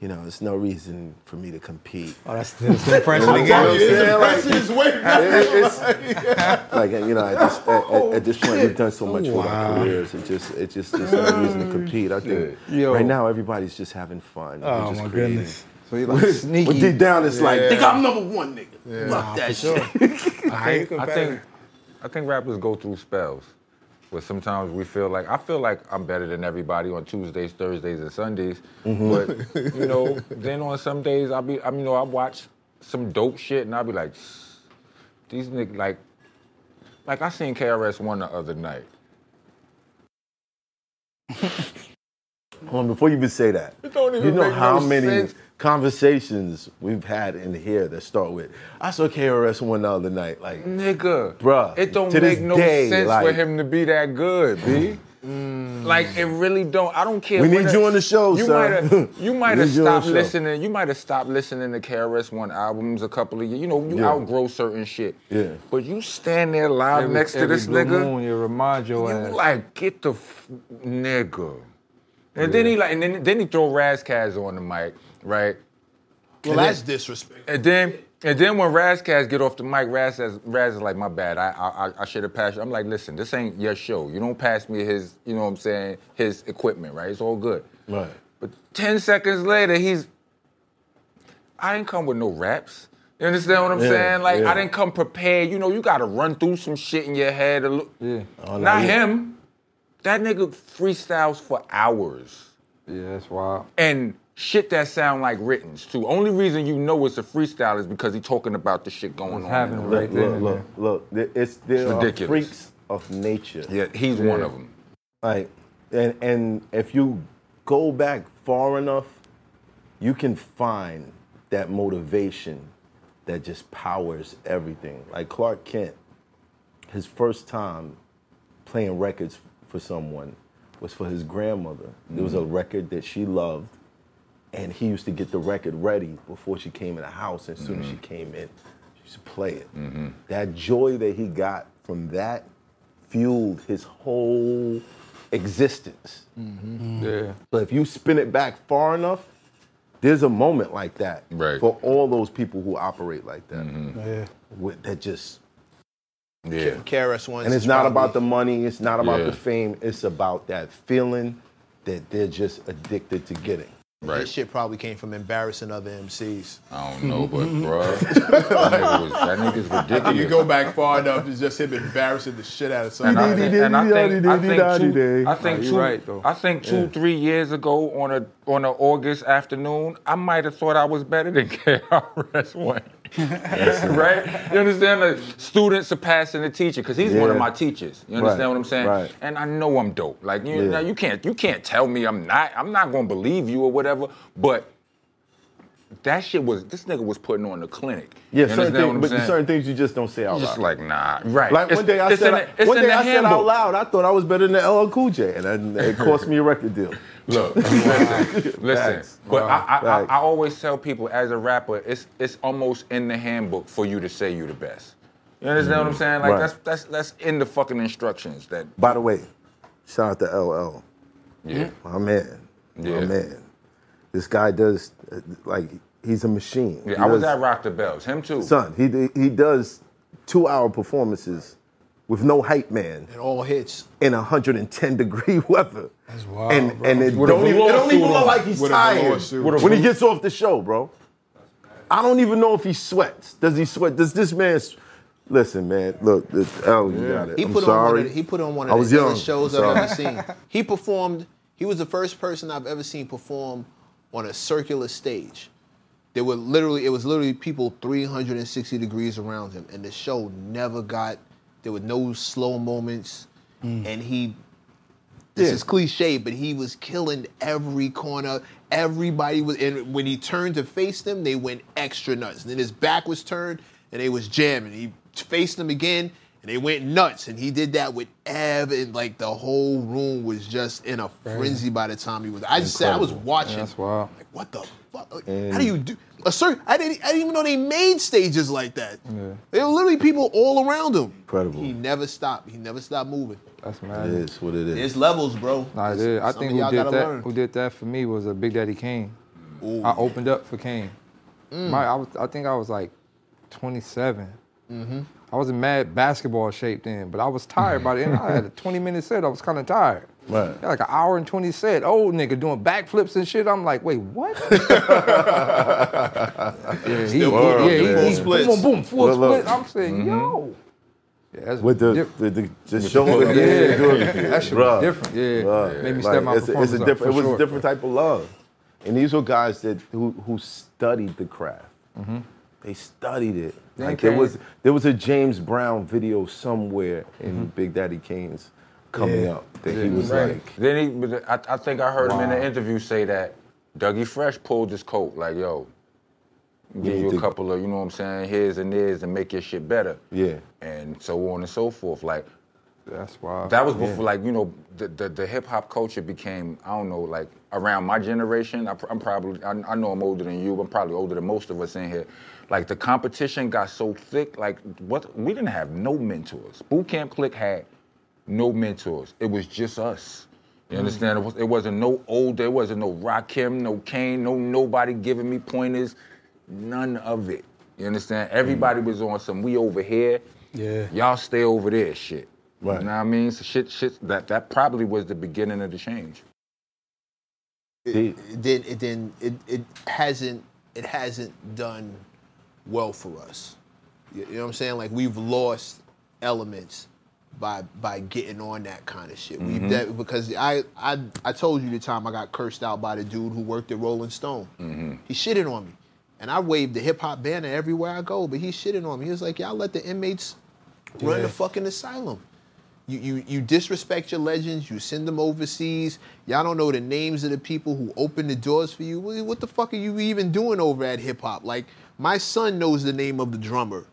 S2: you know, it's no reason for me to compete.
S3: Oh, that's the, that's the impression they
S2: You know what I'm
S3: got.
S2: saying? Like,
S1: is way
S2: it- it's- like you know, at this, at, at,
S3: Oh,
S2: at this point, we've done so much with our careers. It just, it just, there's no reason
S3: Mm.
S2: to compete. I think
S4: Yo.
S2: right now everybody's just having fun. They're
S3: Oh
S2: just
S3: my
S2: creating.
S3: goodness.
S4: So he like
S2: But
S4: sneaky.
S2: deep down, it's like, think I'm number one, nigga.
S3: Nah,
S2: Fuck
S3: for
S2: that
S3: sure.
S2: shit.
S3: I ain't
S5: I think I think rappers go through spells. But sometimes we feel like I feel like I'm better than everybody on Tuesdays, Thursdays, and Sundays.
S2: Mm-hmm.
S5: But you know, then on some days I'll be I mean, you know, I watch some dope shit and I'll be like, these niggas like like I seen KRS one the other night.
S2: Hold on, before you even say that,
S5: don't even
S2: you know
S5: make
S2: how
S5: no
S2: many
S5: sense.
S2: conversations we've had in here that start with, I saw KRS One the other night. Like,
S5: Nigga,
S2: Bruh,
S5: it don't
S2: to this
S5: make no
S2: day,
S5: sense for
S2: like- Mm.
S5: him to be that good, b. Like it really don't. I don't care.
S2: We
S5: what
S2: need
S5: it-
S2: you on the show,
S5: You
S2: son.
S5: might have. You
S2: We
S5: might have
S2: need you on the
S5: stopped
S2: show.
S5: listening. You might have stopped listening to KRS One albums a couple of years. You know, you
S2: Yeah.
S5: outgrow certain shit.
S2: Yeah.
S5: But you stand there live
S4: Every-
S5: next to
S4: every
S5: this
S4: blue
S5: nigga.
S4: Moon, you remind your
S5: You
S4: ass.
S5: like get the f- nigga, and then he like, and then, then he throw Razzcaz on the mic, right?
S1: Well, that's disrespect.
S5: And then and then when Razzcast get off the mic, Raz says, Raz is like, my bad, I I, I- I should have passed you. I'm like, listen, this ain't your show. You don't pass me his, you know what I'm saying, his equipment, right? It's all good.
S2: Right.
S5: But 10 seconds later, he's, I didn't come with no raps. You understand what I'm
S2: Yeah,
S5: saying? Like,
S2: yeah.
S5: I didn't come prepared. You know, you gotta run through some shit in your head. A little,
S4: Yeah. Oh,
S2: no,
S5: Not
S2: yeah.
S5: him. That nigga freestyles for hours
S4: Yeah, that's wild.
S5: and shit that sound like writtens too. Only reason you know it's a freestyle is because he talking about the shit going
S4: What's
S5: on.
S4: happening right
S2: look,
S4: there?
S2: look, look, look, th- It's there
S5: It's
S2: are
S5: ridiculous.
S2: freaks of nature.
S5: Yeah, he's one of them.
S2: Like, and and if you go back far enough, you can find that motivation that just powers everything. Like Clark Kent, his first time playing records for someone was for his grandmother. There was a
S5: Mm-hmm.
S2: record that she loved, and he used to get the record ready before she came in the house. As soon as she
S5: Mm-hmm.
S2: came in, she used to play it. That joy that he got from that fueled his whole existence.
S4: Mm-hmm.
S5: Yeah.
S2: But if you spin it back far enough, there's a moment like that
S5: Right. Mm-hmm.
S2: for all those people who operate like that. With, that just
S5: Yeah.
S1: KRS One,
S2: and it's not about the money, it's not about
S5: Yeah.
S2: the fame, it's about that feeling that they're just addicted to getting.
S1: This shit probably came from embarrassing other MCs.
S5: I don't know, but
S2: Mm-hmm.
S5: bruh. that, nigga was, that nigga's ridiculous.
S1: If you go back far enough, it's just him embarrassing the shit out of
S5: And I,
S1: somebody.
S5: think- and I think, I think two, I think
S4: Nah, you
S5: two,
S4: right, though.
S5: I think two, three years ago on a on an August afternoon, I might have thought I was better than KRS One. right? You understand? Like, students surpassing the teacher because he's one of
S2: Yeah.
S5: my teachers. You understand
S2: Right,
S5: what I'm saying?
S2: right.
S5: And I know I'm dope. Like you,
S2: Yeah.
S5: now you can't you can't tell me I'm not. I'm not gonna believe you or whatever. But that shit was this nigga was putting on the clinic.
S2: Yeah,
S5: you
S2: certain
S5: understand what
S2: things,
S5: I'm
S2: but
S5: saying?
S2: certain things you just don't say out
S5: You're just
S2: loud.
S5: like nah, right?
S2: Like
S5: It's-
S2: one day I
S5: it's
S2: said,
S5: in
S2: I-
S5: the- it's
S2: one
S5: in
S2: day
S5: the
S2: I said out
S5: handbook.
S2: loud, I thought I was better than LL Cool J, and I- it cost me a record deal.
S5: Look, listen,
S2: Facts.
S5: but I, I, I,
S2: Facts.
S5: I always tell people as a rapper, it's it's almost in the handbook for you to say you the best. You understand what I'm saying? Like
S2: Mm-hmm. Right.
S5: that's that's that's in the fucking instructions. That
S2: By the way, shout out to LL.
S5: yeah,
S2: My man.
S5: Yeah.
S2: My man. This guy does, uh, like, he's a machine. He
S5: yeah. I was
S2: does-
S5: at Rock the Bells, him too.
S2: Son, he, d- he does two hour performances with no hype man
S1: It all hits.
S2: in 110 degree weather.
S3: That's wild,
S2: And,
S3: bro.
S2: and it,
S5: With a
S2: don't even, it don't
S5: velour
S2: even
S5: suit
S2: look
S5: on.
S2: like he's
S1: With a velour
S2: tired
S1: suit.
S5: With a
S2: when he
S5: velour-
S2: gets off the show, bro. I don't even know if he sweats. Does he sweat? Does this man. s- Listen, man. Look, this, oh, you got it.
S1: He
S2: I'm
S1: put on
S2: sorry.
S1: one of the, he put on one
S2: I
S1: of
S2: was
S1: the
S2: young.
S1: illest shows
S2: I'm
S1: I've
S2: sorry.
S1: ever seen. He performed. He was the first person I've ever seen perform on a circular stage. There were literally it was literally people 360 degrees around him, and the show never got There were no slow moments,
S4: Mm.
S1: and he. This
S2: Yeah.
S1: is cliche, but he was killing every corner. Everybody was, and when he turned to face them, they went extra nuts. And then his back was turned, and they was jamming. He faced them again, and they went nuts. And he did that with Ev, and like the whole room was just in a frenzy by the time he was. I just said I was
S4: Incredible.
S1: watching.
S4: Yeah, that's wild.
S1: Like what the fuck? Like, how
S4: And-
S1: do you do? A certain, I didn't, I didn't even know they made stages like that.
S4: Yeah.
S1: There were literally people all around him.
S2: Incredible.
S1: He never stopped. He never stopped moving.
S4: That's
S2: It
S4: mad.
S2: is what it is.
S1: It's levels, bro.
S4: Nah, it
S1: It's-
S4: is. I
S1: some
S4: think
S1: of
S4: who
S1: y'all
S4: did
S1: gotta
S4: that?
S1: learn.
S4: Who did that for me was a Big Daddy Kane.
S1: Ooh.
S4: I opened up for Kane.
S1: Mm.
S4: My, I, was, I think I was like 27.
S1: Mm-hmm.
S4: I was in mad basketball shape then, but I was tired by the end. I had a 20 minute set. I was kind of tired.
S2: Right.
S4: Yeah, like an hour and 20 set. Old nigga doing backflips and shit. I'm like, wait, what? yeah, he,
S1: Still
S2: working, man. Full
S1: splits. Mm-hmm.
S4: Boom, boom, full
S2: Look, look.
S4: split. I'm saying, yo. Yeah, that's
S2: With the,
S4: dip-
S2: the, the just showing what they
S4: Yeah.
S2: do everything.
S4: That shit was
S2: Bruh.
S4: different, yeah.
S2: Bruh.
S4: Made me step my
S2: it's a- it's
S4: performance
S2: a
S4: up,
S2: different,
S4: for
S2: It was
S4: sure.
S2: a different type of love, and these were guys that who who studied the craft. They studied it.
S4: Mm-hmm. They
S2: Like
S4: came-
S2: there was there was a James Brown video somewhere
S4: Mm-hmm.
S2: in Big Daddy Kane's coming
S3: Yeah.
S2: up that he was like.
S5: Then he, was- I, I think I heard him in the interview say that Dougie Fresh pulled his coat, like, yo, give
S2: need
S5: you
S2: to-
S5: a couple of, you know what I'm saying, here's and there's and make your shit better.
S2: Yeah.
S5: And so on and so forth. Like,
S4: That's wild.
S5: that was before, like, you know, the, the, the hip hop culture became, I don't know, like, around my generation. I, pr- I'm probably, I, I know I'm older than you, I'm probably older than most of us in here. Like, the competition got so thick, like, what we didn't have no mentors. Boot Camp Click had no mentors. It was just us.
S4: Mm.
S5: You understand? It, was, it wasn't no older, it wasn't no Rakim, no Kane, no nobody giving me pointers, none of it. You understand?
S4: Mm.
S5: Everybody was on some we over here.
S3: Yeah.
S5: Y'all stay over there shit.
S2: Right.
S5: You know what I mean? So shit, shit, that, that probably was the beginning of the change.
S2: Deep.
S1: it did it then it, it hasn't it hasn't done well for us. You, you know what I'm saying? Like we've lost elements by by getting on that kind of shit.
S2: Mm-hmm.
S1: We've de- because I, I I told you the time I got cursed out by the dude who worked at Rolling Stone.
S4: Mm-hmm.
S1: He shitted on me. And I waved the hip hop banner everywhere I go, but he shitted on me. He was like, Y'all let the inmates run the fucking asylum. You, you, you disrespect your legends. You send them overseas. Y'all don't know the names of the people who opened the doors for you. What what the fuck are you even doing over at hip hop? Like my son knows the name of the drummer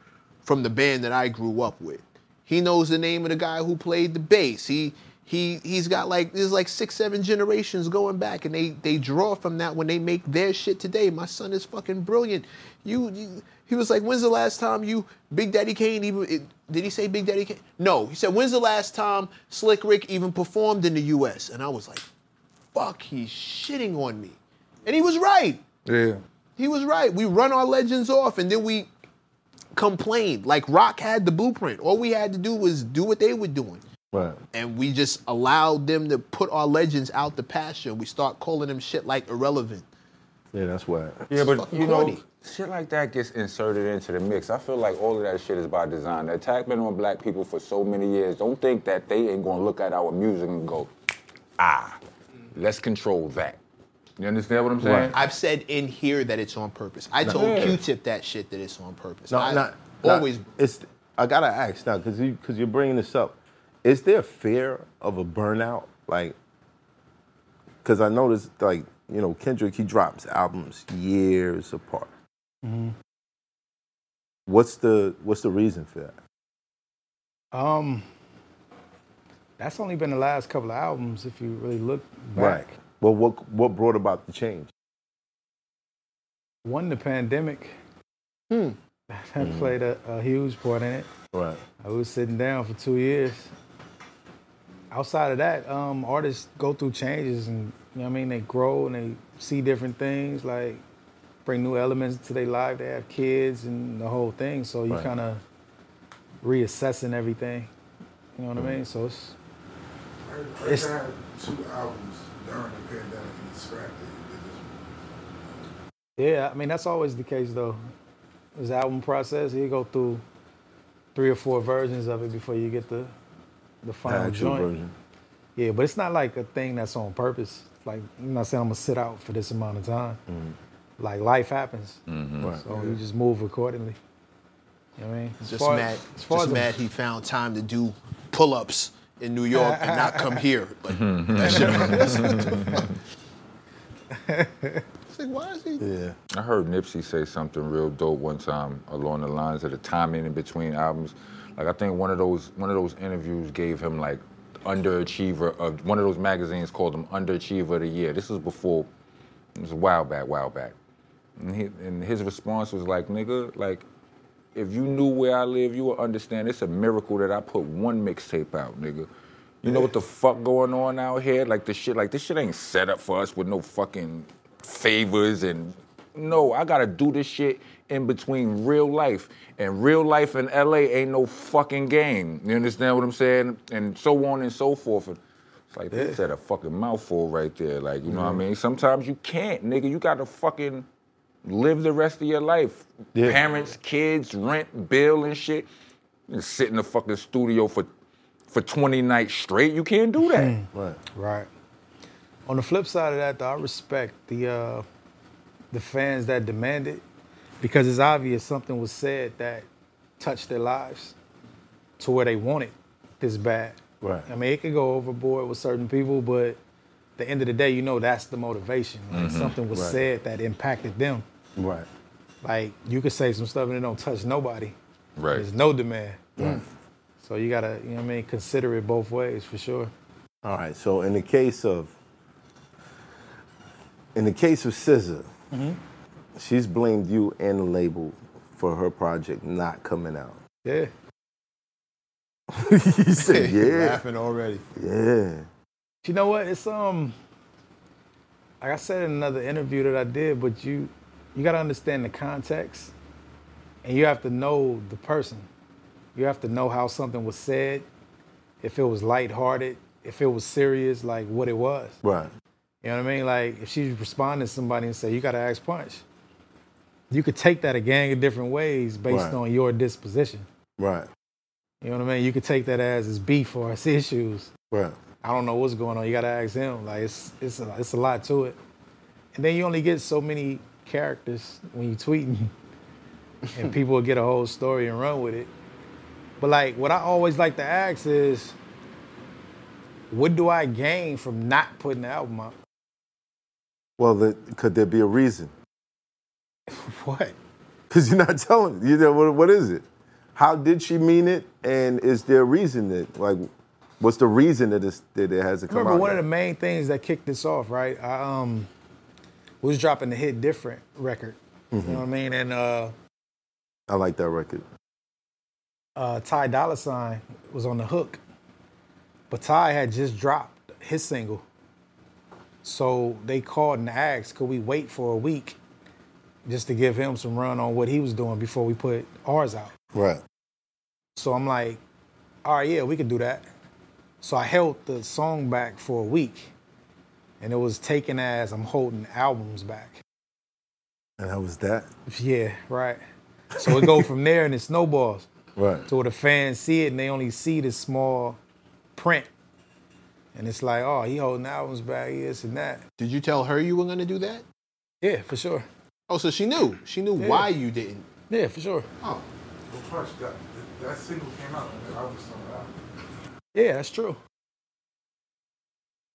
S1: from the band that I grew up with. He knows the name of the guy who played the bass. He he he's got like there's like six seven generations going back, and they they draw from that when they make their shit today. My son is fucking brilliant. You, you he was like, when's the last time you Big Daddy Kane even it, did he say Big Daddy Kane? No, he said when's the last time Slick Rick even performed in the U.S. And I was like, fuck, he's shitting on me, and he was right.
S4: yeah.
S1: He was right. We run our legends off and then we complain. Like Rock had the blueprint. All we had to do was do what they were doing.
S2: Right.
S1: And we just allowed them to put our legends out the pasture. We start calling them shit like irrelevant.
S2: Yeah, that's why.
S5: Yeah, but
S1: fucking
S5: you know,
S1: corny.
S5: shit like that gets inserted into the mix. I feel like all of that shit is by design. The attack been on black people for so many years. Don't think that they ain't gonna look at our music and go, ah, let's control that. You understand what I'm saying?
S1: I've said in here that it's on purpose. I told
S5: Yeah.
S1: Q-Tip that shit that it's on purpose.
S2: No,
S1: I
S2: not
S1: always.
S2: Not, it's I gotta ask now because you because you're bringing this up. Is there fear of a burnout? Like, because I noticed like you know Kendrick he drops albums years apart. What's the what's the reason for that?
S3: Um, that's only been the last couple of albums if you really look back.
S2: Well, what what brought about the change?
S3: One, the pandemic. That played a, a huge part in it.
S2: Hmm. Right.
S3: I was sitting down for two years. Outside of that, um, artists go through changes and you know what I mean they grow and they see different things, like bring new elements to their life, they have kids and the whole thing. So you
S2: Right.
S3: kinda reassessing everything. You know what
S2: Hmm.
S3: I mean? So it's
S8: I, I
S3: It's-
S8: had two albums during the pandemic and scrapped it. They just-
S3: yeah, I mean that's always the case though. This album process, you go through three or four versions of it before you get the the
S2: The
S3: final
S2: actual
S3: joint.
S2: version.
S3: Yeah, but it's not like a thing that's on purpose. Like I'm not saying I'm gonna sit out for this amount of time. Like life happens,
S2: Mm-hmm.
S1: Mm-hmm.
S2: Right.
S3: so you just move accordingly. You know what I mean? As
S1: Just
S3: far-
S1: mad.
S3: as far
S1: Just
S3: as the-
S1: mad he found time to do pull-ups in New York and not come here. Like that shit. It's like, why is he?
S2: Yeah.
S5: I heard Nipsey say something real dope one time along the lines of the timing in between albums. Like I think one of those one of those interviews gave him like underachiever of one of those magazines called him underachiever of the year. This was before it was a while back, while back. And, he, and his response was like, nigga, like if you knew where I live, you would understand it's a miracle that I put one mixtape out, nigga. You know what the fuck going on out here? Like this shit, like this shit ain't set up for us with no fucking favors and no, I gotta do this shit in between real life. And real life in LA ain't no fucking game. You understand what I'm saying? And so on and so forth. And It's like they said a fucking mouthful right there. Like, you know what I mean? Sometimes you can't, nigga. You gotta fucking live the rest of your life.
S2: Yeah.
S5: Parents, kids, rent, bill, and shit. You sit in the fucking studio for for 20 nights straight. You can't do that.
S2: Hmm. Right.
S3: Right. On the flip side of that, though, I respect the uh, the fans that demand it because it's obvious something was said that touched their lives to where they want it this bad.
S2: Right.
S3: I mean, it could go overboard with certain people, but at the end of the day, you know that's the motivation. Like, Something was
S2: Right.
S3: said that impacted them.
S2: Right.
S3: Like you could say some stuff and it don't touch nobody.
S5: Right.
S3: There's no demand. So you gotta, you know what I mean, consider it both ways for sure.
S2: All right. So in the case of in the case of SZA,
S1: Mm-hmm.
S2: she's blamed you and the label for her project not coming out.
S3: Yeah.
S2: he said, "Yeah,
S1: Laughing already.
S2: yeah,
S3: You know what? It's um like I said in another interview that I did, but you you gotta understand the context and you have to know the person. You have to know how something was said, if it was lighthearted, if it was serious, like what it was.
S2: right,
S3: You know what I mean? Like if she's responding to somebody and say, you gotta ask punch. You could take that a gang of different ways based
S2: Right.
S3: on your disposition.
S2: right,
S3: You know what I mean? You could take that as it's beef or it's issues.
S2: right,
S3: I don't know what's going on. You gotta ask him. Like it's it's a, it's a lot to it, and then you only get so many characters when you tweeting, and people will get a whole story and run with it. But like what I always like to ask is, what do I gain from not putting the album out?
S2: Well, then, could there be a reason?
S3: What?
S2: Because you're not telling. You know what, what is it? How did she mean it? And is there a reason that like, what's the reason that, it's, that it hasn't come
S3: Remember
S2: out?
S3: one of
S2: yet?
S3: the main things that kicked this off, right? I um was dropping the hit different record. You know what I mean? And uh
S2: Mm-hmm. I like that record.
S3: uh, Ty Dolla Sign was on the hook, but Ty had just dropped his single. So they called and asked, could we wait for a week just to give him some run on what he was doing before we put ours out?
S2: Right.
S3: So I'm like, all right, yeah, we could do that. So I held the song back for a week, and it was taken as I'm holding albums back.
S2: And that was that.
S3: Yeah, right. So it go from there and it snowballs.
S2: Right.
S3: So the fans see it and they only see the small print. And it's like, oh, he holding albums back, he this and that.
S1: Did you tell her you were gonna do that?
S3: Yeah, for sure.
S1: Oh, so she knew. She knew why you didn't.
S3: Yeah, for sure.
S1: Oh,
S8: Well, Punch, that, that, that single came out, and I was somewhere out.
S3: Yeah, that's true.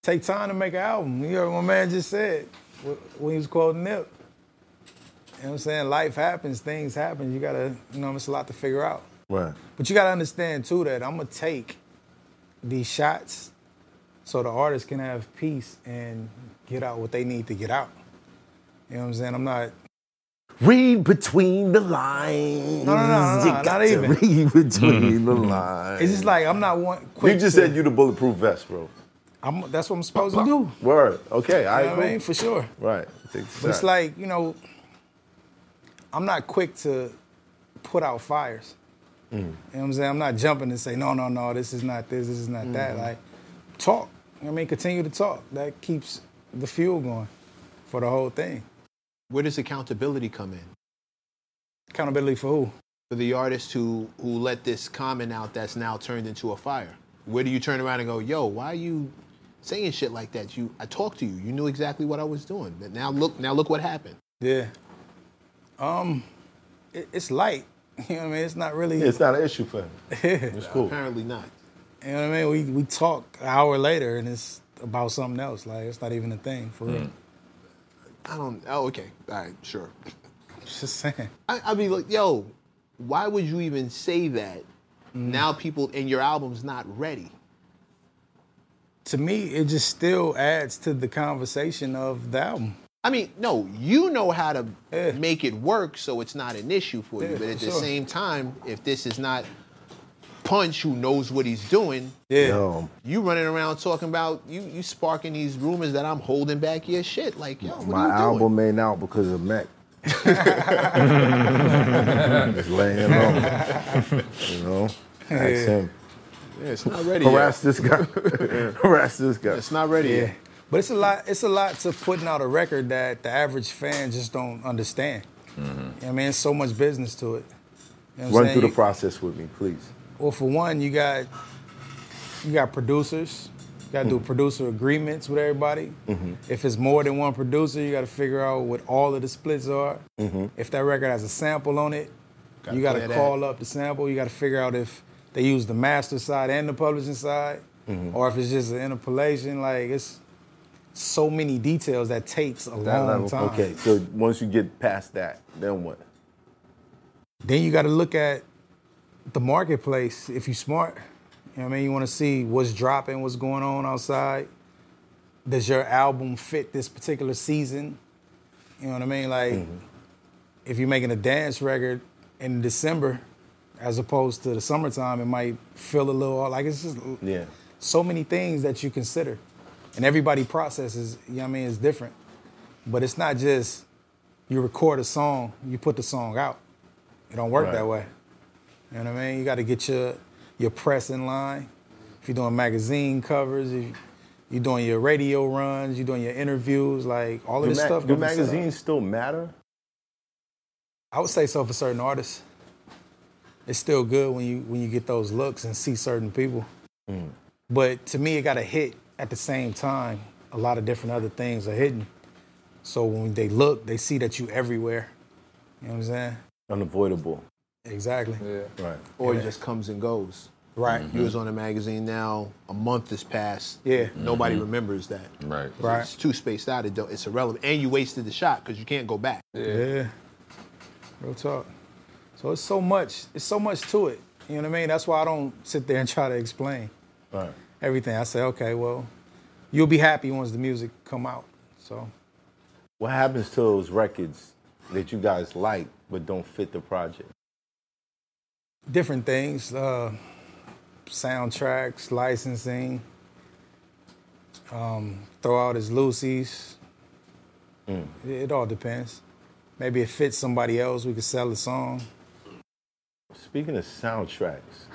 S3: Take time to make an album. You heard what my man just said wh- when he was quoting Nip. You know what I'm saying? Life happens, things happen. You gotta, you know, it's a lot to figure out.
S2: Right.
S3: But you gotta understand too that I'm gonna take these shots so the artists can have peace and get out what they need to get out. You know what I'm saying? I'm not.
S2: Read between the lines.
S3: No, no, no, no,
S2: You
S3: not
S2: got to
S3: even.
S2: Read between the lines.
S3: It's just like I'm not one. Quick
S2: you just
S3: to-
S2: said you the bulletproof vest, bro.
S3: I'm, that's what I'm supposed to do. You
S2: Word. Okay, I
S3: know what
S2: agree.
S3: I mean? For sure.
S2: Right. Take the
S3: But it's
S2: shot.
S3: like you know, I'm not quick to put out fires.
S2: Mm.
S3: You know what I'm saying? I'm not jumping and say no, no, no. This is not this. This is not that.
S2: Mm-hmm.
S3: Like talk. You know what I mean, continue to talk. That keeps the fuel going for the whole thing.
S1: where does accountability come in
S3: Accountability for who?
S1: for the artist who who let this comment out that's now turned into a fire? Where do you turn around and go, yo, why are you saying shit like that? You, I talked to you. You knew exactly what I was doing. But now look, now look what happened.
S3: Yeah. Um, it, it's light. You know what I mean? It's not really.
S2: Yeah, it's not an issue for him. It's cool.
S1: Apparently not.
S3: You know what I mean? We we talk an hour later and it's about something else. Like it's not even a thing for
S2: Mm.
S3: real.
S1: I don't. Oh, okay. All right. Sure.
S3: Just saying.
S1: I, I mean, like, yo, why would you even say that? Now people and your album's not ready.
S3: To me, it just still adds to the conversation of the album.
S1: I mean, no, you know how to make it work, so it's not an issue for you.
S3: Yeah,
S1: But at
S3: for
S1: the
S3: sure.
S1: same time, if this is not Punch, who knows what he's doing,
S3: Yeah.
S2: Yo,
S1: you running around talking about you you sparking these rumors that I'm holding back your shit. Like, yo, what
S2: my
S1: are you
S2: album
S1: doing?
S2: ain't out because of Mac. Just laying him low. You know? That's him.
S1: Yeah, it's not ready. yet.
S2: Harass this guy. Harass this guy.
S1: It's not ready.
S3: Yeah.
S1: yet.
S3: But it's a lot. It's a lot to putting out a record that the average fan just don't understand. I mean, it's so much business to it. You know what I'm
S2: Mm-hmm. Run
S3: saying?
S2: through the
S3: You-
S2: process with me, please.
S3: Well, for one, you got you got producers. You got to do producer agreements with everybody.
S2: Mm-hmm.
S3: If it's more than one producer, you got to figure out what all of the splits are.
S2: Mm-hmm.
S3: If that record has a sample on it, you got
S1: play
S3: to
S1: that.
S3: call up the sample. You got to figure out if they use the master side and the publishing side, or if it's just an interpolation. Like it's so many details that takes a long time.
S2: Okay, so once you get past that, then what?
S3: Then you got to look at the marketplace if you smart. You know what I mean? You want to see what's dropping, what's going on outside. Does your album fit this particular season? You know what I mean? Like, if you're making a dance record in December, as opposed to the summertime, it might feel a little like it's just
S2: Yeah.
S3: so many things that you consider. And everybody processes, you know what I mean, is different. But it's not just you record a song, you put the song out. It don't work
S2: Right.
S3: that way. You know what I mean? You gotta get your your press in line. If you're doing magazine covers, if you're doing your radio runs, you're doing your interviews, like all of
S2: Do,
S3: this
S2: ma-
S3: stuff.
S2: do
S3: gotta be set up.
S2: magazines still matter?
S3: I would say so for certain artists. It's still good when you when you get those looks and see certain people. But to me, it got to hit at the same time. A lot of different other things are hidden. So when they look, they see that you everywhere. You know what I'm saying?
S2: Unavoidable.
S3: Exactly.
S2: Right.
S1: Or it just comes and goes.
S3: Right.
S1: You was on a magazine now. A month has passed.
S3: Yeah. Mm-hmm.
S1: Nobody remembers that.
S5: Right.
S3: Right.
S1: It's too spaced out. It don't, it's irrelevant, and you wasted the shot because you can't go back.
S3: Yeah. Real talk. So it's so much. It's so much to it. You know what I mean? That's why I don't sit there and try to explain
S2: Right.
S3: everything. I say, okay, well, you'll be happy once the music come out. So
S2: What happens to those records that you guys like but don't fit the project?
S3: different things uh, soundtracks licensing um, throw out his lucy's it, it all depends maybe it fits somebody else we could sell a song
S2: Speaking of soundtracks,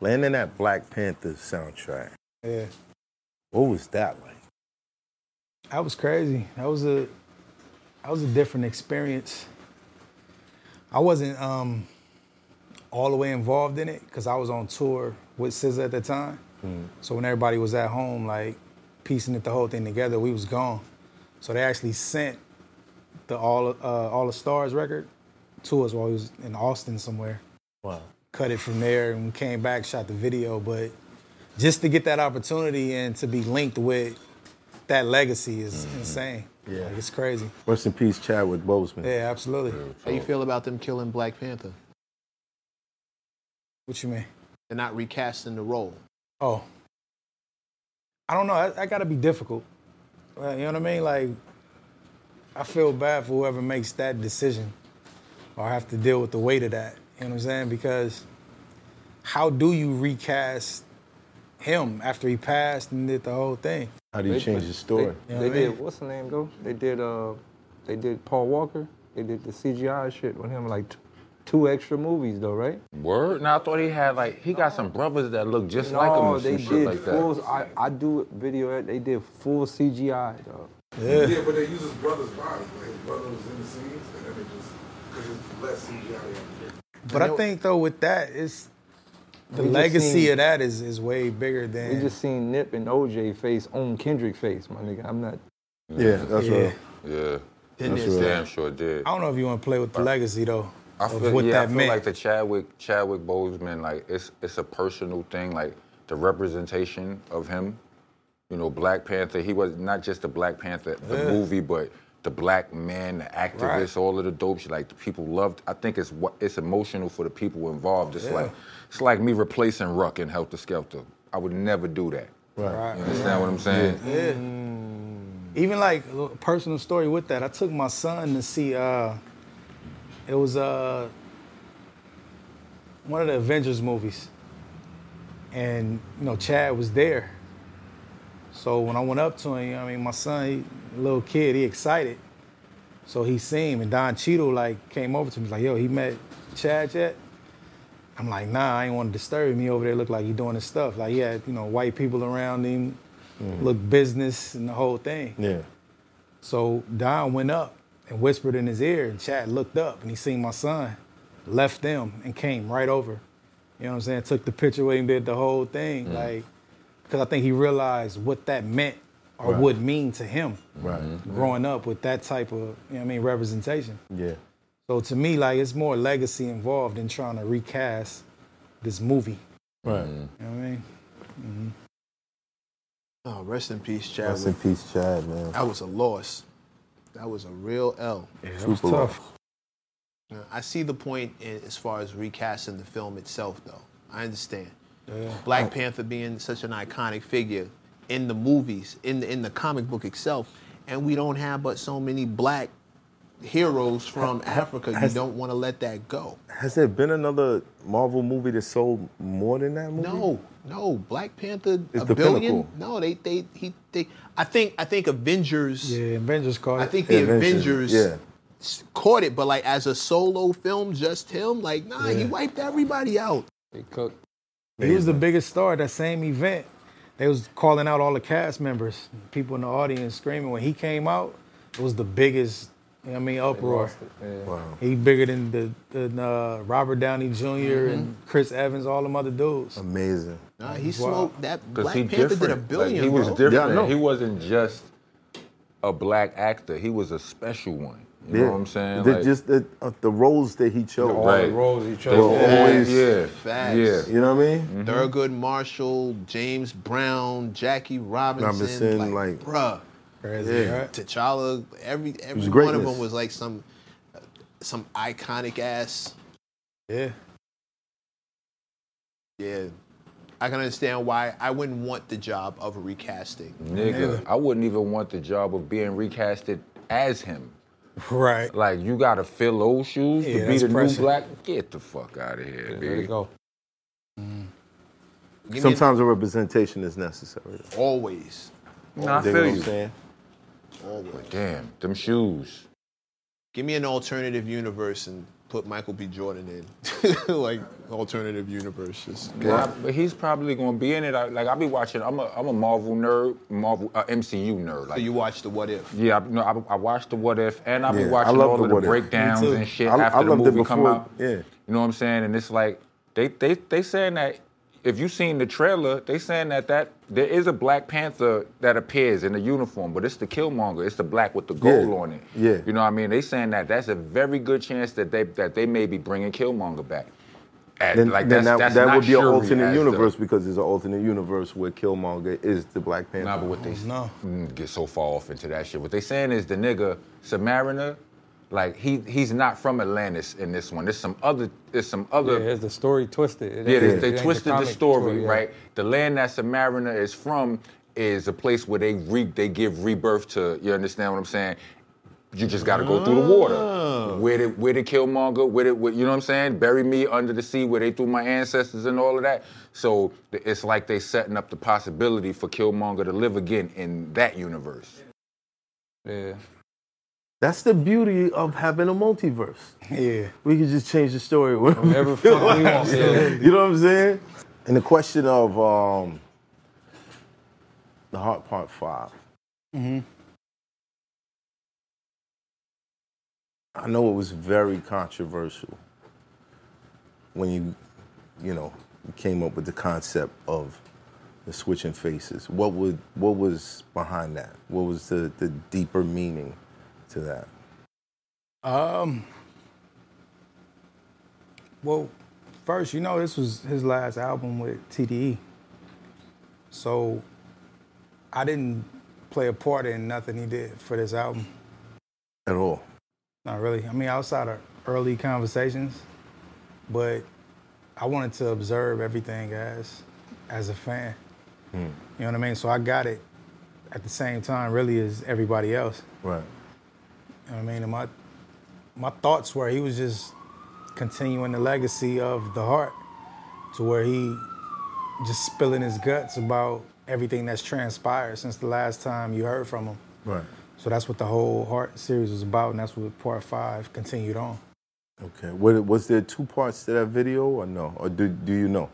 S2: landing that Black Panther soundtrack,
S3: yeah
S2: what was that like?
S3: that was crazy that was a that was a different experience i wasn't um, all the way involved in it because i was on tour with SZA at the time
S1: Mm-hmm.
S3: so when everybody was at home like piecing it the whole thing together we was gone So they actually sent the all uh, all the stars record to us while we was in Austin somewhere.
S2: Wow.
S3: Cut it from there and came back, shot the video. But just to get that opportunity and to be linked with that legacy is insane.
S2: Yeah.
S3: like, it's crazy.
S2: Rest in peace, Chadwick Boseman.
S3: Yeah, absolutely.
S1: How you feel about them killing Black Panther
S3: What you mean?
S1: and not recasting the role?
S3: Oh, I don't know. That, that got to be difficult. Uh, you know what I mean? Like, I feel bad for whoever makes that decision or have to deal with the weight of that. You know what I'm saying? Because how do you recast him after he passed and did the whole thing?
S2: How do you change the story?
S4: They,
S3: know
S4: they
S3: what I
S4: did
S3: mean?
S4: what's the name though? They did uh, they did Paul Walker. They did the CGI shit with him like t- two extra movies though, right?
S5: Word? No, I thought he had like he got some brothers that look just like him
S4: No,
S5: and
S4: they
S5: some
S4: did
S5: shit like
S4: full.
S5: that.
S4: I, I do video. ed- They did full CGI though.
S8: Yeah, but they use his brother's body. Like his brother was in the scenes, and then they just because it's less CGI. They have to do.
S3: But I think, though, with that, it's the
S4: We just
S3: legacy
S4: seen-
S3: of that is, is way bigger than.
S4: We just seen Nip and OJ face on Kendrick face, my nigga. I'm not.
S2: Yeah, that's
S3: yeah.
S2: right.
S5: Yeah.
S1: Didn't
S5: That's
S1: it?
S5: damn sure did.
S3: I don't know if you want to play with the legacy, though.
S5: I
S3: of
S5: feel,
S3: what
S5: yeah,
S3: that
S5: I feel
S3: meant.
S5: like the Chadwick Chadwick Boseman, like it's it's a personal thing, like the representation of him. You know, Black Panther. He was not just the Black Panther, the movie, but the black man, the activist, all of the dope shit. Like the people loved. I think it's what it's emotional for the people involved. It's like it's like me replacing Ruck in Helter Skelter. I would never do that.
S3: Right.
S5: You understand what I'm saying?
S3: Yeah. Even like a little personal story with that. I took my son to see uh it was uh one of the Avengers movies. And you know, Chad was there. So when I went up to him, you know what I mean, my son, he little kid, he excited. So he seen him and Don Cheadle like came over to me, like, yo, he met Chad yet? I'm like, nah, I ain't want to disturb him. He over there look like he doing his stuff. Like he had, you know, white people around him,
S2: Mm.
S3: look business and the whole thing.
S2: Yeah.
S3: So Don went up and whispered in his ear, and Chad looked up and he seen my son, left them and came right over. You know what I'm saying? Took the picture with him, did the whole thing. Like, because I think he realized what that meant or
S2: Right. Mm.
S3: would mean to him
S2: Right.
S3: Mm-hmm. growing up with that type of, you know what I mean, representation.
S2: Yeah.
S3: So to me, like, it's more legacy involved in trying to recast this movie.
S2: Right.
S1: Mm-hmm.
S3: You know what I mean? Mm-hmm.
S1: Oh, rest in peace,
S2: Rest
S1: Chadwick.
S2: in peace, Chad, man.
S1: That was a loss. That was a real L.
S3: Yeah,
S2: Super rough.
S1: Now, I see the point in, as far as recasting the film itself, though. I understand. Black Panther being such an iconic figure in the movies, in the, in the comic book itself, and we don't have but so many black heroes from Africa. You
S2: has-
S1: don't want to let that go.
S2: Has there been another Marvel movie that sold more than that movie?
S1: No, no, Black Panther
S2: It's
S1: a
S2: the
S1: billion.
S2: pinnacle.
S1: No, they they he they. I think I think Avengers.
S3: Yeah, Avengers card.
S1: I think the Avengers,
S2: Avengers, yeah.
S1: s- caught it, but like as a solo film, just him, like nah, he wiped everybody out.
S4: They cook.
S3: He was the biggest star at that same event. They was calling out all the cast members, people in the audience screaming. When he came out, it was the biggest, you know what I mean, uproar.
S2: Wow.
S3: He bigger than the than, uh, Robert Downey junior and Chris Evans, all them other dudes.
S2: Amazing.
S1: Mm-hmm. Nah, he
S3: Wow.
S1: smoked that.
S5: Because
S1: Black
S5: he
S1: Panther
S5: different.
S1: did a
S5: Like,
S1: billion.
S5: he was
S1: bro.
S5: different.
S2: Yeah, I know.
S5: He wasn't just a black actor. He was a special one. You know what I'm saying?
S2: The,
S5: Like,
S2: just the, uh, the roles that he chose.
S4: all
S5: Right.
S4: the roles he
S5: they
S4: chose.
S2: were
S5: were
S2: Facts. Mm-hmm.
S5: always yeah,
S1: Facts.
S5: yeah.
S2: You know what I mean?
S1: Thurgood Marshall, James Brown, Jackie Robinson,
S2: Robinson,
S1: like,
S2: like-
S1: bruh,
S3: Crazy, right?
S1: T'Challa. Every every
S2: was
S1: one of
S2: greatness.
S1: them was like some uh, some iconic ass.
S3: Yeah.
S1: Yeah, I can understand why I wouldn't want the job of recasting.
S5: Nigga, I wouldn't even want the job of being recasted as him.
S3: Right.
S5: Like you gotta fill those shoes
S3: Yeah,
S5: to be
S3: that's
S5: the
S3: pressure.
S5: new black. Get the fuck out of here,
S4: There you
S5: big.
S4: go.
S1: Give me a-
S2: Mm-hmm. Sometimes a representation is necessary.
S1: always,
S5: Nah, I
S2: Dig what
S5: feel
S2: I'm
S5: you.
S2: saying?
S1: always.
S5: Damn, them shoes.
S1: Give me an alternative universe and put Michael B. Jordan in, like alternative universe. Just-
S5: Nah, but he's probably gonna be in it. I, like I be watching. I'm a I'm a Marvel nerd, Marvel uh, MCU nerd. Like
S1: So you watch the What If?
S5: Yeah, I, no, I, I watched the What If, and I
S2: Yeah,
S5: be
S2: I
S5: watching
S2: love
S5: all
S2: the
S5: of the
S2: What If. Me
S5: breakdowns
S3: too.
S5: and shit
S2: I-
S5: after
S2: I
S5: the
S2: loved it
S5: movie come
S2: before,
S5: out.
S2: yeah.
S5: you know what I'm saying? And it's like they they they saying that if you seen the trailer, they saying that that there is a Black Panther that appears in the uniform, but it's the Killmonger, it's the black with the gold
S2: Yeah,
S5: on it.
S2: yeah.
S5: you know what I mean? They saying that that's a very good chance that they that they may be bringing Killmonger back. And,
S2: Then,
S5: like,
S2: then
S5: that's-
S2: that,
S5: that's
S2: that
S5: not
S2: would be an
S5: Shuri
S2: alternate
S5: as the-
S2: universe because there's an alternate universe where Killmonger is the Black Panther.
S5: Nah, but what they
S3: No.
S5: Mm, get so far off into that shit. What they saying is the nigga Samarina, like he he's not from Atlantis in this one. There's some other there's some
S4: Yeah,
S5: other yeah,
S4: it's the story twisted. It ain't-
S5: they,
S4: it
S5: they
S4: ain't
S5: twisted the,
S4: comic
S5: story,
S4: yeah.
S5: right? The land that Samarina is from is a place where they re, they give rebirth to. You understand what I'm saying? You just gotta go through the
S4: Oh.
S5: water. Where did where did Killmonger? Where did where, you know what I'm saying? Bury me under the sea where they threw my ancestors and all of that. So th- it's like they setting up the possibility for Killmonger to live again in that universe.
S4: Yeah.
S2: That's the beauty of having a multiverse.
S3: Yeah.
S2: We can just change the story whenever we
S4: Whatever
S2: feel
S4: fuck we
S2: like.
S4: want, yeah.
S2: You know what I'm saying? And the question of um, the hard part 5 I know it was very controversial when you, you know, you came up with the concept of the switching faces. What would what was behind that? What was the, the deeper meaning to that?
S3: Um, Well, first, you know, this was his last album with TDE. So I didn't play a part in nothing he did for this album.
S2: At all.
S3: Not really. I mean, outside of early conversations, but I wanted to observe everything as as a fan. You know what I mean? So I got it at the same time, really, as everybody else.
S2: Right.
S3: You know what I mean? And my my thoughts were he was just continuing the legacy of the heart to where he just spilling his guts about everything that's transpired since the last time you heard from him.
S2: Right.
S3: So that's what the whole heart series was about, and that's what part five continued on.
S2: Okay. What, was there two parts to that video or no? Or do, do you know?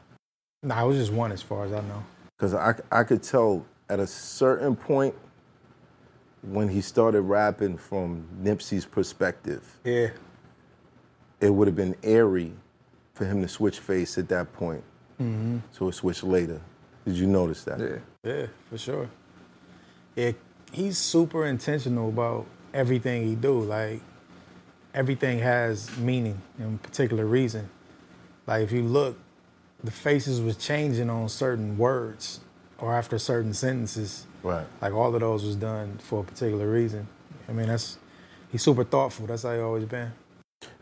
S3: Nah, it was just one as far as I know.
S2: Because I, I could tell at a certain point when he started rapping from Nipsey's perspective,
S3: Yeah.
S2: it would have been airy for him to switch face at that point. So it switched later. Did you notice that?
S4: Yeah.
S3: Mm-hmm. Yeah, for sure. Yeah, he's super intentional about everything he do. Like everything has meaning and particular reason. Like if you look, the faces was changing on certain words or after certain sentences.
S2: Right.
S3: Like all of those was done for a particular reason. I mean, that's he's super thoughtful. That's how he always been.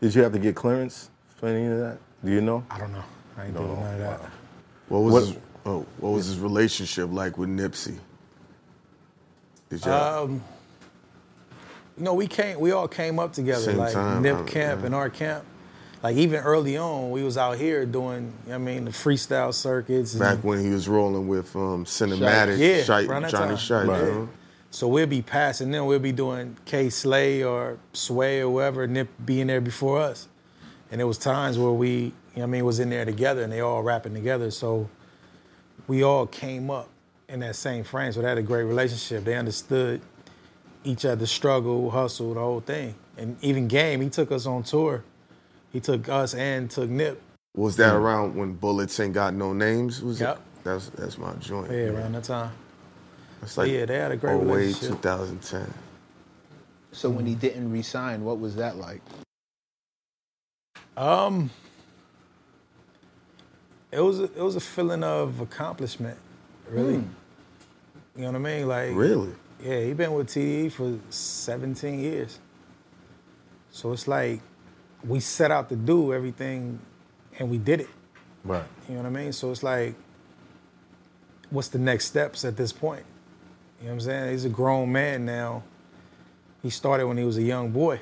S2: Did you have to get clearance for any of that? Do you know?
S3: I don't know. I ain't doing none of that.
S9: What was
S2: What-
S9: his, oh, what was his relationship like with Nipsey? Did you
S3: Um, no, we came. We all came up together,
S9: Same
S3: like
S9: time,
S3: Nip
S9: I-
S3: Camp
S9: yeah.
S3: and our camp. Like even early on, we was out here doing. I mean, the freestyle circuits. and-
S9: back when he was rolling with um, Cinematic,
S3: Mm-hmm. Yeah,
S9: Shite-
S3: around that
S9: Johnny
S3: time.
S9: Shite,
S2: Right.
S9: you know?
S3: So we'll be passing them. We'll be doing K Slay or Sway or whoever, Nip being there before us. And there was times where we, you know what I mean, was in there together and they all rapping together. So we all came up in that same frame. So they had a great relationship. They understood each other's struggle, hustle, the whole thing. And even Game, he took us on tour. He took us and took Nip.
S9: Was that around when Bullets Ain't Got No Names? Was
S3: Yep.
S9: it? That's that's my joint.
S3: Yeah, around that time.
S9: It's like
S3: Yeah, they had a great
S9: 08,
S3: relationship.
S9: 2010.
S1: So when he didn't resign, what was that like?
S3: Um, it was a, it was a feeling of accomplishment, really.
S4: Hmm.
S3: You know what I mean? Like
S9: Really?
S3: yeah, he been with TDE for 17 years. So it's like we set out to do everything, and we did it.
S2: Right.
S3: You know what I mean? So it's like, what's the next steps at this point? You know what I'm saying? He's a grown man now. He started when he was a young boy.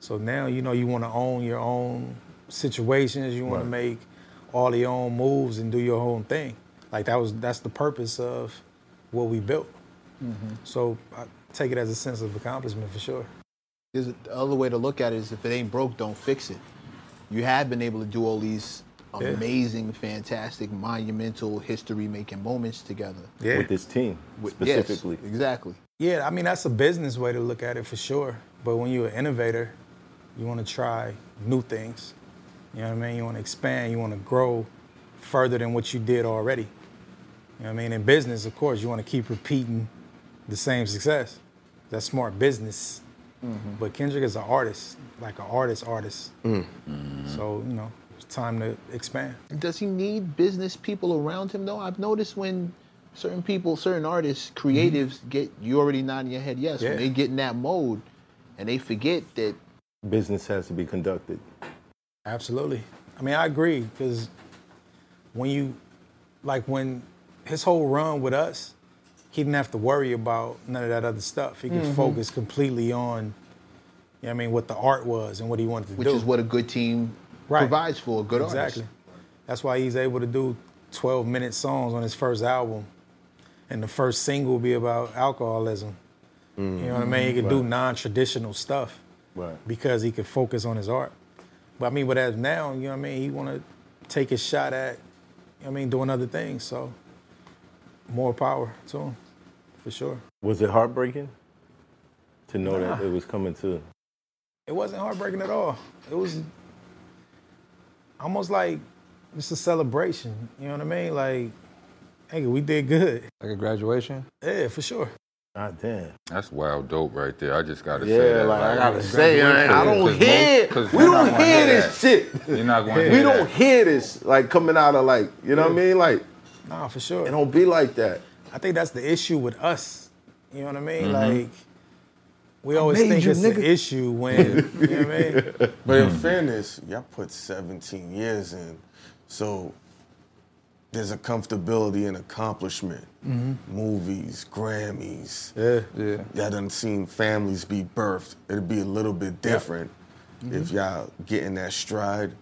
S3: So now, you know, you want to own your own situations. You want
S2: Right.
S3: to make all your own moves and do your own thing. Like that was that's the purpose of what we built. So I take it as a sense of accomplishment for sure.
S1: There's the other way to look at it is if it ain't broke, don't fix it. You have been able to do all these
S3: Yeah.
S1: amazing, fantastic, monumental, history-making moments together.
S3: Yeah.
S2: With this team
S1: With- yes,
S2: specifically.
S1: exactly.
S3: Yeah, I mean that's a business way to look at it for sure. But when you're an innovator, you want to try new things. You know what I mean? You want to expand. You want to grow further than what you did already. You know what I mean? In business, of course, you want to keep repeating the same success. That's smart business. But Kendrick is an artist, like an artist artist. So you know, it's time to expand.
S1: Does he need business people around him though? I've noticed when certain people, certain artists, creatives get you already nodding your head yes.
S3: Mm-hmm. Yeah.
S1: When they get in that mode and they forget that
S2: Business has to be conducted.
S3: Absolutely. I mean, I agree because when you, like, when his whole run with us, he didn't have to worry about none of that other stuff. He could
S1: Mm-hmm.
S3: focus completely on, you know what I mean, what the art was and what he wanted to
S1: which
S3: do.
S1: is what a good team
S3: Right.
S1: provides for a good
S3: exactly.
S1: artist.
S3: That's why he's able to do 12 minute songs on his first album. And the first single will be about alcoholism.
S9: Mm.
S3: You know what I mean? He could do non traditional stuff
S2: Right.
S3: because he could focus on his art. But I mean, but as now, you know what I mean, he want to take a shot at, you know what I mean, doing other things. So more power to him, for sure.
S2: Was it heartbreaking to know that it was coming to?
S3: It wasn't heartbreaking at all. It was almost like just a celebration. You know what I mean? Like, hey, we did good.
S4: Like a graduation.
S3: Yeah, for sure.
S2: God damn.
S5: That's wild dope right there. I just gotta
S2: Yeah,
S5: say that.
S2: like, I gotta say, man, I don't
S5: 'Cause most-
S2: hear-
S5: 'cause
S2: we
S5: you're
S2: don't
S5: not gonna
S2: hear this
S5: that. You're not going to
S2: we don't hear this like coming out of like, you know what I mean? Like,
S3: nah, for sure.
S2: It don't be like that.
S3: I think that's the issue with us. You know what I mean?
S9: Mm-hmm.
S2: Mhm.
S3: Like we always
S2: made
S3: think
S2: you,
S3: it's an
S2: nigga. Hmm.
S3: issue when you know what I mean.
S9: But in fairness, y'all put 17 years in, so there's a comfortability and accomplishment.
S3: Mhm.
S9: Movies, Grammys.
S3: Yeah, yeah.
S9: Y'all done seen families be birthed. It'd be a little bit different if
S3: Mhm.
S9: y'all get in that stride,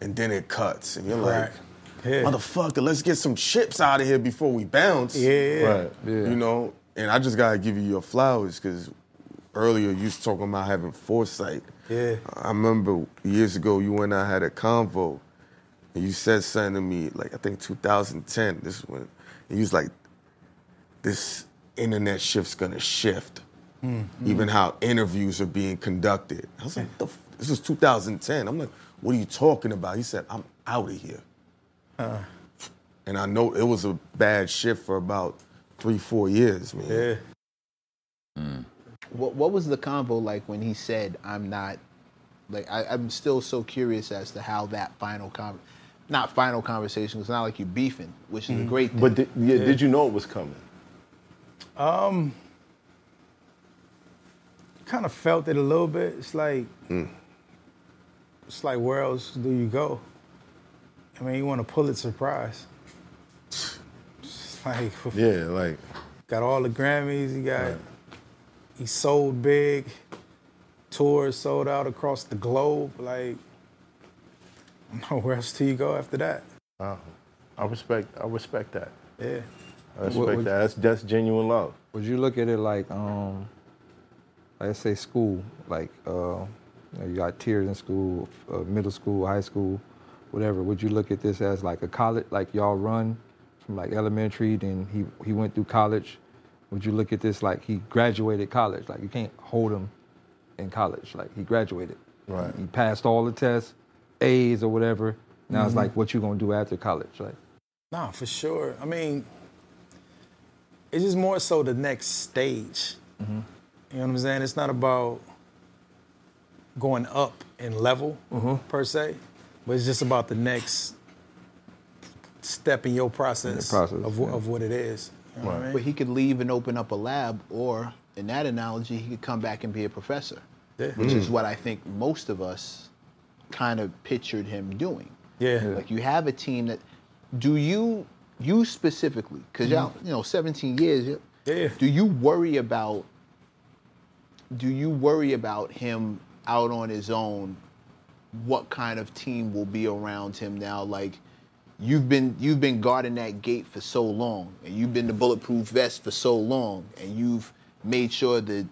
S9: and then it cuts, and you're like.
S3: Right. Yeah.
S9: Motherfucker, let's get some chips out of here before we bounce.
S3: Yeah. Right, yeah.
S9: You know, and I just gotta give you your flowers because earlier you was talking about having foresight.
S3: Yeah.
S9: I remember years ago you and I had a convo, and you said something to me like I think 2010. This is when and you was like, "This internet shift's gonna shift,
S3: Mm.
S9: even how interviews are being conducted." I was like, "The f-? "This was 2010." I'm like, "What are you talking about?" He said, "I'm out of here,"
S3: Uh,
S9: and I know it was a bad shift for about three, four years, man.
S3: Yeah.
S1: What, what was the convo like when he said, "I'm not"? Like I, I'm still so curious as to how that final con, not final conversation. It's not like you beefing, which
S3: Mm.
S1: is a great. Thing.
S2: Mm. But did, yeah, did you know it was coming?
S3: um kind of felt it a little bit. It's like
S2: Hmm.
S3: it's like where else do you go? I mean, you want to pull it surprise. It's like
S2: Yeah, like
S3: got all the Grammys. He got he sold big, tours sold out across the globe. Like no, where else do you go after that?
S2: Wow. I respect I respect that.
S3: Yeah.
S2: I respect that. That's that's genuine love.
S4: Would you look at it like, um, like say school, like uh, you, know, you got tiers in school, uh, middle school, high school, whatever. Would you look at this as like a college, like y'all run from like elementary, then he he went through college. Would you look at this like he graduated college? Like you can't hold him in college. Like he graduated.
S2: Right.
S4: He passed all the tests, A's or whatever. Now
S2: Mm-hmm.
S4: it's
S3: Mhm.
S4: like what you gonna do after college, like.
S3: Nah, for sure. I mean, it's just more so the next stage.
S4: Mhm.
S3: You know what I'm saying? It's not about going up in level
S1: Mm-hmm.
S3: per se, but it's just about the next step in your process,
S4: process,
S3: of, wh-
S4: yeah.
S3: of what it is. You know what I mean?
S1: But he could leave and open up a lab, or in that analogy, he could come back and be a professor,
S3: Yeah.
S1: which is
S3: Mm.
S1: what I think most of us kind of pictured him doing.
S3: Yeah.
S1: Like you have a team that, do you, you specifically, because y'all, you know, 17 years, you- do you worry about, do you worry about him out on his own? What kind of team will be around him now? Like, you've been you've been guarding that gate for so long and you've been the bulletproof vest for so long and you've made sure the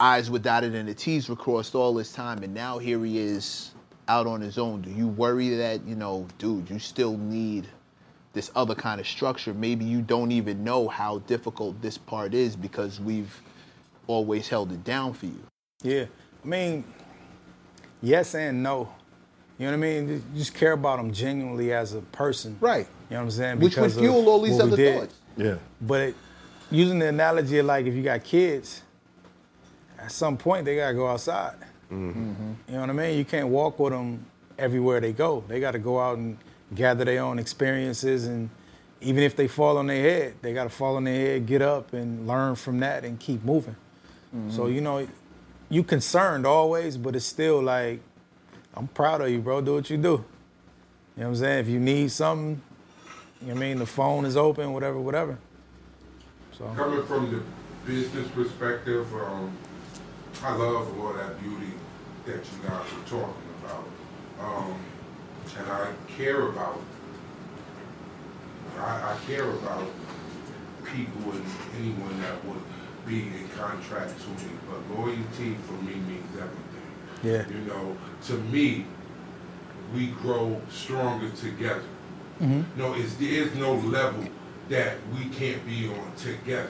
S1: i's were dotted and the t's were crossed all this time and now here he is out on his own do you worry that you know dude you still need this other kind of structure maybe you don't even know how difficult this part is because we've always held it down for you
S3: Yeah. I mean, yes and no. You know what I mean? You just care about him genuinely as a person. Right. You know what I'm saying?
S1: Which would
S3: Because of
S1: fuel all these
S3: what we
S1: other
S3: did.
S1: thoughts.
S2: Yeah.
S3: But it, using the analogy of like if you got kids, at some point they gotta go outside. You know what I mean? You can't walk with them everywhere they go. They gotta go out and gather their own experiences and even if they fall on their head, they gotta fall on their head, get up and learn from that and keep moving. Mm-hmm. So you know, you concerned always, but it's still like, I'm proud of you, bro. Do what you do. You know what I'm saying? If you need something, you know what I mean? The phone is open, whatever, whatever. So
S8: Coming from the business perspective, um, I love all that beauty that you guys are talking about. Um, and I care about, I, I care about people and anyone that would be in contract to me. But loyalty for me means everything.
S3: Yeah.
S8: You know, to me, we grow stronger together.
S3: Mhm.
S8: No, it's, there is no level that we can't be on together.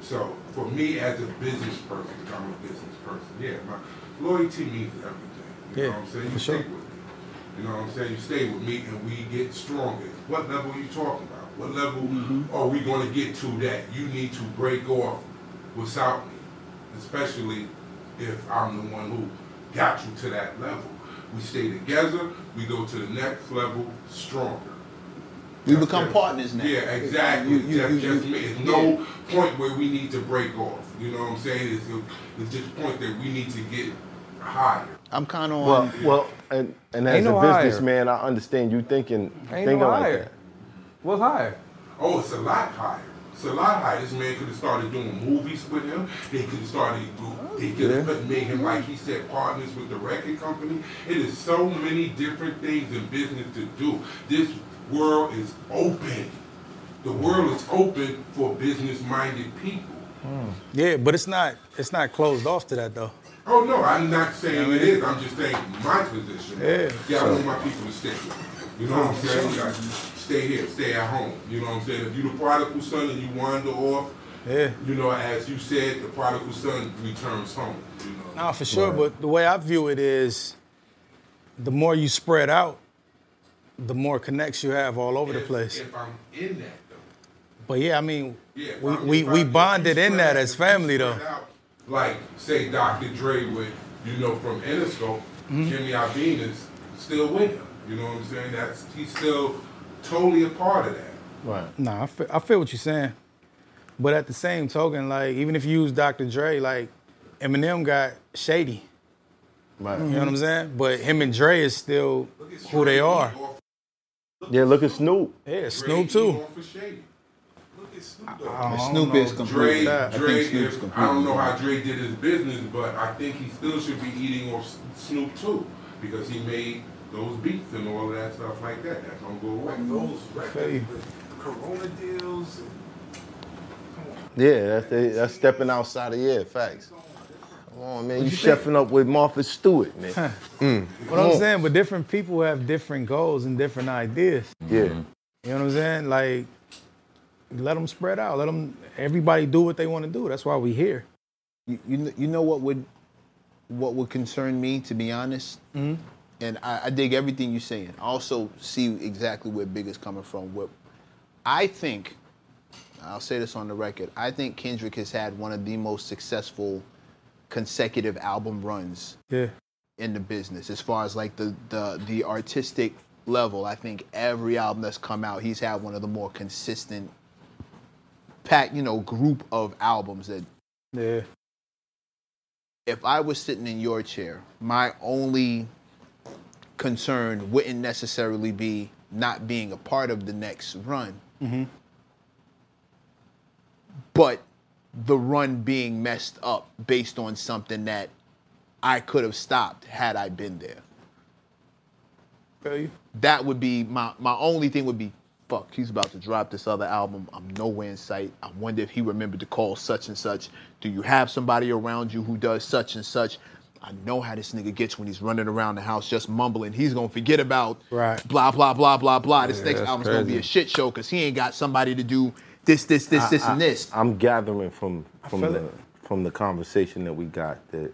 S8: So for me as a business person, I'm a business person. Yeah, my loyalty means everything. You
S3: Yeah,
S8: know what I'm saying?
S3: for
S8: You
S3: sure.
S8: stick with me. You know what I'm saying? You stay with me and we get stronger. What level are you talking about? What level
S1: Mm-hmm.
S8: are we going to get to that you need to break off without me? Especially if I'm the one who got you to that level. We stay together, we go to the next level stronger.
S1: We become partners now.
S8: Yeah, exactly.
S1: You- you-
S8: Just-
S1: you-
S8: just
S1: you-
S8: me. It's
S1: yeah.
S8: no point where we need to break off. You know what I'm saying? It's, a, it's just a point that we need to get higher.
S1: I'm kind of
S2: Well, well, and, and as
S8: Ain't no
S2: a
S8: higher.
S2: businessman, I understand you thinking
S8: Ain't
S2: thinking
S8: no
S2: like
S8: higher.
S2: that.
S4: What's higher?
S8: Oh, it's a lot higher. It's a lot higher. This man could have started doing movies with him. They could have started. They could have made him like he said partners with the record company. It is so many different things in business to do. This world is open. The world is open for business-minded people.
S3: Yeah, but it's not it's not closed off to that though.
S8: Oh no, I'm not saying it is. I'm just saying my position.
S3: Yeah.
S8: Yeah, I
S3: So-
S8: want my people to stay. You know what I'm saying? Like, stay here, stay at home. You know what I'm saying? If you the prodigal son and you wander off,
S3: Yeah.
S8: you know, as you said, the prodigal son returns home. You know.
S3: No, for sure. But the way I view it is, the more you spread out, the more connects you have all over the
S8: If-
S3: place.
S8: If I'm in that though.
S3: But yeah, I mean,
S8: Yeah, if
S3: we,
S8: I'm-
S3: we,
S8: if
S3: we
S8: I'm- if
S3: bonded
S8: you
S3: in
S8: spread
S3: that
S8: out-
S3: as
S8: if you
S3: family though.
S8: spread out, Like say Dr. Dre with you know from Interscope,
S3: Mm-hmm.
S8: Jimmy Iovine is still with him. You know what I'm saying? That's he's still totally a part of that.
S3: Right. Nah, I feel, I feel what you're saying. But at the same token, like even if you use Dr. Dre, like Eminem got shady.
S2: Right.
S3: You know what I'm saying? But him and Dre is still who they are.
S2: Yeah, look at Snoop.
S3: Yeah, Snoop too.
S8: I don't
S3: Snoop
S8: know.
S3: is
S8: Dre,
S3: completely- I think
S8: Dre,
S3: Snoop's
S8: if, I don't know
S3: completely-
S8: how Dre did his business, but I think he still should be eating off S- Snoop too because he made those beats and all of that stuff like that. That's gonna go away. Those
S3: Fade.
S8: Corona deals.
S2: Yeah, that's, they, that's stepping outside of yeah, facts. Come on, man, you,
S3: What you
S2: chefing
S3: think?
S2: up with Martha Stewart, man. Mm.
S3: What I'm saying, but different people have different goals and different ideas.
S2: Yeah.
S5: Mm-hmm.
S3: You know what I'm saying? Like, let them spread out. Let them. Everybody do what they want to do. That's why we here.
S1: You, you, kn- you know what would what would concern me, to be honest?
S3: Mhm.
S1: And I, I dig everything you're saying. I also see exactly where Big is coming from. What I think, I'll say this on the record, I think Kendrick has had one of the most successful consecutive album runs
S3: Yeah.
S1: in the business as far as like the the the artistic level. I think every album that's come out, he's had one of the more consistent pack, you know, group of albums that
S3: Yeah.
S1: if I was sitting in your chair, my only concern wouldn't necessarily be not being a part of the next run,
S3: Mm-hmm.
S1: but the run being messed up based on something that I could have stopped had I been there.
S3: Feel you.
S1: That would be my my only thing would be fuck, he's about to drop this other album. I'm nowhere in sight. I wonder if he remembered to call such and such. Do you have somebody around you who does such and such? I know how this nigga gets when he's running around the house just mumbling. He's gonna forget about
S3: Right.
S1: blah blah blah blah blah. This
S2: Yeah,
S1: next
S2: that's
S1: album's gonna be
S2: crazy.
S1: a shit show because he ain't got somebody to do this, this, this,
S2: I-
S1: this,
S2: I-
S1: and this.
S2: I'm gathering from from
S1: feel
S2: the
S1: it.
S2: from the conversation that we got that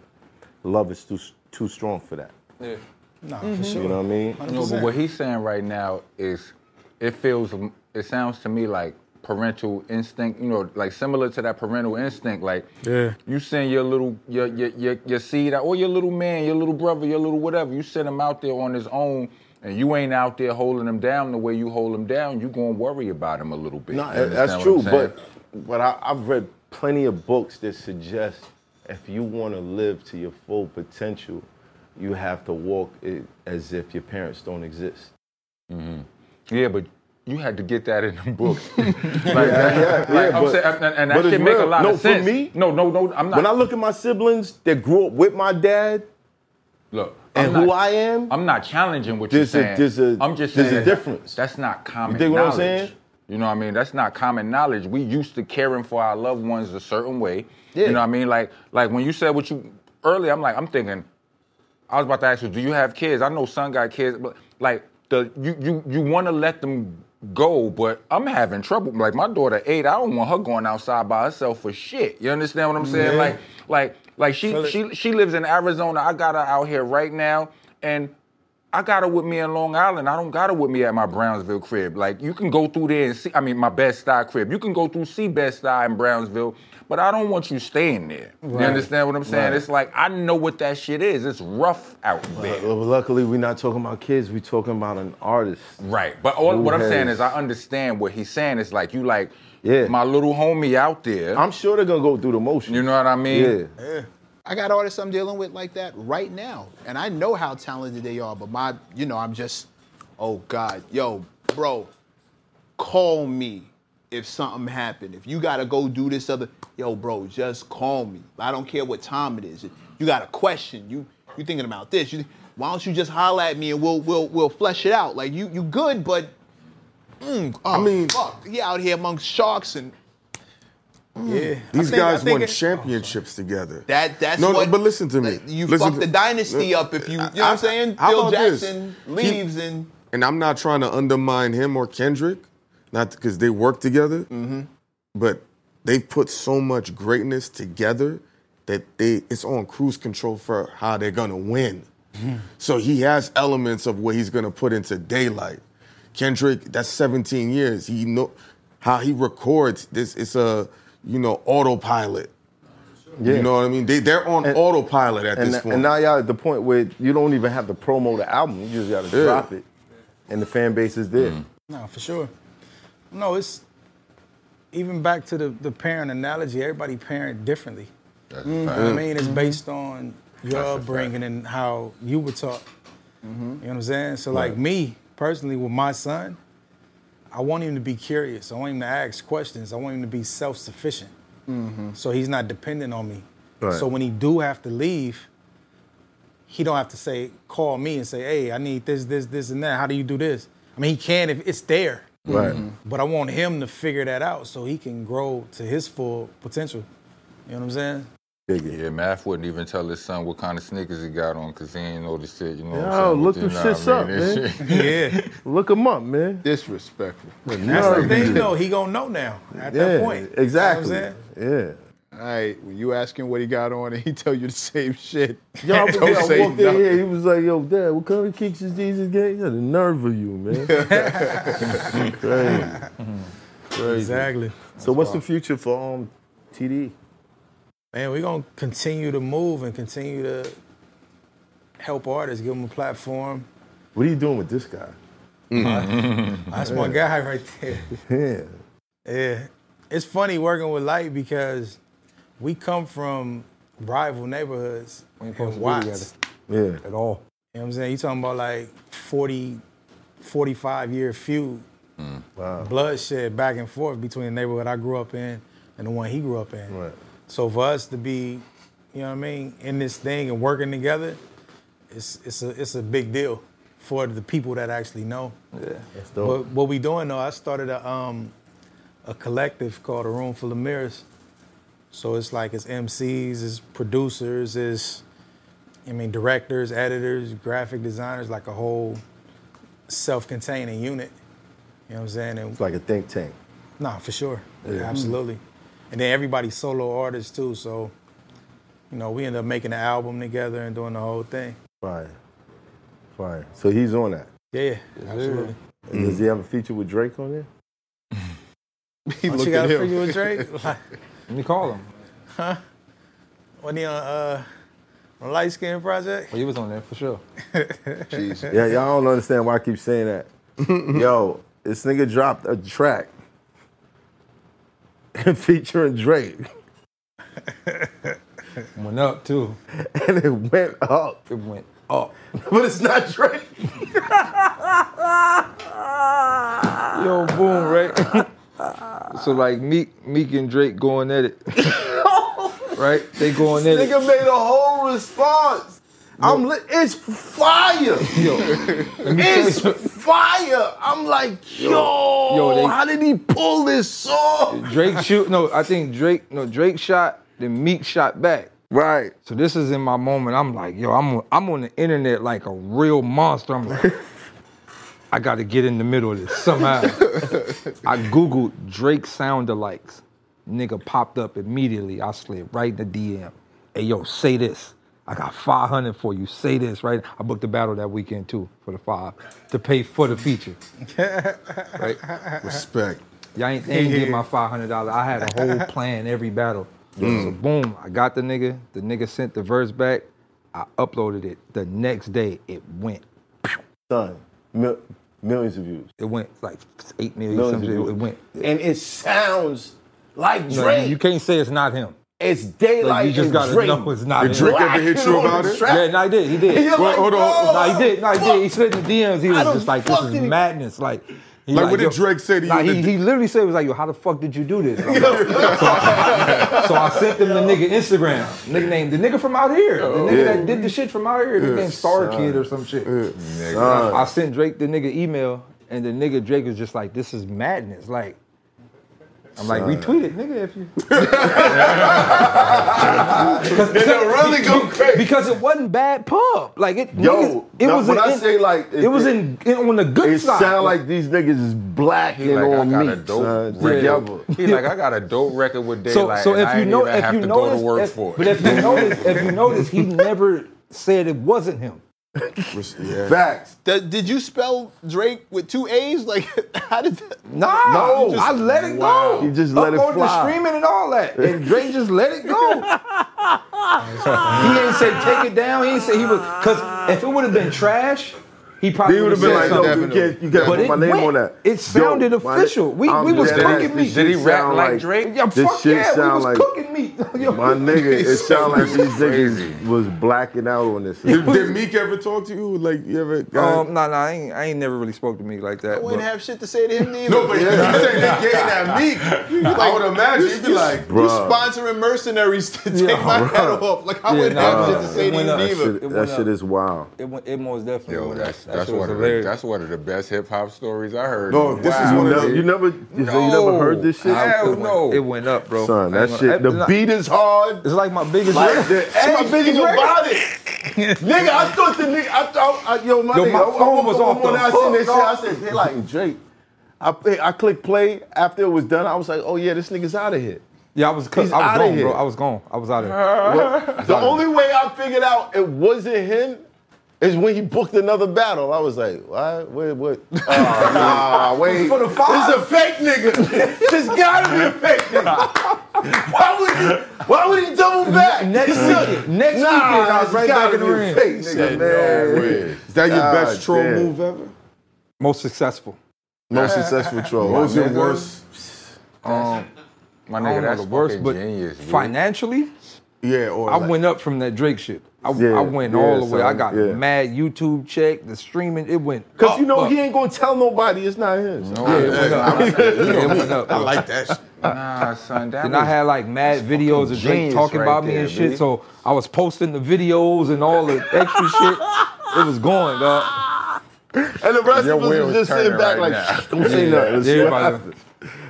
S2: love is too too strong for that.
S5: Yeah.
S3: Nah,
S4: Mm-hmm.
S2: for sure. You know what I mean?
S5: No, but what he's saying right now is, it feels, it sounds to me like parental instinct. You know, like similar to that parental instinct. Like,
S3: Yeah.
S5: you send your little your your your, your seed out, or your little man, your little brother, your little whatever. You send him out there on his own, and you ain't out there holding him down the way you hold him down. You gonna worry about him a little bit.
S2: No,
S5: You
S2: that-
S5: understand
S2: that's
S5: what
S2: true.
S5: I'm saying?
S2: But but I, I've read plenty of books that suggest if you want to live to your full potential, you have to walk it as if your parents don't exist.
S5: Mm-hmm. Yeah, but you had to get that in the book. like,
S2: yeah, yeah,
S5: like,
S2: yeah,
S5: I'm
S2: but-
S5: saying, and, and
S2: but
S5: that
S2: it's
S5: shit make a
S2: real.
S5: lot
S2: No,
S5: of sense.
S2: For me,
S5: no, no, no. I'm not.
S2: When I look at my siblings that grew up with my dad,
S5: Look,
S2: and
S5: I'm
S2: who
S5: not-
S2: I am,
S5: I'm not challenging what
S2: There's a-
S5: you're saying.
S2: there's a-
S5: I'm just
S2: there's a
S5: saying
S2: difference.
S5: That's not common
S2: dig what I'm
S5: knowledge.
S2: saying?
S5: You know what I mean? That's not common knowledge. We used to caring for our loved ones a certain way.
S2: Yeah.
S5: You know what I mean? Like, like when you said what you earlier, I'm like, I'm thinking, I was about to ask you, do you have kids? I know son got kids, but like the you you you want to let them go, but I'm having trouble. Like my daughter eight, I don't want her going outside by herself for shit. You understand what I'm saying?
S3: Yeah.
S5: Like like like she
S3: Feel it.
S5: she she lives in Arizona. I got her out here right now, and I got it with me in Long Island. I don't got it with me at my Brownsville crib. Like you can go through there and see. I mean, my Best Buy crib. You can go through see Best Buy in Brownsville, but I don't want you staying there.
S2: Right.
S5: You understand what I'm saying?
S2: Right.
S5: It's like I know what that shit is. It's rough out there.
S2: Well, luckily, we're not talking about kids. We're talking about an artist.
S5: Right. But all,
S2: Who
S5: what I'm saying
S2: has-
S5: is I understand what he's saying. It's like you like
S2: Yeah.
S5: my little homie out there.
S2: I'm sure they're gonna go through the motions.
S5: You know what I mean?
S2: Yeah.
S1: I got artists I'm dealing with like that right now, and I know how talented they are. But my, you know, I'm just, oh God, yo, bro, call me if something happened. If you gotta go do this other, yo, bro, just call me. I don't care what time it is. You got a question? You you thinking about this? You, why don't you just holler at me and we'll we'll we'll flesh it out? Like you you good, but mm, oh, I mean, fuck, he out here amongst sharks and mm.
S3: Yeah. I
S9: These
S3: think- I
S9: guys
S3: think
S9: won
S3: it-
S9: championships together.
S1: Hmm. That that's
S9: no,
S1: what.
S9: no, but listen to me.
S1: You
S9: Listen
S1: fuck
S9: to-
S1: the dynasty up if you. You know what I'm saying?
S9: how
S1: Bill
S9: about this?
S1: Jackson
S9: He-
S1: leaves and
S9: and I'm not trying to undermine him or Kendrick, not because they work together,
S1: Mm-hmm.
S9: but they've put so much greatness together that they it's on cruise control for how they're gonna win.
S3: Mm-hmm.
S9: so he has elements of what he's gonna put into daylight. Kendrick, that's 17 years. He know how he records this. It's a you know autopilot.
S2: Yeah.
S9: You know what I mean? They they're on autopilot at
S2: and,
S9: this point.
S2: and now y'all at the point where you don't even have to promo the album. You just gotta
S9: Yeah.
S2: drop it, and the fan base is there.
S3: No, for sure. No, it's even back to the, the parent analogy. Everybody parent differently.
S5: That's
S3: You know what I mean, it's based on your
S5: That's a fact.
S3: upbringing and how you were taught. You know what I'm saying? So, like
S5: Right.
S3: me personally, with my son, I want him to be curious. I want him to ask questions. I want him to be self sufficient. So he's not dependent on me.
S2: Right.
S3: So when he do have to leave, he don't have to say call me and say, "Hey, I need this, this, this, and that. How do you do this?" I mean, he can if it's there.
S2: Right. Mhm.
S3: But I want him to figure that out so he can grow to his full potential. You know what I'm saying?
S5: Yeah, Math wouldn't even tell his son what kind of sneakers he got on because he ain't know the shit. You know what I'm
S2: Yo,
S5: saying?
S2: look
S5: You
S2: them
S5: know what
S2: shits
S5: I
S2: up,
S5: mean?
S2: man.
S5: It's-
S3: yeah.
S2: Look them up, man.
S1: disrespectful.
S3: That's the thing, though. He gonna know now at that
S2: Yeah,
S3: point.
S2: exactly.
S3: You know what I'm saying?
S2: Yeah.
S1: All right, when you ask him what he got on and he tell you the same shit,
S2: Yo, I,
S1: don't
S2: I
S1: say
S2: walked in
S1: nothing.
S2: here, he was like, yo, dad, what kind of kicks is these again? You got the nerve of you, man. Crazy. Crazy.
S3: Exactly.
S2: So what's the future for um, TD?
S3: Man, we're gonna continue to move and continue to help artists, give them a platform.
S2: What are you doing with this guy?
S3: Mm-hmm. That's my guy right there.
S2: Yeah.
S3: Yeah. It's funny working with Light because we come from rival neighborhoods
S4: We ain't
S3: in
S4: supposed to be
S3: Watts.
S2: Yeah.
S4: at all.
S3: You know what I'm saying? You talking about like 40, 45 year feud,
S2: Wow.
S3: bloodshed back and forth between the neighborhood I grew up in and the one he grew up in.
S2: Right.
S3: So for us to be, you know what I mean, in this thing and working together, it's it's a it's a big deal for the people that actually know.
S4: Yeah.
S2: That's dope.
S3: But what we doing though, I started a um a collective called A Room Full of Mirrors. So it's like it's MCs, it's producers, it's I mean directors, editors, graphic designers, like a whole self-containing unit. You know what I'm saying? And
S2: It's like a think tank.
S3: Nah, for sure. Absolutely. And then everybody's solo artists too, so you know, we end up making an album together and doing the whole thing.
S2: Fine. Fine. So he's on that.
S3: Yeah, absolutely.
S2: And Does he have a feature with Drake on there?
S1: He
S3: What
S1: looked
S3: you got
S1: at
S3: to
S1: him.
S3: figure with Drake? Like,
S4: Let me call him.
S3: when he on uh on light skin project?
S4: Well, Oh, he was on there for sure.
S1: Jesus.
S2: Yeah, y'all don't understand why I keep saying that. Yo, this nigga dropped a track featuring Drake.
S4: Went up too.
S2: And it went up. Oh.
S4: It went up.
S2: But it's not Drake.
S4: Yo, boom, right? so like Meek, Meek and Drake going at it. right? They going at it.
S2: Nigga made a whole response. I'm li- it's fire. it's fire. I'm like, yo,
S4: Yo, they-
S2: how did he pull this off?
S4: Drake shoot. No, I think Drake. No, Drake shot. Then Meek shot back.
S2: Right.
S4: So this is in my moment. I'm like, yo, I'm on- I'm on the internet like a real monster. I'm like, I got to get in the middle of this somehow. I googled Drake sound alikes. Nigga popped up immediately. I slid right in the DM. Hey yo, say this. I got 500 for you. Say this, right? I booked a battle that weekend too for the five to pay for the feature. right?
S9: Respect.
S4: Y'all ain't, they ain't get my $500. I had a whole plan every battle.
S9: Mm.
S4: So boom, I got the nigga. The nigga sent the verse back. I uploaded it. The next day, it went.
S2: Son, mil- millions of views.
S4: It went like 8 million.
S2: Millions
S4: some
S2: of
S4: shit.
S2: views.
S4: It went.
S2: And it sounds like
S4: No,
S2: Drake.
S4: you- you can't say it's not him.
S2: It's daylight.
S4: Like, you just
S2: and
S4: gotta
S2: Drake
S4: know it's not.
S2: Did
S4: him.
S2: Drake ever hit you about it?
S4: Yeah, no, he did. He did.
S2: And you're Well, like, hold on. bro,
S4: Nah, he did. No, he did. He slid in the DMs. He
S2: I
S4: was
S2: don't
S4: just like, "This is
S2: fucking-
S4: madness." Like, he
S9: Like, what did
S4: yo-
S9: Drake say to you
S4: Nah,
S9: in
S4: he,
S9: the-
S4: he literally said, "He was like, yo, how the fuck did you do this?" I'm like, so, I, so I sent him the nigga Instagram. Nigga named the nigga from out here. The nigga
S2: Yeah.
S4: that did the shit from out here. His
S2: Yeah,
S4: name Star
S2: son.
S4: Kid or some shit.
S2: Yeah,
S4: I, I
S2: son.
S4: sent Drake the nigga email, and the nigga Drake was just like, "This is madness." Like. I'm like,
S2: Son.
S4: retweet it, nigga, if you.
S2: They done really go crazy.
S4: Because it wasn't bad pub. Like it,
S2: Yo,
S4: nigga, it
S2: no,
S4: was
S2: when
S4: an-
S2: I say like,
S4: it, was in, in- on the good
S2: it
S4: side.
S2: sound like these niggas is blacking
S5: He like, I
S2: on
S5: got
S2: me.
S5: a
S2: son,
S5: dope record.
S2: together.
S5: He like, I got a dope record with
S4: so,
S5: Daylight.
S4: so
S5: and
S4: if
S5: I
S4: you
S5: ain't
S4: know,
S5: even
S4: if
S5: have
S4: you
S5: to
S4: notice,
S5: go to work
S4: if-
S5: for it.
S4: but if you notice, if you notice, he never said it wasn't him.
S9: Yeah.
S2: Facts.
S1: Th- did you spell Drake with two A's? Like, how did that?
S4: Nah,
S2: No.
S4: I let it
S2: Wow.
S4: go.
S2: You just let it
S4: Uploaded the
S2: fly.
S4: streaming and all that, and Drake just let it go. he ain't say take it down. He ain't say he was because if it would have been trash, he probably
S2: He
S4: would have
S2: been
S4: said
S2: like,
S4: something.
S2: "Yo, you can't, you
S4: But
S2: can't put
S4: it
S2: my name
S4: went.
S2: on that."
S4: It sounded
S2: Yo, my-
S4: official. We-
S2: I'm
S4: we was
S2: dead ass.
S4: cooking meat.
S2: This
S4: Did he
S2: shit
S4: rap
S2: sound
S4: like Drake? Yeah,
S2: this
S4: fuck
S2: shit
S4: yeah, we
S2: sound
S4: was
S2: like,
S4: cooking meat. Yo.
S2: My nigga, it sound like these niggas was blacking out on this.
S9: Did, did Meek ever talk to you? Like you ever? Got,
S4: Um, nah, nah, I ain't, I ain't never really spoke to me like that.
S1: I wouldn't
S4: but-
S1: have shit to say to him neither.
S9: no, but you say they gave that Meek. I would imagine you'd be like,
S1: You
S2: Bruh.
S1: sponsoring mercenaries to take
S4: Yeah.
S1: my head
S2: Bruh.
S1: off. Like, I
S4: Yeah,
S1: wouldn't
S4: nah,
S1: have
S4: nah, nah.
S1: shit to say
S4: It
S1: to
S4: went
S1: him
S4: up.
S1: neither.
S4: It
S2: That,
S4: went
S2: shit
S4: up.
S2: is wild.
S4: It, wa- it most definitely.
S5: Yo,
S4: went up.
S5: that's
S4: That
S5: that's
S4: shit was
S5: one of the,
S4: hilarious.
S5: that's one of the best hip hop stories I heard.
S9: No, this is
S2: You,
S9: one of
S2: never,
S9: the-
S2: you never, you say you never heard this shit?
S5: No. Hell no.
S4: It went up, bro.
S2: Son,
S4: I
S2: that
S4: ain't gonna-
S2: shit. The
S4: it's like-
S2: beat is hard.
S4: It's like my biggest.
S2: Like
S4: my
S2: the
S4: biggest
S2: everything
S4: record.
S2: about it. nigga, I thought the nigga, I thought, I, yo, my
S4: Yo,
S2: nigga,
S4: my
S2: I-
S4: phone
S2: I, woke
S4: was
S2: up
S4: off
S2: one morning,
S4: the
S2: I seen this shit,
S4: hook,
S2: I said, they like Drake. I, play- I clicked play after it was done. I was like, oh yeah, this nigga's out of here.
S4: Yeah, I was, I was
S2: He's outta
S4: gone,
S2: here.
S4: bro. I was gone. I was out of here.
S2: The only way I figured out it wasn't him is when he booked another battle. I was like, what? Wait, what? Oh, nah, wait.
S4: For the five.
S2: This is a fake nigga. this gotta be a fake nigga. Why would he, why would he double back?
S4: Next
S2: This is-
S4: weekend. Next
S2: nah,
S4: weekend, I was
S2: this
S4: right
S2: gotta
S4: back in the
S2: be a
S4: ring.
S2: Fake nigga,
S9: Said,
S2: man.
S9: no way. Is that your
S2: God
S9: best troll
S2: damn.
S9: move ever?
S4: Most successful.
S2: Most successful troll.
S9: What was your
S2: nigga.
S9: worst?
S4: Um,
S5: my
S4: I
S5: nigga,
S4: don't know
S5: that's
S4: the worst,
S5: fucking
S4: but
S5: genius. dude.
S4: financially,
S9: Yeah, or
S4: I
S9: like,
S4: went up from that Drake shit. I,
S2: Yeah,
S4: I went
S2: yeah,
S4: all the way. I
S2: son,
S4: got
S2: yeah.
S4: mad YouTube check, the streaming. It went.
S2: Cause
S4: up,
S2: you know
S4: up.
S2: he ain't gonna tell nobody it's not his.
S4: Yeah, it went up. I- yeah, it went up.
S9: I like that. shit.
S5: Nah, son, that
S4: And I
S5: was-
S4: had like mad videos of Drake
S5: genius
S4: talking
S5: right
S4: about me
S5: there,
S4: and shit.
S5: B.
S4: So I was posting the videos and all the extra shit. It was going, dog.
S2: And the rest
S5: Your
S2: of us
S5: wheel
S2: was
S5: is
S2: just sitting
S5: turning
S2: back
S5: right
S2: like,
S5: now.
S2: "Shh, don't say nothing. Let's see what
S4: Everybody-
S2: happens.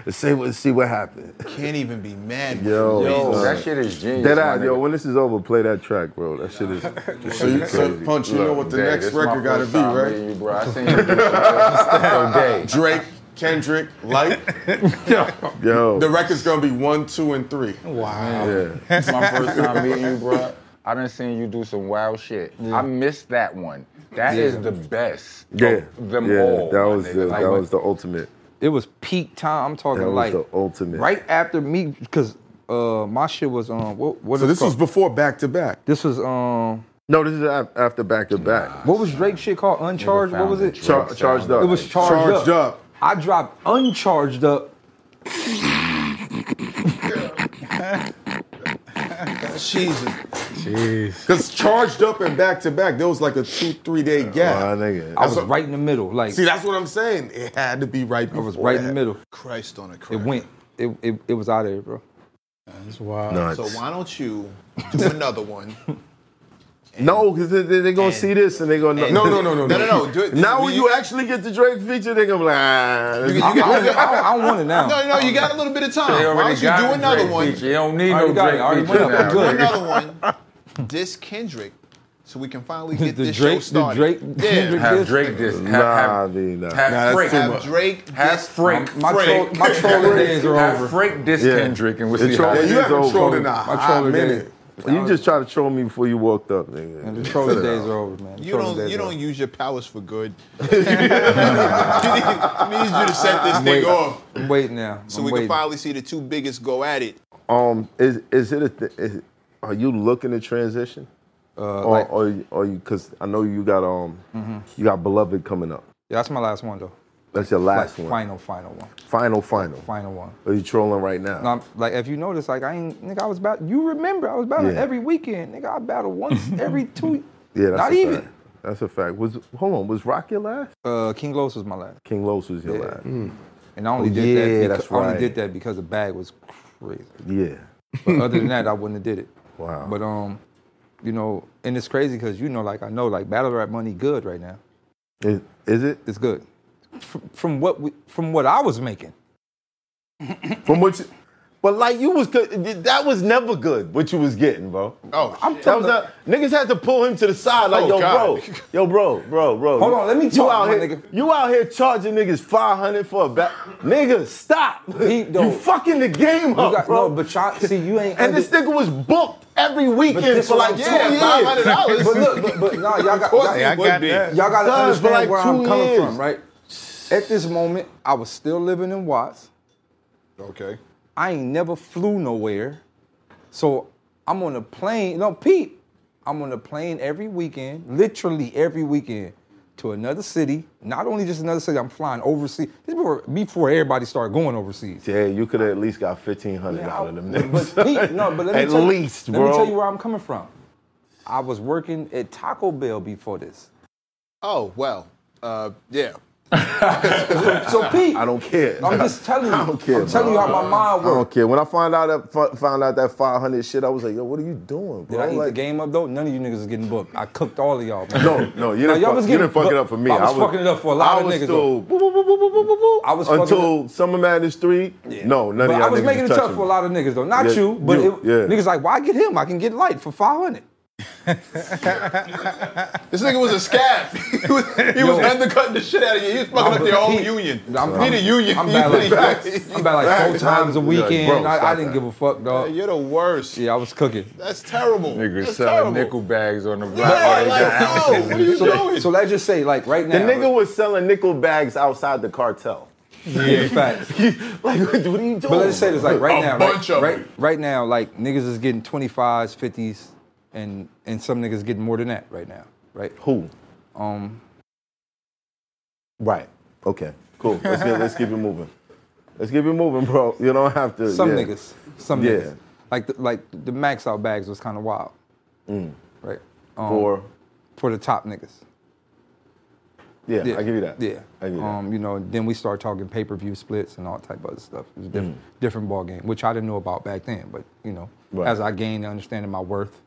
S2: Let's see what, see what happens.
S1: Can't even be mad.
S2: Yo,
S5: Yo,
S2: son.
S5: that shit is genius.
S2: Dead
S5: my
S2: eye, yo.
S5: nigga.
S2: When this is over, play that track, bro. That shit is.
S9: So, you, so punch, you know what the
S5: Dang,
S9: next
S5: this my
S9: record gotta
S5: first
S9: be,
S5: time
S9: right?
S5: meeting You, bro. I seen you. do some shit. So, Dave,
S9: Drake, Kendrick, Light.
S2: Yo,
S9: The record's gonna be one, two, and three.
S3: Wow.
S2: yeah.
S5: It's my first time meeting you, bro. I done seen you do some wild shit. I missed that one. That is the best.
S2: Yeah,
S5: Of them
S2: yeah,
S5: all.
S2: that
S5: my
S2: was
S5: nigga.
S2: the,
S5: Like,
S2: that
S5: when-
S2: was the ultimate.
S4: It was peak time. I'm talking
S2: That was
S4: like
S2: the ultimate.
S4: Right after me, because uh, my shit was um, what, what
S9: So
S4: is
S9: this was
S4: called?
S9: before back to back.
S4: this was um,
S2: No, this is af- after back to back.
S4: what was Drake shit called? Uncharged. What was it?
S2: Char- charged up.
S4: It was charged,
S9: Charged up.
S4: I dropped uncharged up.
S1: Jesus.
S9: Because charged up and back to back, there was like a two, three day
S2: My
S9: gap.
S2: nigga.
S4: I was
S9: That's a-
S4: right in the middle. Like
S9: See, that's what I'm saying. It had to be right
S4: I
S9: before.
S4: was right in the
S9: that.
S4: middle.
S1: Christ on a crack.
S4: It went. It it, it was out of there, bro.
S3: That's wild.
S2: Nuts.
S1: So why don't you do another one?
S2: no, because they, they, they gonna see this and they gonna know.
S9: No, no, no, no,
S1: No, no, no. Do it-
S2: Now when
S1: we-
S2: you actually get the Drake feature, they gonna be like, ah. this
S1: You
S2: is-
S4: I, I,
S1: got-
S4: don't- I don't, I don't want it now.
S1: No, no, you got a little bit of
S5: They
S1: time. Why
S5: already
S1: don't you
S5: got
S1: do
S5: the
S1: another
S5: Drake
S1: one?
S5: feature. You don't need no
S4: Already got it.
S5: Drake
S4: Already
S5: feature
S4: went up.
S5: now.
S4: I'm good.
S1: Do another one. Diss Kendrick, so we can finally get
S4: The
S1: this
S4: Drake- the
S1: show started.
S4: Drake- Kendrick-
S1: yeah.
S5: Have Drake this. Have,
S2: Nah, I
S5: have,
S2: mean,
S5: have
S2: nah.
S9: Nah, that's
S5: Drake.
S9: too
S5: Have
S9: much.
S1: Drake,
S5: Have
S1: diss-
S5: Frank.
S4: My troll,
S5: Frank.
S4: my trolling days are
S5: have
S4: over.
S5: Frank this
S2: Yeah.
S5: Kendrick and we'll
S2: The
S5: see
S2: troll-
S5: how
S9: Yeah,
S5: it
S9: you
S2: It's
S9: haven't
S2: over.
S9: trolled in a
S4: My
S9: hot
S4: troller
S9: minute.
S4: did.
S2: You just try to troll me before you walked up, nigga.
S4: And the trolling days are over, man. The
S1: You
S4: trolling
S1: don't
S4: days
S1: you
S4: are
S1: don't use your powers for good. needs you to set this
S4: I'm
S1: thing
S4: waiting.
S1: off
S4: I'm waiting now.
S1: so
S4: I'm
S1: we
S4: waiting.
S1: can finally see the two biggest go at it.
S2: Um, is is it? A th- is, are you looking to transition? Uh, or,
S4: like-
S2: or, or you? Because I know you got um, you got beloved coming up.
S4: Yeah, Mm-hmm. that's my last one though.
S2: That's your last
S4: Like,
S2: one.
S4: Final, final one.
S2: Final, final.
S4: Final one.
S2: Are you trolling right now?
S4: No, I'm- like if you notice, like I ain't nigga, I was about you remember I was battling
S2: Yeah.
S4: every weekend, nigga. I battle once every two.
S2: yeah, that's
S4: not
S2: a
S4: even.
S2: Fact. That's a fact. Was hold on? Was Rock your last?
S4: Uh, King Los was my last,
S2: King Los was your
S4: Yeah.
S2: last.
S1: Hmm.
S4: and I only
S2: Oh,
S4: did
S2: yeah,
S4: that. Because,
S2: that's
S4: I
S2: right.
S4: only did that because the bag was crazy.
S2: Yeah.
S4: But other than that, I wouldn't have did it.
S2: Wow.
S4: But um, you know, and it's crazy because you know, like I know, like battle rap money good right now.
S2: Is, is it
S4: It's good. From, from what we, from what I was making.
S2: from what? You, but like you was good. That was never good. What you was getting, bro.
S1: Oh,
S2: I'm that was not, niggas had to pull him to the side like
S1: Oh,
S2: yo
S1: God.
S2: bro, yo bro, bro, bro.
S4: Hold on, let me
S2: Oh, You
S4: talk,
S2: out
S4: my
S2: here,
S4: nigga.
S2: you out here charging niggas five hundred for a back, nigga. Stop.
S4: He
S2: you
S4: don't-
S2: fucking the game up,
S4: You got,
S2: bro.
S4: no, but y'all see, you ain't.
S2: and this nigga was booked every weekend
S4: this
S2: for
S4: what
S2: like
S4: I'm
S2: two
S4: saying,
S1: $500.
S2: years.
S4: But look, but, but no, y'all got. y'all-
S1: Hey, I got that.
S4: Y'all gotta
S2: Sons for
S4: understand
S2: like
S4: where
S2: two
S4: I'm coming
S2: years.
S4: from, right? At this moment, I was still living in Watts.
S10: Okay.
S4: I ain't never flew nowhere. So I'm on a plane. No, Pete, I'm on a plane every weekend, literally every weekend, to another city. Not only just another city, I'm flying overseas. This before, before everybody started going overseas.
S2: Yeah, you could have at least got fifteen hundred
S4: Yeah,
S2: out of them
S4: I-
S2: niggas.
S4: But Pete, no, but let me
S2: at
S4: tell you-
S2: least,
S4: let
S2: bro.
S4: me tell you where I'm coming from. I was working at Taco Bell before this.
S1: Oh well, uh, yeah.
S4: So Pete,
S2: I don't care.
S4: I'm just telling you.
S2: I don't care.
S4: I'm telling you
S2: bro.
S4: how my mind
S2: I don't
S4: works.
S2: care. When I found out that fu- found out that five hundred shit, I was like, yo, what are you doing, bro?
S4: Did I eat the
S2: Like-
S4: game up though? None of you niggas is getting booked. I cooked all of y'all. man.
S2: No, no, you
S4: Now,
S2: didn't,
S4: y'all
S2: fuck,
S4: was
S2: you
S4: getting-
S2: didn't fuck it up for me.
S4: I was fucking it up for a lot
S2: I
S4: of
S2: was
S4: niggas, though.
S2: Still, boop, boop, boop, boop, boop, boop, boop,
S4: I was fucking
S2: until Summer Madness three. No, none of
S4: But
S2: y'all
S4: I was
S2: niggas
S4: making it
S2: touching
S4: tough for
S2: me.
S4: a lot of niggas though. Not
S2: Yeah,
S4: you, but
S2: you,
S4: it,
S2: yeah.
S4: niggas like, why get him? I can get light for five hundred.
S1: This nigga was a scab. he was, he was undercutting the shit out of you. He was fucking up your whole union. He the union.
S4: I'm
S1: You
S4: bad
S1: the
S4: like,
S1: union.
S4: I'm bad like four
S2: Facts.
S4: times a
S2: Yeah, bro,
S4: weekend. I, I
S2: stop
S4: didn't
S2: that.
S4: give a fuck, dog.
S1: You're the worst.
S4: Yeah, I was cooking.
S1: That's terrible.
S5: Niggas
S1: That's
S5: selling
S1: terrible.
S5: nickel bags on the block.
S1: Yeah, like, yo, what are you
S4: So,
S1: doing?
S4: so let's just say, like right
S2: The
S4: now,
S2: nigga was selling nickel bags outside the cartel.
S4: yeah, facts.
S2: like, what are you doing?
S4: But let's say this, like right
S1: A
S4: now,
S1: bunch
S4: right,
S1: of
S4: right,
S1: it.
S4: right now, like niggas is getting 25s, 50s, and and some niggas getting more than that right now, right?
S2: Who?
S4: Um,
S2: Right. Okay. Cool. Let's get, let's keep it moving. Let's keep it moving, bro. You don't have to.
S4: some
S2: yeah.
S4: niggas, some
S2: Yeah.
S4: niggas, like the, like the max out bags was kind of wild,
S2: Mm.
S4: right? Um,
S2: Or
S4: for the top niggas.
S2: yeah, I give you that.
S4: Yeah.
S2: I give you that.
S4: um, you know, then we start talking pay per view splits and all type of other stuff. It was a
S2: Mm.
S4: different, different ball game, which I didn't know about back then. But you know,
S2: Right.
S4: as I gained the understanding of my worth,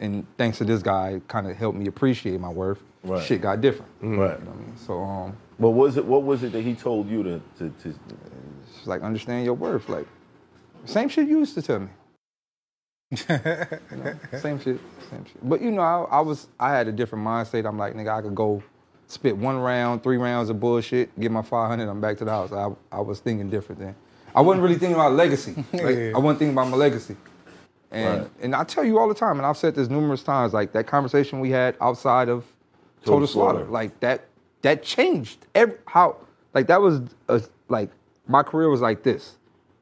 S4: and thanks to this guy, kind of helped me appreciate my worth.
S2: Right. Mm.
S4: Shit got different.
S2: Right.
S4: You know what I mean? So um,
S2: But was it? What was it that he told you to? to, to
S4: it's like understand your worth. Like same shit you used to tell me. You know, same shit, same shit. But you know, I, I was I had a different mindset. I'm like, nigga, I could go spit one round, three rounds of bullshit, get my 500, I'm back to the house. I, I was thinking different then. I wasn't really thinking about legacy. Like, I wasn't thinking about my legacy. And
S2: Right.
S4: and I tell you all the time, and I've said this numerous times, like that conversation we had outside of Total,
S2: Total
S4: Slaughter,
S2: Slaughter.
S4: like that that changed every how like that was a, like my career was like this.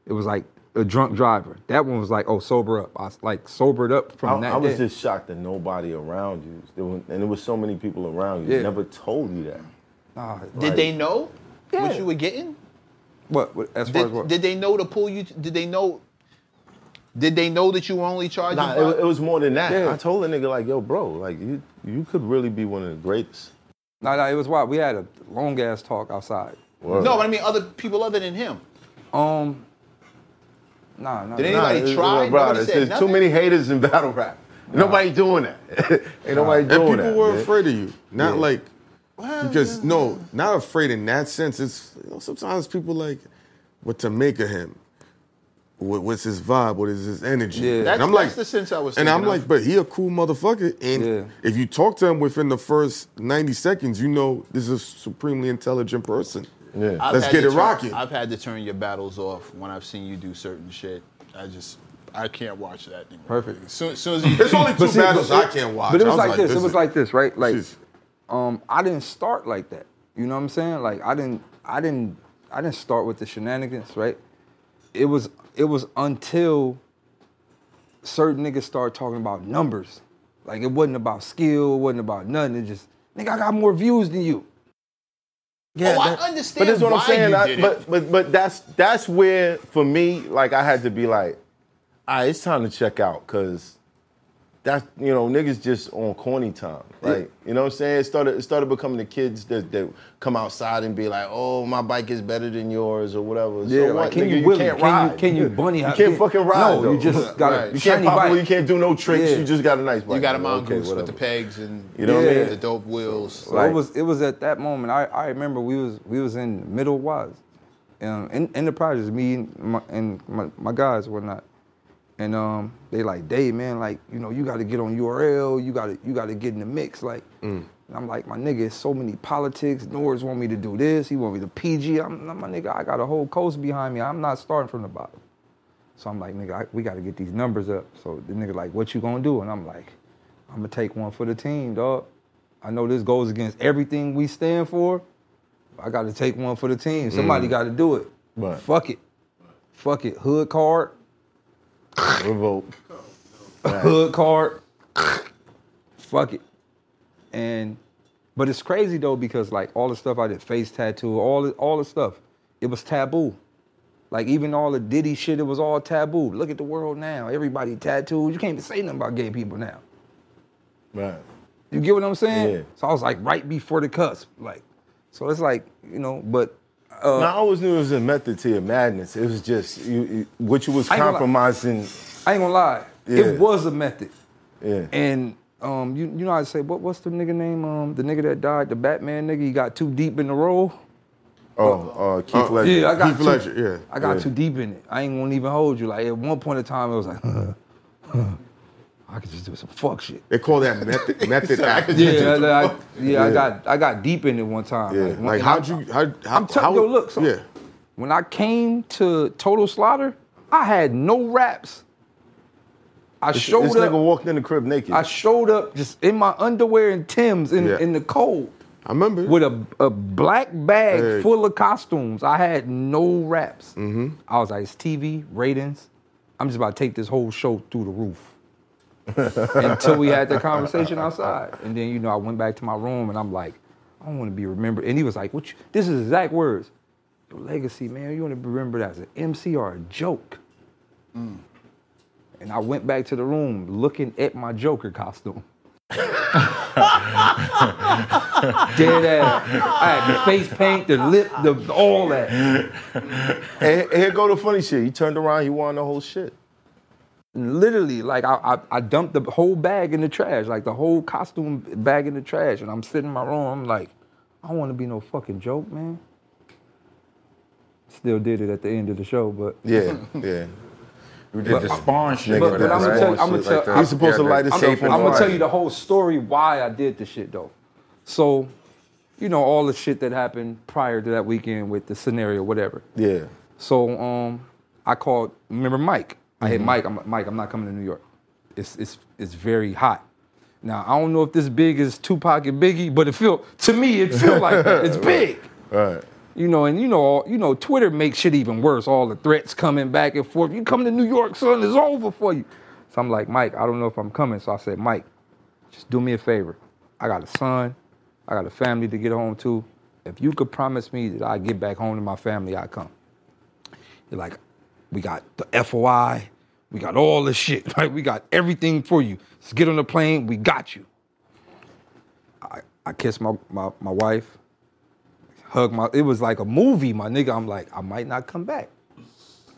S4: It was like a drunk driver. That one was like, oh, sober up. I was like sobered up from
S2: I,
S4: that
S2: I was
S4: day.
S2: just shocked that nobody around you, there were, and there was so many people around you,
S4: Yeah.
S2: never told you that.
S4: Nah,
S1: Did they know
S4: Yeah.
S1: what you were getting?
S4: what, what as far as
S1: Did,
S4: what?
S1: did they know to pull you? Did they know? Did they know that you were only charging?
S2: Nah,
S1: five-
S2: it, it was more than that.
S4: Yeah.
S2: I told the nigga like, yo, bro, like you, you could really be one of the greatest.
S4: no, no, it was wild. We had a long ass talk outside.
S2: Word.
S1: no, but I mean other people other than him.
S4: Um, nah, nah.
S1: Did
S4: nah.
S1: anybody
S2: it- it-
S1: tried?
S2: Bro,
S1: Nobody
S2: there's,
S1: said
S2: there's too
S1: nothing?
S2: many haters in battle rap. Nobody doing that. Ain't nobody doing
S9: And people
S2: that.
S9: were
S2: man.
S9: afraid of you. Not like because no, not afraid in that sense. It's you know, sometimes people like what to make of him. What, what's his vibe? What is his energy?
S4: Yeah.
S9: And
S1: That's-
S9: I'm like,
S1: that's the sense I was
S9: And I'm
S1: thinking
S9: like,
S1: of.
S9: but he a cool motherfucker. And
S4: Yeah.
S9: if you talk to him within the first 90 seconds, you know this is a supremely intelligent person.
S2: Yeah.
S1: I've
S9: Let's
S1: had
S9: get
S1: to
S9: it
S1: turn-
S9: rocking.
S1: I've had to turn your battles off when I've seen you do certain shit. I just I can't watch that anymore.
S4: Perfect.
S1: As soon, as soon as you,
S9: There's only two
S4: But see,
S9: battles
S4: but-
S9: I can't watch.
S4: But it
S9: I
S4: was, like, this. It
S9: is-
S4: was like this, right? Like, um, I didn't start like that. You know what I'm saying? Like, I didn't, I didn't, I didn't start with the shenanigans, right? It was, it was until certain niggas started talking about numbers. Like, it wasn't about skill, it wasn't about nothing. It just, nigga, I got more views than you.
S1: oh,
S9: that-
S1: I understand
S9: But that's what
S1: why
S9: I'm saying.
S1: you
S9: I-
S1: did it.
S9: but but but that's that's where for me, like I had to be like, all right, it's time to check out because that's you know niggas just on corny time. Like you know what I'm saying. It started it started becoming the kids that, that come outside and be like, oh, my bike is better than yours or whatever.
S4: Yeah,
S9: so
S4: like,
S9: what?
S4: can
S9: nigga,
S4: you
S9: you
S4: willy?
S9: can't
S4: Can you-
S9: ride.
S4: can you bunny
S9: You
S4: hop?
S9: can't
S4: Yeah.
S9: fucking ride.
S4: No, you
S9: though.
S4: just got a
S9: You can't
S4: shiny
S9: pop
S4: bike.
S9: over, You can't do no tricks.
S4: Yeah.
S9: You just got a nice bike.
S1: you got a
S9: Like, okay,
S1: mongoose with the
S9: whatever.
S1: pegs and
S9: You know what I mean?
S1: the dope wheels.
S4: So it was it was at that moment. I, I remember we was we was in Middle Wise, um, in in the projects, me and my, and my, my guys were not, and um, they like, Dave, man, like you know, you got to get on URL, you got to you got to get in the mix, like. And I'm like, my nigga, it's so many politics. Norris want me to do this. He want me to PG. I'm, I'm my nigga. I got a whole coast behind me. I'm not starting from the bottom. So I'm like, nigga, I, we got to get these numbers up. So the nigga like, what you gonna do? And I'm like, I'm gonna take one for the team, dog. I know this goes against everything we stand for. I got to take one for the team. Somebody got to do it.
S9: Right.
S4: Fuck it. Fuck it. Hood card.
S9: revolt.
S4: Hood card. Fuck it. And but it's crazy though because like all the stuff I did, face tattoo, all the, all the stuff, it was taboo. Like even all the Diddy shit, it was all taboo. Look at the world now. Everybody tattooed. You can't even say nothing about gay people now.
S9: Right.
S4: You get what I'm saying?
S9: Yeah.
S4: So I was like right before the cusp. Like, so it's like, you know, but uh,
S9: No, I always knew it was a method to your madness. It was just you, you, what you was
S4: I ain't gonna lie.
S9: compromising.
S4: I ain't gonna lie.
S9: Yeah.
S4: It was a methid.
S9: Yeah.
S4: And um, you you know how I say what what's the nigga name? Um, the nigga that died, the Batman nigga, he got too deep in the role.
S9: Oh, uh, Keith Ledger.
S4: Yeah, I got
S9: Keith
S4: too,
S9: Ledger. Yeah,
S4: I got
S9: yeah.
S4: too deep in it. I ain't gonna even hold you. Like at one point in time, it was like, I could just do some fuck shit.
S9: They call that method method acting.
S4: Yeah, like, I, yeah, I got I got deep in it one time.
S9: Yeah.
S4: one-
S9: Like
S4: and
S9: how'd
S4: I-
S9: you how how
S4: I'm telling
S9: how-
S4: you, look, so-
S9: yeah.
S4: When I came to Total Slaughter, I had no raps. I
S9: This,
S4: showed
S9: this
S4: up.
S9: nigga walked in the crib naked.
S4: I showed up just in my underwear and Tim's in,
S9: Yeah.
S4: in the cold
S9: I remember.
S4: with a, a black bag
S9: Hey. Mm-hmm.
S4: full of costumes. I had no raps. I was like, it's TV, ratings. I'm just about to take this whole show through the roof. Until we had that conversation outside. And then, you know, I went back to my room and I'm like, I don't want to be remembered. And he was like, what you, this is exact words. Your legacy, man, you want to be remembered as an MC or a joke. And I went back to the room looking at my Joker costume. Dead ass. I had the face paint, the lip, the all that.
S9: and, and here go the funny shit. He turned around. He won the whole shit.
S4: And literally, like I, I, I dumped the whole bag in the trash, like the whole costume bag in the trash. And I'm sitting in my room. I'm like, I don't want to be no fucking joke, man. Still did it at the end of the show, but
S9: Yeah, yeah.
S5: You did the spawn shit.
S4: But-
S5: for
S4: but
S5: that,
S4: I'ma
S5: right?
S4: tell you- I'ma
S5: Shit
S4: tell-
S5: that.
S4: He's supposed
S9: to
S5: Yeah,
S9: light
S5: that
S9: his
S5: tape
S9: safe
S5: and
S9: on
S4: I'm gonna
S9: fire.
S4: tell you the whole story why I did the shit though. So, you know all the shit that happened prior to that weekend with the scenario, whatever.
S9: Yeah.
S4: So um, I called. Remember Mike? I
S5: Mm-hmm.
S4: hit Mike. I'm like, Mike. I'm not coming to New York. It's it's it's very hot. Now I don't know if this big is Tupac and Biggie, but it feel to me it feel like that. It's big.
S9: Right.
S4: You know, and you know, all- you know, Twitter makes shit even worse. All the threats coming back and forth. You come to New York, son, it's over for you. So I'm like, Mike, I don't know if I'm coming. So I said, Mike, just do me a favor. I got a son, I got a family to get home to. If you could promise me that I get back home to my family, I come. You're like, we got the FOI, we got all this shit, right? We got everything for you. Just get on the plane, we got you. I, I kissed my, my, my wife, hug my, it was like a movie, my nigga. I'm like, I might not come back.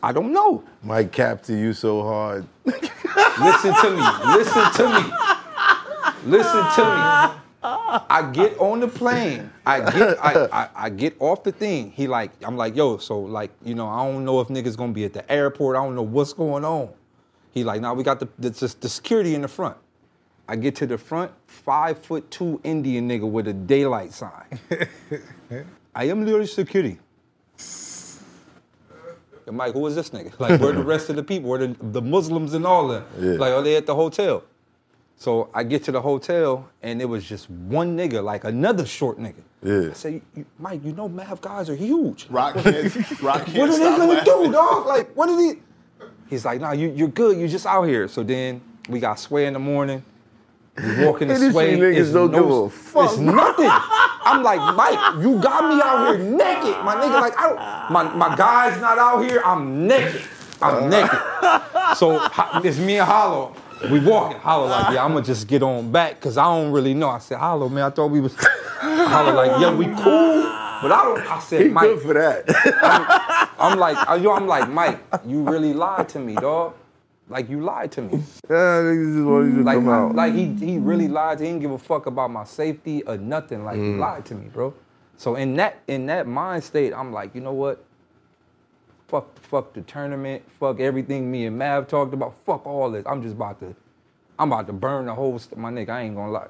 S4: I don't know.
S9: Mike capped to you so hard.
S4: Listen to me. Listen to me. Listen to me. I get on the plane. I get I, I, I get off the thing. He like, I'm like, yo, so like, you know, I don't know if niggas gonna be at the airport. I don't know what's going on. He like, now we got the the, the the security in the front. I get to the front, five foot two Indian nigga with a daylight sign. I am literally security. Yo, Mike, who is this nigga? Like, where the rest of the people? Where the, the Muslims and all that?
S2: Yeah.
S4: Like, are they at the hotel? So I get to the hotel and it was just one nigga, like another short nigga.
S2: Yeah.
S4: I say, "You- Mike, you know Mav guys are huge.
S2: Rock can't, Rock can't
S4: What are
S2: stop
S4: they gonna
S2: laughing.
S4: do, dog? Like, what are they? He's like, nah, you, you're good. You're just out here. So then we got sway in the morning. We walk in the
S2: Industry
S4: sway.
S2: niggas
S4: it's
S2: don't
S4: no-
S2: give a fuck.
S4: It's nothing. I'm like, Mike, you got me out here naked, my nigga. Like, I don't. My my guy's not out here. I'm naked.
S2: Uh.
S4: I'm naked. So ho- it's me and Hollow. We walking. Hollow like, yeah, I'ma just get on back because I don't really know. I said, Hollow, man, I thought we was. Hollow like, yeah, we cool, but I don't. I said,
S2: He
S4: Mike,
S2: good for that.
S4: I'm like, I- yo, I'm like, Mike, you really lied to me, dog. Like you lied to me.
S2: yeah, niggas just want you to
S4: Like,
S2: come
S4: I-
S2: out.
S4: like he he really lied. To, he didn't give a fuck about my safety or nothing. Like
S2: Mm.
S4: he lied to me, bro. So in that in that mind state, I'm like, you know what? Fuck fuck the tournament. Fuck everything me and Mav talked about. Fuck all this. I'm just about to, I'm about to burn the whole. St- my nigga, I ain't gonna lie.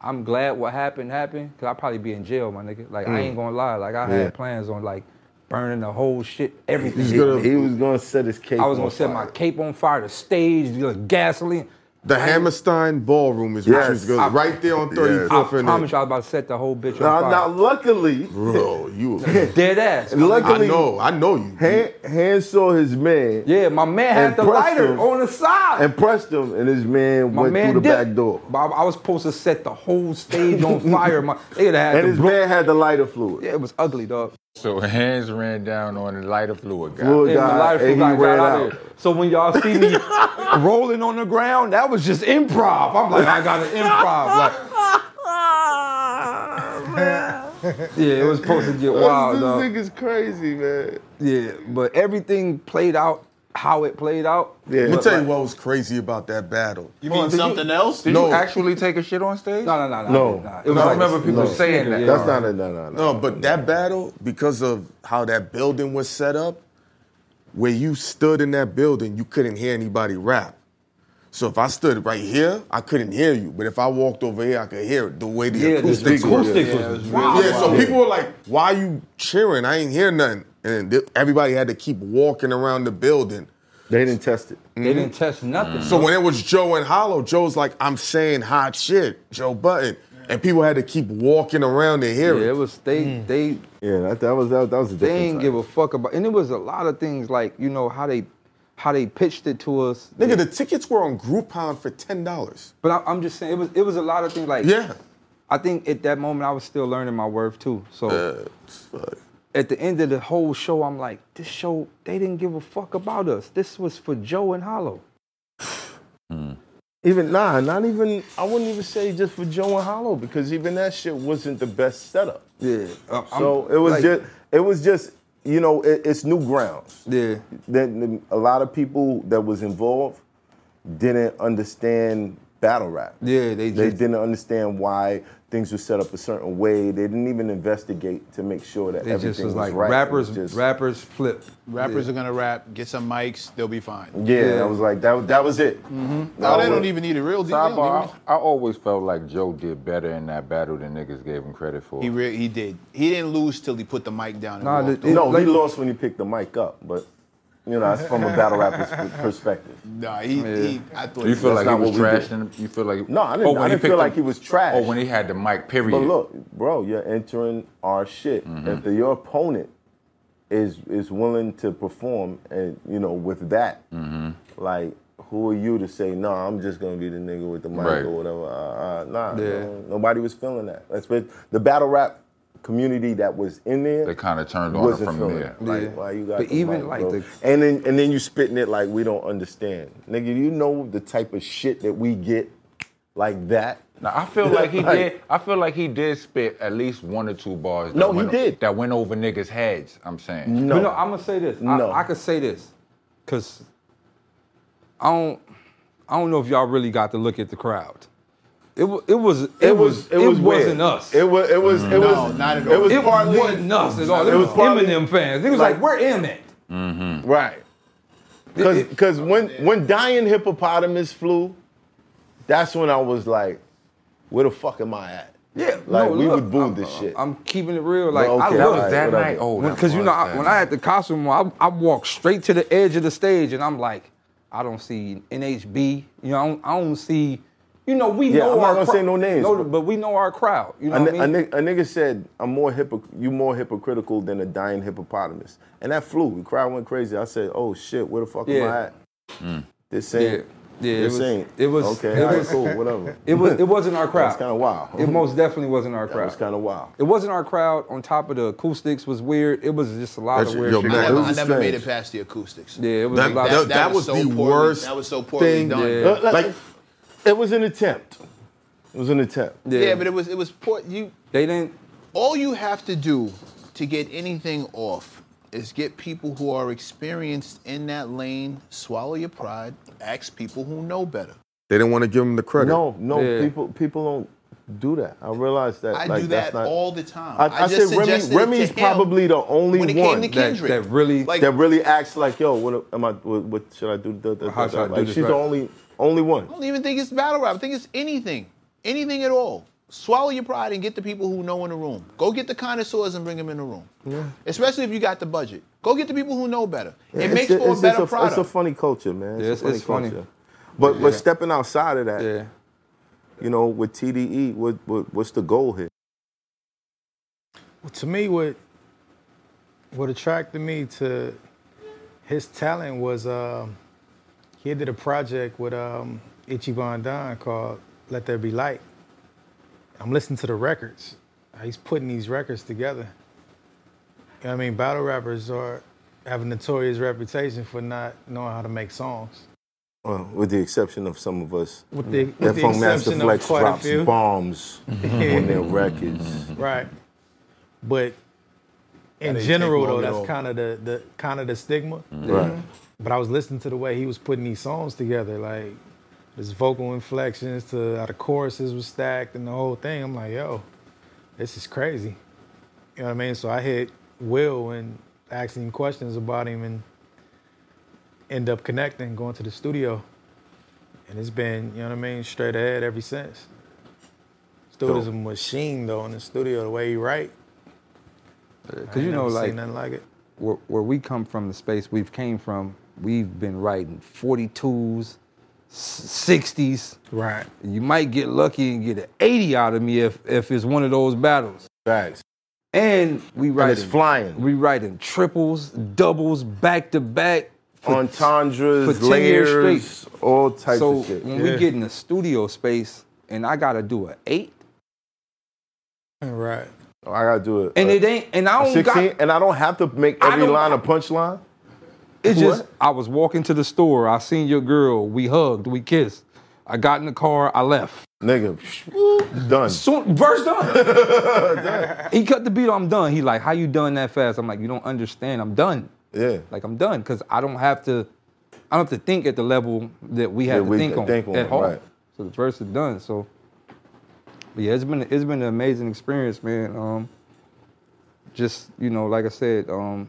S4: I'm glad what happened happened because I'd probably be in jail, my nigga. Like I ain't gonna lie. Like I
S2: Yeah.
S4: had plans on like burning the whole shit, everything.
S2: He's gonna- he was gonna set his cape.
S4: I was
S2: on
S4: gonna set my
S2: fire.
S4: cape on fire, the stage, the gasoline.
S9: The
S4: I-
S9: Hammerstein Ballroom is
S2: Yes.
S9: what you go
S4: I-
S9: right there on 34th
S4: I
S9: and
S4: promise you, I was about to set the whole bitch on
S2: Now,
S4: fire.
S2: now, luckily,
S9: Bro, you a-
S4: Dead ass.
S9: I
S2: luckily,
S9: know, I know you.
S2: Han, Han saw his man
S4: yeah, my man had
S2: And
S4: the
S2: pressed
S4: lighter
S2: him.
S4: on the side.
S2: and pressed him, and his man
S4: my
S2: went
S4: man
S2: through the
S4: did.
S2: back door.
S4: But I, I was supposed to set the whole stage on fire. My, they had
S2: And
S4: the
S2: his
S4: blo-
S2: man had the lighter fluid.
S4: Yeah, it was ugly, dog.
S5: So hands ran down on the lighter fluid guy.
S2: Fluid
S4: And my
S2: guy,
S4: lighter
S2: and he
S4: fluid guy
S2: ran
S4: got out
S2: out.
S4: of there. So when y'all see me rolling on the ground, that was just improv. I'm like, I got an improv. Like, yeah, it was supposed to get wild,
S2: this
S4: dog.
S2: nigga's crazy, man.
S4: Yeah, but everything played out how it played out. Oh,
S2: Yeah.
S9: Let me
S2: But
S9: tell you what was crazy about that battle.
S1: You mean something else?
S5: Did
S9: No.
S5: you actually take a shit on stage?
S4: No, no, no, no.
S2: No.
S4: I did not.
S2: No,
S5: I remember people
S2: No.
S5: saying that.
S2: That's not a no, no, no.
S9: No, but that battle, because of how that building was set up, where you stood in that building, you couldn't hear anybody rap. So if I stood right here, I couldn't hear you. But if I walked over here, I could hear it the way the
S4: Yeah, the
S9: acoustics were.
S4: acoustics
S2: Yeah,
S4: was
S2: it was
S4: wild.
S9: Yeah, so people were like, why you cheering? I ain't hear nothing. And th- everybody had to keep walking around the building.
S2: They didn't test it.
S4: They didn't test nothing.
S9: So when it was Joe and Hollow, Joe's like, I'm saying hot shit, Joe Button. And people had to keep walking around to hear
S4: yeah,
S9: it.
S4: it was they they
S2: Yeah, that, Hmm. that was that, that was a different
S4: they didn't
S2: time.
S4: give a fuck about, and it was a lot of things like you know how they how they pitched it to us.
S9: Nigga, the tickets were on Groupon for $10.
S4: But I, I'm just saying it was it was a lot of things like
S9: Yeah.
S4: I think at that moment I was still learning my worth too. So
S9: Fuck.
S4: at the end of the whole show, I'm like, this show they didn't give a fuck about us. This was for Joe and Hollow.
S2: Hmm. Even nah, not even. I wouldn't even say just for Joe and Hollow because even that shit wasn't the best setup.
S4: Yeah. uh, I'm-
S2: So it was
S4: like,
S2: just, it was just, you know, it, it's new grounds.
S4: yeah.
S2: That a lot of people that was involved didn't understand battle rap.
S4: Yeah, they
S2: they
S4: just-
S2: didn't understand why things were set up a certain way. They didn't even investigate to make sure that
S4: It
S2: everything
S4: just was
S2: was
S4: like
S2: right. It
S4: rappers
S2: was just-
S4: rappers flip.
S1: Rappers are gonna rap. Get some mics. They'll be fine. Mm-hmm.
S2: Yeah, I was like that. That was it.
S1: No, they don't even need a real deal. They don't
S5: Sidebar,
S1: even-
S5: I, I always felt like Joe did better in that battle than niggas gave him credit for.
S1: He re- he did. He didn't lose till he put the mic down. And
S4: Nah,
S1: walked
S4: the-
S1: off.
S2: No,
S4: Like-
S2: he lost when he picked the mic up, but you know, that's from a battle rapper's perspective.
S1: nah, he, he I thought
S5: you feel like
S2: That's
S5: he
S2: not
S5: was
S2: what we
S5: trashed?
S2: do.
S5: And you feel like
S2: No, I didn't-
S5: Oh, when
S2: I didn't feel
S5: picked
S2: like
S5: up-
S2: he was trashed.
S5: Oh, when he had the mic. Period.
S2: But look, bro, you're entering our shit.
S4: Mm-hmm.
S2: If the, your opponent is is willing to perform, and you know, with that, like, who are you to say no? I'm just gonna be the nigga with the mic
S5: Right.
S2: or whatever. Uh, uh, nah,
S4: Yeah.
S2: no- nobody was feeling that. That's what- the battle rap community that was in there.
S5: They kinda turned on him
S2: wasn't
S5: from
S2: feeling
S5: there.
S2: it. Like,
S4: Yeah.
S2: why you got
S4: But
S2: the
S4: even
S2: mic,
S4: like
S2: bro?
S4: the-
S2: and then and then you spitting it like we don't understand, nigga. You know the type of shit that we get like that.
S5: Now, I feel like he
S2: Like-
S5: did. I feel like he did spit at least one or two bars. that
S2: No, he
S5: went-
S2: did.
S5: That went over niggas' heads. I'm saying.
S4: But no, I'm gonna say this.
S2: No.
S4: I, I could say this, cause I don't. I don't know if y'all really got to look at the crowd. It was. It was. It, was. It, was
S2: weird.
S4: wasn't us.
S2: It was. It was. It
S1: No,
S2: was
S1: not at
S2: It
S1: all.
S2: was
S4: It
S2: partly
S4: wasn't us at all. It,
S2: It
S4: was,
S2: was partly-
S4: Eminem fans. They was like,
S2: like-
S4: "Where Em at?"
S2: right. Because when when dying hippopotamus flew, that's when I was like, where the fuck am I at?
S4: Yeah,
S2: Like, we
S4: look,
S2: would boo
S4: I'm-
S2: this shit.
S4: I'm keeping it real. Like
S2: Well,
S4: I
S2: okay,
S4: love
S2: all
S4: it.
S2: right, That whatever. night? Oh, that
S4: because you know
S2: was
S4: I-
S2: that
S4: when I had the costume, on, I, I walked straight to the edge of the stage, and I'm like, I don't see NHB. You know, I don't, I don't see. You know, we
S2: Yeah,
S4: know
S2: I'm not
S4: our
S2: gonna
S4: crowd.
S2: say no names, but-
S4: but we know our crowd. You know
S2: a,
S4: what I
S2: ni-
S4: mean?
S2: a ni- a nigga said, "I'm more hypocr- you more hypocritical than a dying hippopotamus," and that flew. We cried, went crazy. I said, "Oh shit, where the fuck am I
S4: Yeah.
S2: at?"
S1: Mm.
S2: This ain't.
S4: Yeah, yeah, it
S2: this
S4: was-
S2: ain't.
S4: it was-
S2: okay.
S4: it
S2: all right,
S4: was-
S2: cool. Whatever.
S4: It was. It wasn't our crowd.
S2: That's kind of wild.
S4: It most definitely wasn't our
S2: That
S4: crowd.
S2: was kinda wild.
S4: It wasn't our crowd. On top of the acoustics was weird. It was just a lot
S9: That's-
S4: of weird
S9: yo,
S4: shit.
S9: man,
S4: going
S9: it
S1: never,
S4: on.
S1: I
S9: was
S1: never made
S9: strange.
S1: it past the acoustics.
S4: Yeah, it was
S9: That,
S4: a lot.
S9: that, that,
S1: that
S9: was,
S1: was so
S9: the
S1: poorly-
S9: worst.
S1: that was so poorly
S9: thing.
S1: done.
S4: Yeah.
S2: Let- let-
S9: Like,
S2: Uh, it was an attempt. It was an attempt.
S1: Yeah. but it was it was poor. You
S4: they didn't.
S1: all you have to do to get anything off is get people who are experienced in that lane, swallow your pride, ask people who know better.
S9: they didn't want to give him the credit.
S2: No, no,
S4: Yeah.
S2: people people don't do that. I realize that.
S1: I
S2: like,
S1: do
S2: that's
S1: that
S2: not-
S1: all the time.
S2: I, I,
S1: Uh, just
S2: said Remy.
S1: suggested it
S2: Remy's
S1: to him
S2: probably the only
S1: when it
S2: one
S1: came to
S4: that-
S1: Kendrick.
S4: that really-
S1: like,
S2: that really acts like, yo, what am I? What, what should I do? Da, da,
S4: How
S2: da,
S4: should I
S2: da.
S4: do
S2: like,
S4: this,
S2: She's
S4: right?
S2: the only only one.
S1: I don't even think it's battle rap. I think it's anything, anything at all. Swallow your pride and get the people who know in the room. Go get the connoisseurs and bring them in the room. Especially if you got the budget. Go get the people who know better. It
S2: It's
S1: makes
S2: ju-
S1: for a
S2: it's
S1: better
S2: just a,
S1: product.
S2: It's a funny culture, man. It's,
S4: Yeah,
S2: a
S4: it's-
S2: funny
S4: it's funny.
S2: culture. But but
S4: Yeah.
S2: stepping outside of that,
S4: Yeah.
S2: you know, with TDE, what, what what's the goal here?
S3: Well, to me, what what attracted me to his talent was um he did a project with um, Ichiban Don called "Let There Be Light." I'm listening to the records. Uh, He's putting these records together. You know what I mean, battle rappers are have a notorious reputation for not knowing how to make songs.
S2: Well, with the exception of some of us,
S3: With the, with
S2: that
S3: the
S2: Funk Master
S3: exception of
S2: Flex
S3: quite a
S2: drops
S3: few.
S2: bombs on their records.
S3: Right. But in
S2: That ain't
S3: general
S2: take long
S3: though,
S2: at
S3: that's
S2: all.
S3: kind of the, the kind of the stigma. Mm-hmm.
S2: Right.
S3: But I was listening to the way he was putting these songs together, like his vocal inflections to how the choruses was stacked and the whole thing. I'm like, yo, this is crazy. You know what I mean? So I hit Will and asked him questions about him and end up connecting, going to the studio. And it's been, you know what I mean, straight ahead ever since. Dude is a machine though in the studio, the way he write.
S4: Because you know, like
S3: seen nothing like it.
S4: where, where we come from, the space we've came from, we've been writing 42s, s- 60s.
S3: Right.
S4: You might get lucky and get an 80 out of me if, if it's one of those battles.
S2: Facts.
S4: And we writing.
S2: it's flying.
S4: We writing triples, doubles, back to back. for-
S2: Entendres,
S4: for 10 years
S2: layers,
S4: straight.
S2: all types
S4: so
S2: of shit.
S4: when we get in the studio space and I gotta do an eight,
S3: Right.
S2: Oh, I gotta do it.
S4: and it ain't, and I don't
S2: 16,
S4: got.
S2: and I don't have to make
S4: I
S2: every
S4: don't-
S2: line a punchline.
S4: It's
S2: What?
S4: just I was walking to the store. I seen your girl. We hugged. We kissed. I got in the car. I left.
S2: Nigga, psh, done.
S4: Soon, verse done. he cut the beat. I'm done. He like, how you done that fast? I'm like, you don't understand. I'm done.
S2: Yeah.
S4: Like I'm done because I don't have to. I don't have to think at the level that we have
S2: That
S4: to
S2: we
S4: think on
S2: think on,
S4: at home.
S2: right.
S4: So the verse is done. So, but yeah, it's been it's been an amazing experience, man. Um, just you know, like I said, um,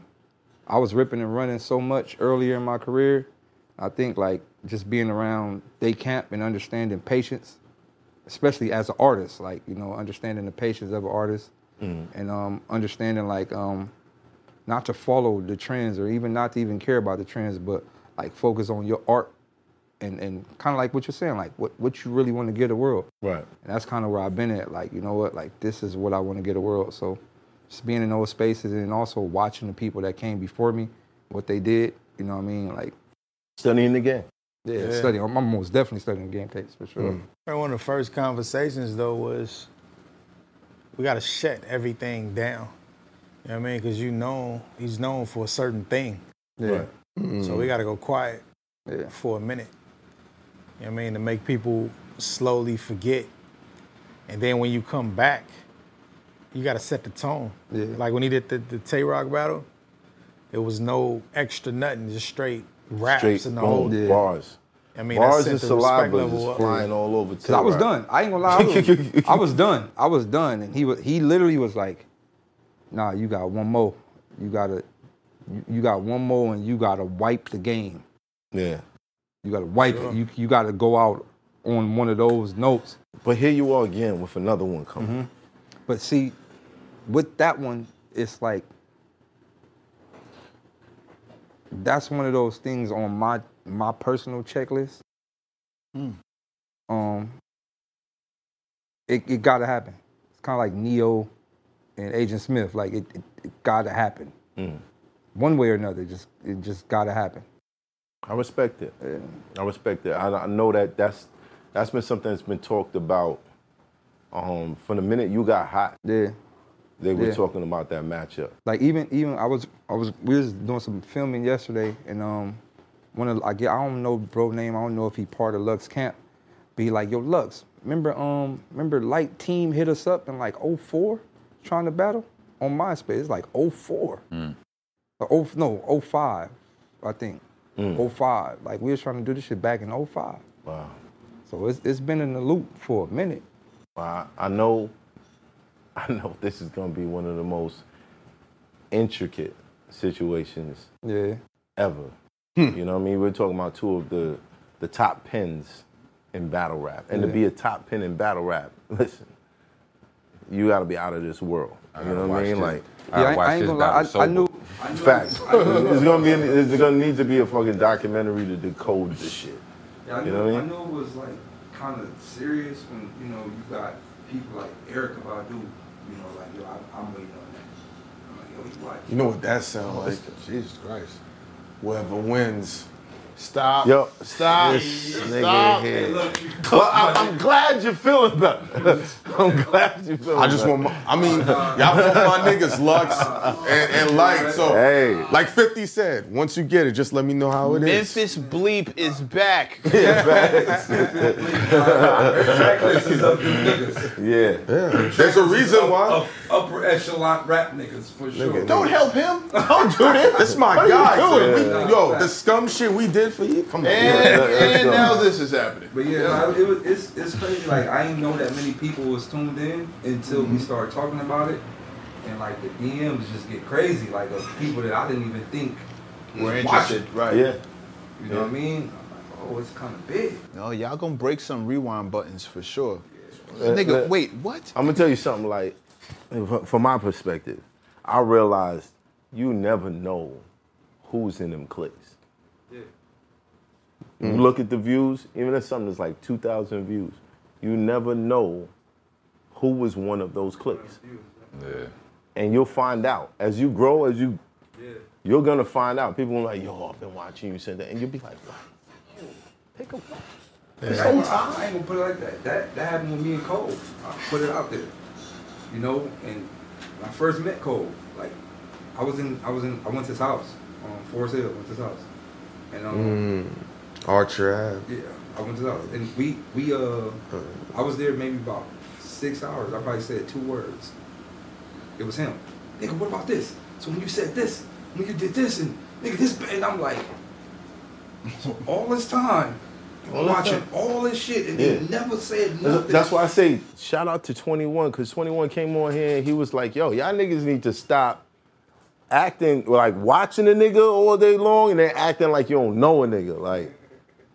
S4: I was ripping and running so much earlier in my career. I think like just being around day camp and understanding patience, especially as an artist, like you know, understanding the patience of an artist, and um, understanding like um, not to follow the trends or even not to even care about the trends, but like focus on your art and and kind of like what you're saying, like what what you really want to give the world.
S2: Right.
S4: And that's kind of where I've been at. Like, you know what? Like, this is what I want to get the world. So, just being in those spaces and also watching the people that came before me, what they did. You know what I mean? Like,
S2: Studying the game. Mm.
S4: yeah, studying. I'm, I'm most definitely studying game tapes for sure.
S3: Remember One of the first conversations though was we gotta shut everything down. You know what I mean? Cause you know he's known for a certain thing.
S4: Yeah. Mm.
S2: Right.
S3: So we gotta go quiet
S4: Yeah.
S3: for a minute. You know what I mean? To make people slowly forget. And then when you come back, you gotta set the tone.
S4: Yeah.
S3: Like when he did the, the Tay Rock battle, it was no extra nothing, just straight raps
S2: Straight
S3: and the
S2: boom,
S3: whole
S4: Yeah.
S2: bars.
S3: I mean, that
S2: bars
S3: set
S2: and
S3: the respect
S2: saliva
S3: level
S2: is
S3: up.
S2: flying all over.
S4: Cause I was done. I ain't gonna lie. I was, I was done. I was done. And he was he literally was like, nah, you got one more. You gotta you, you got one more and you gotta wipe the game.
S2: Yeah.
S4: You gotta wipe it. You you gotta go out on one of those notes. Mm-hmm.
S2: But here you are again with another one coming.
S8: But see, with that one, it's like that's one of those things on my my personal checklist. Um, it, it got to happen. It's kind of like Neo and Agent Smith. Like it, it, it got to happen, one way or another. It just it just got to happen.
S2: I respect it. I respect it. I, I know that that's that's been something that's been talked about. Um, from the minute you got hot,
S8: yeah,
S2: they were
S8: Yeah.
S2: talking about that matchup.
S8: Like even even I was I was we was doing some filming yesterday and um one of I get I don't know bro name I don't know if he part of Lux camp. But he like yo Lux remember um remember Light Team hit us up in like 04 trying to battle on MySpace it's like 04
S4: Mm.
S8: or oh no 05 I think
S2: Mm.
S8: 05 like we was trying to do this shit back in 05.
S2: Wow.
S8: So it's it's been in the loop for a minute.
S2: I, I know, I know this is gonna be one of the most intricate situations
S8: Yeah.
S2: ever. You know what I mean? We're talking about two of the the top pins in battle rap, and to
S8: Yeah.
S2: be a top pin in battle rap, listen, you got to be out of this world. You know what I mean? Like,
S8: Yeah, I, I ain't gonna lie. I, I knew
S2: facts. it's gonna be. It's gonna need to be a fucking documentary to decode this shit.
S4: Yeah, I
S2: You
S4: know,
S2: know what I mean?
S4: know it was like kind of serious when you know you got people like Eric Badu, you know, like yo, I, I'm waiting on that. I'm like, yo, you watch.
S9: You know what that sounds like? Jesus Christ. Whoever wins. Stop.
S2: Yo,
S9: Stop.
S2: This nigga here.
S9: Well,
S2: I, I'm glad you're feeling better. I'm glad you're feeling
S9: I just
S2: better.
S9: want my, I mean, y'all want my niggas Lux and, and Light. So,
S2: Hey.
S9: like 50 said, once you get it, just let me know how it is.
S1: Memphis Bleep is back.
S4: Checklist is up to niggas.
S2: Yeah.
S9: Yeah. There's a reason why.
S4: Up, upper echelon rap niggas for sure.
S1: Don't help him.
S9: Oh,
S2: Don't do this.
S9: This my
S2: What are you
S9: guy. so
S2: doing?
S9: we- yo, the scum shit we did for you. Come on.
S1: And,
S2: Yeah, that's
S1: and
S2: dumb.
S1: now this is happening.
S4: But yeah, like, it was, it's it's crazy. Like I didn't know that many people was tuned in until
S1: Mm-hmm.
S4: we started talking about it, and like the DMs just get crazy. Like of people that I didn't even think was
S1: We're
S4: watching.
S1: interested, right?
S2: Yeah.
S4: You know what I mean? I'm like, oh, it's kind of big.
S1: No, y'all gonna break some rewind buttons for sure.
S2: Yeah.
S1: Nigga, wait, what?
S2: I'm gonna tell you something. Like, f- from my perspective, I realized you never know who's in them clicks.
S9: Mm.
S2: You look at the views, even if something is like 2,000 views, you never know who was one of those clicks. And you'll find out as you grow, as you, you're gonna find out. People are like, "Yo, I've been watching you since," that," and you'll be like, "What? Pick a what?"
S4: I, ain't gonna- I ain't gonna put it like that. That that happened with me and Cole. I put it out there, you know. And when I first met Cole, like I was in, I was in, I went to his house on Forest Hill, went to his house, and um,
S1: Mm.
S9: Mm. Archer Ave.
S4: yeah, I went to his house, and we we uh,
S2: Uh-huh.
S4: I was there maybe about six hours. I probably said two words. It was him. Nigga, what about this? So when you said this, when you did this, and nigga this, and I'm like, so all this time.
S2: All this
S4: watching
S2: time.
S4: all this shit and
S2: Yeah.
S4: they never said
S2: That's,
S4: nothing.
S2: that's why I say shout out to 21 because 21 came on here and he was like, "Yo, y'all niggas need to stop acting like watching a nigga all day long and then acting like you don't know a nigga." Like,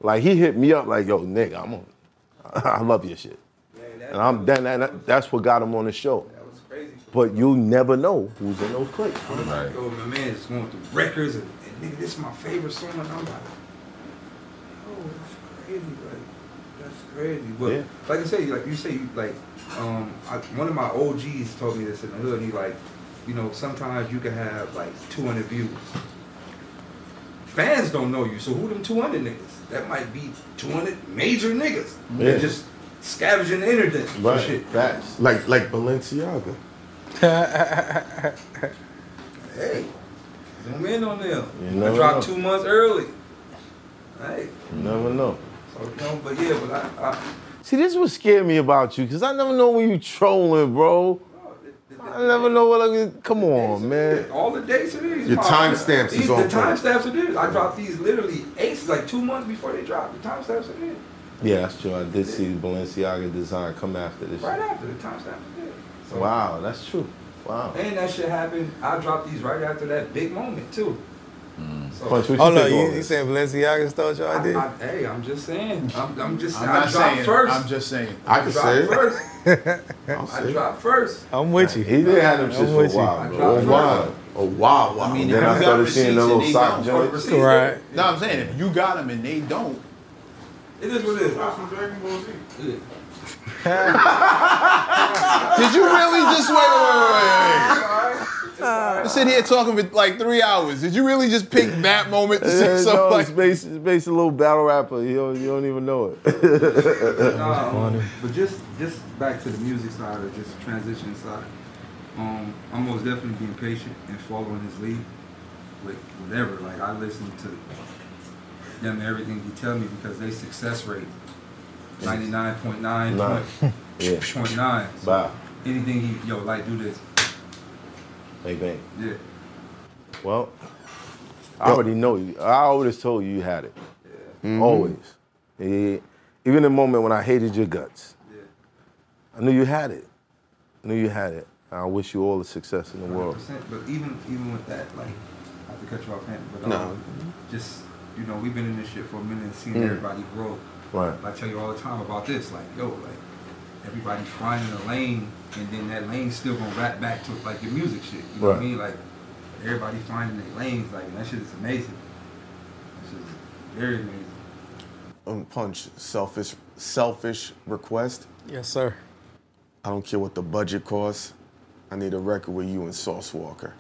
S2: like he hit me up like, "Yo, nigga, I'm on, I love your shit," and I'm then that, that's what got him on the show.
S4: That was crazy.
S2: But you never know who's in those clicks.
S4: Yo, oh, my man is going through records and, and nigga, this is my favorite song. And I'm like, oh, that's crazy, like, that's crazy. But
S2: Yeah.
S4: like I say, like you say, you- like, um, I, one of my OGs told me this in the hood. He like, you know, sometimes you can have like 200 views. Fans don't know you, so who them 200 niggas? That might be 200 major niggas.
S2: Yeah.
S4: They're just scavenging the internet for
S2: Right,
S4: shit.
S2: facts.
S9: Like, like Balenciaga.
S4: Hey, zoom in on them.
S2: You
S4: I
S2: never
S4: dropped
S2: know.
S4: two months early. Hey,
S2: You never know.
S4: so you know, but yeah, but I, I
S2: See, this is what scared me about you because I never know when you trolling, bro. I never know what. Like, come on, man.
S4: all the dates are these.
S9: Your
S4: my-
S9: timestamps is
S4: these-
S9: on
S4: The
S9: point.
S4: timestamps are these. I dropped these literally aces like two months before they dropped. The timestamps are there.
S2: Yeah, that's true. I did see the Balenciaga design come after this.
S4: Right after the timestamps are there. So,
S2: Wow, that's true. Wow.
S4: And that shit happened. I dropped these right after that big moment too. So-
S2: Punch, what you
S3: Oh, no,
S2: think
S3: you,
S2: of
S3: you
S2: this?
S3: said Balenciaga stole your
S4: I,
S3: idea?
S4: I, hey, I'm just saying. I'm, I'm just
S3: I'm
S4: saying. I
S3: not
S4: dropped
S3: saying.
S4: first.
S3: I'm just saying.
S2: I can
S4: dropped
S2: say it.
S4: first.
S2: I'll say
S4: I
S2: it.
S4: dropped first.
S3: I'm with you.
S2: He didn't have them
S3: I'm
S2: shits for a
S3: with you.
S2: while,
S4: I
S2: bro. A
S4: tried.
S2: while. A while, while.
S1: I mean,
S2: then
S1: if you
S2: I
S1: got
S2: started
S1: receipts
S2: seeing the
S1: and
S2: little
S1: they
S2: sock
S1: don't-
S2: joints.
S3: Right.
S1: No, I'm saying if you got them and they don't,
S4: It is what it is.
S11: Watch some Dragon Ball Z.
S4: Yeah.
S1: did you really just wait? Wait, wait, wait, wait. Sit here talking for like three hours. Did you really just pick that moment to say
S2: Yeah,
S1: something?
S2: no,
S1: like,
S2: it's based, it's based a little battle rapper. You don't, you don't even know it.
S4: Um, but just just back to the music side or just transition side. Um, I'm most definitely being patient and following his lead with whatever. Like I listen to them everything he tell me because they success rate 99.9.9.
S2: Nine. yeah.
S4: So
S2: Bye.
S4: Anything he yo like do this.
S2: Hey, bang.
S4: Yeah.
S2: Well, I already know you. I always told you you had it. Always. Yeah. Even the moment when I hated your guts,
S4: Yeah.
S2: I knew you had it. I knew you had it. I wish you all the success in the world.
S4: 100%, But even even with that, like, I have to cut you off, man. But um,
S2: No.
S4: just you know, we've been in this shit for a minute and seen
S2: Mm.
S4: everybody grow.
S2: Right.
S4: I tell you all the time about this, like, yo, like, everybody's finding a lane, and then that lane's still gonna wrap back to like your music shit. You know what I
S2: Right.
S4: mean? Like, everybody finding their lanes, like, and that shit is amazing. That shit is very amazing.
S9: Um, punch selfish selfish request.
S3: Yes, sir.
S9: I don't care what the budget costs. I need a record with you and Sauce Walker.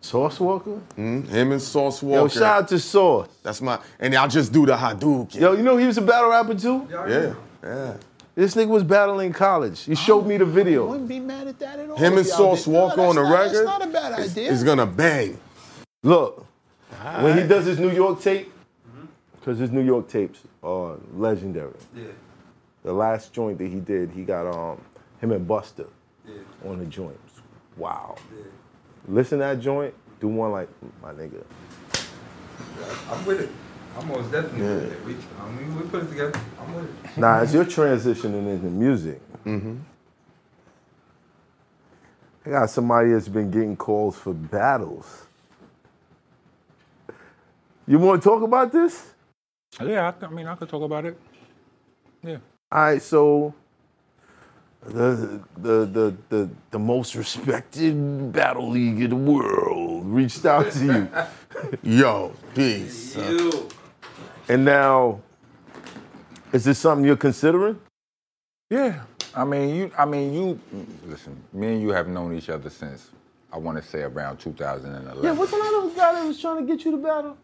S2: Sauce Walker?
S9: Mm, him and Sauce Walker.
S2: Yo, shout out to Sauce.
S9: That's my and I'll just do the Hadouken.
S2: Yo, you know he was a battle rapper too?
S9: Yeah, yeah.
S2: This nigga was battling in college. He showed me the video.
S1: wouldn't be mad at that at all.
S9: Him and
S1: if y'all
S9: Sauce
S1: did-
S9: Walker
S1: No,
S9: on the
S1: that's not-
S9: record.
S1: That's not a bad
S9: is-
S1: idea.
S9: Is gonna bang.
S2: Look, when he does his New York tape, because his New York tapes are legendary.
S4: Yeah,
S2: The last joint that he did, he got um him and Buster
S4: yeah,
S2: on the joint. Wow.
S4: yeah.
S2: Listen to that joint, do one like my nigga.
S4: I'm with it. I'm most definitely with it. We, I mean, we put it together. I'm with it.
S2: Now, as you're transitioning into music, I got somebody that's been getting calls for battles. You want to talk about this?
S5: Yeah, I, c- I mean, I could talk about it. Yeah.
S2: All right, so the the the the, the most respected battle league in the world reached out to you,
S9: Yo, peace.
S4: You.
S2: and now is this something you're considering?
S5: Yeah. I mean, you. I mean, you. Listen, me and you have known each other since I want to say around 2011.
S2: the name of the guy that was trying to get you to battle?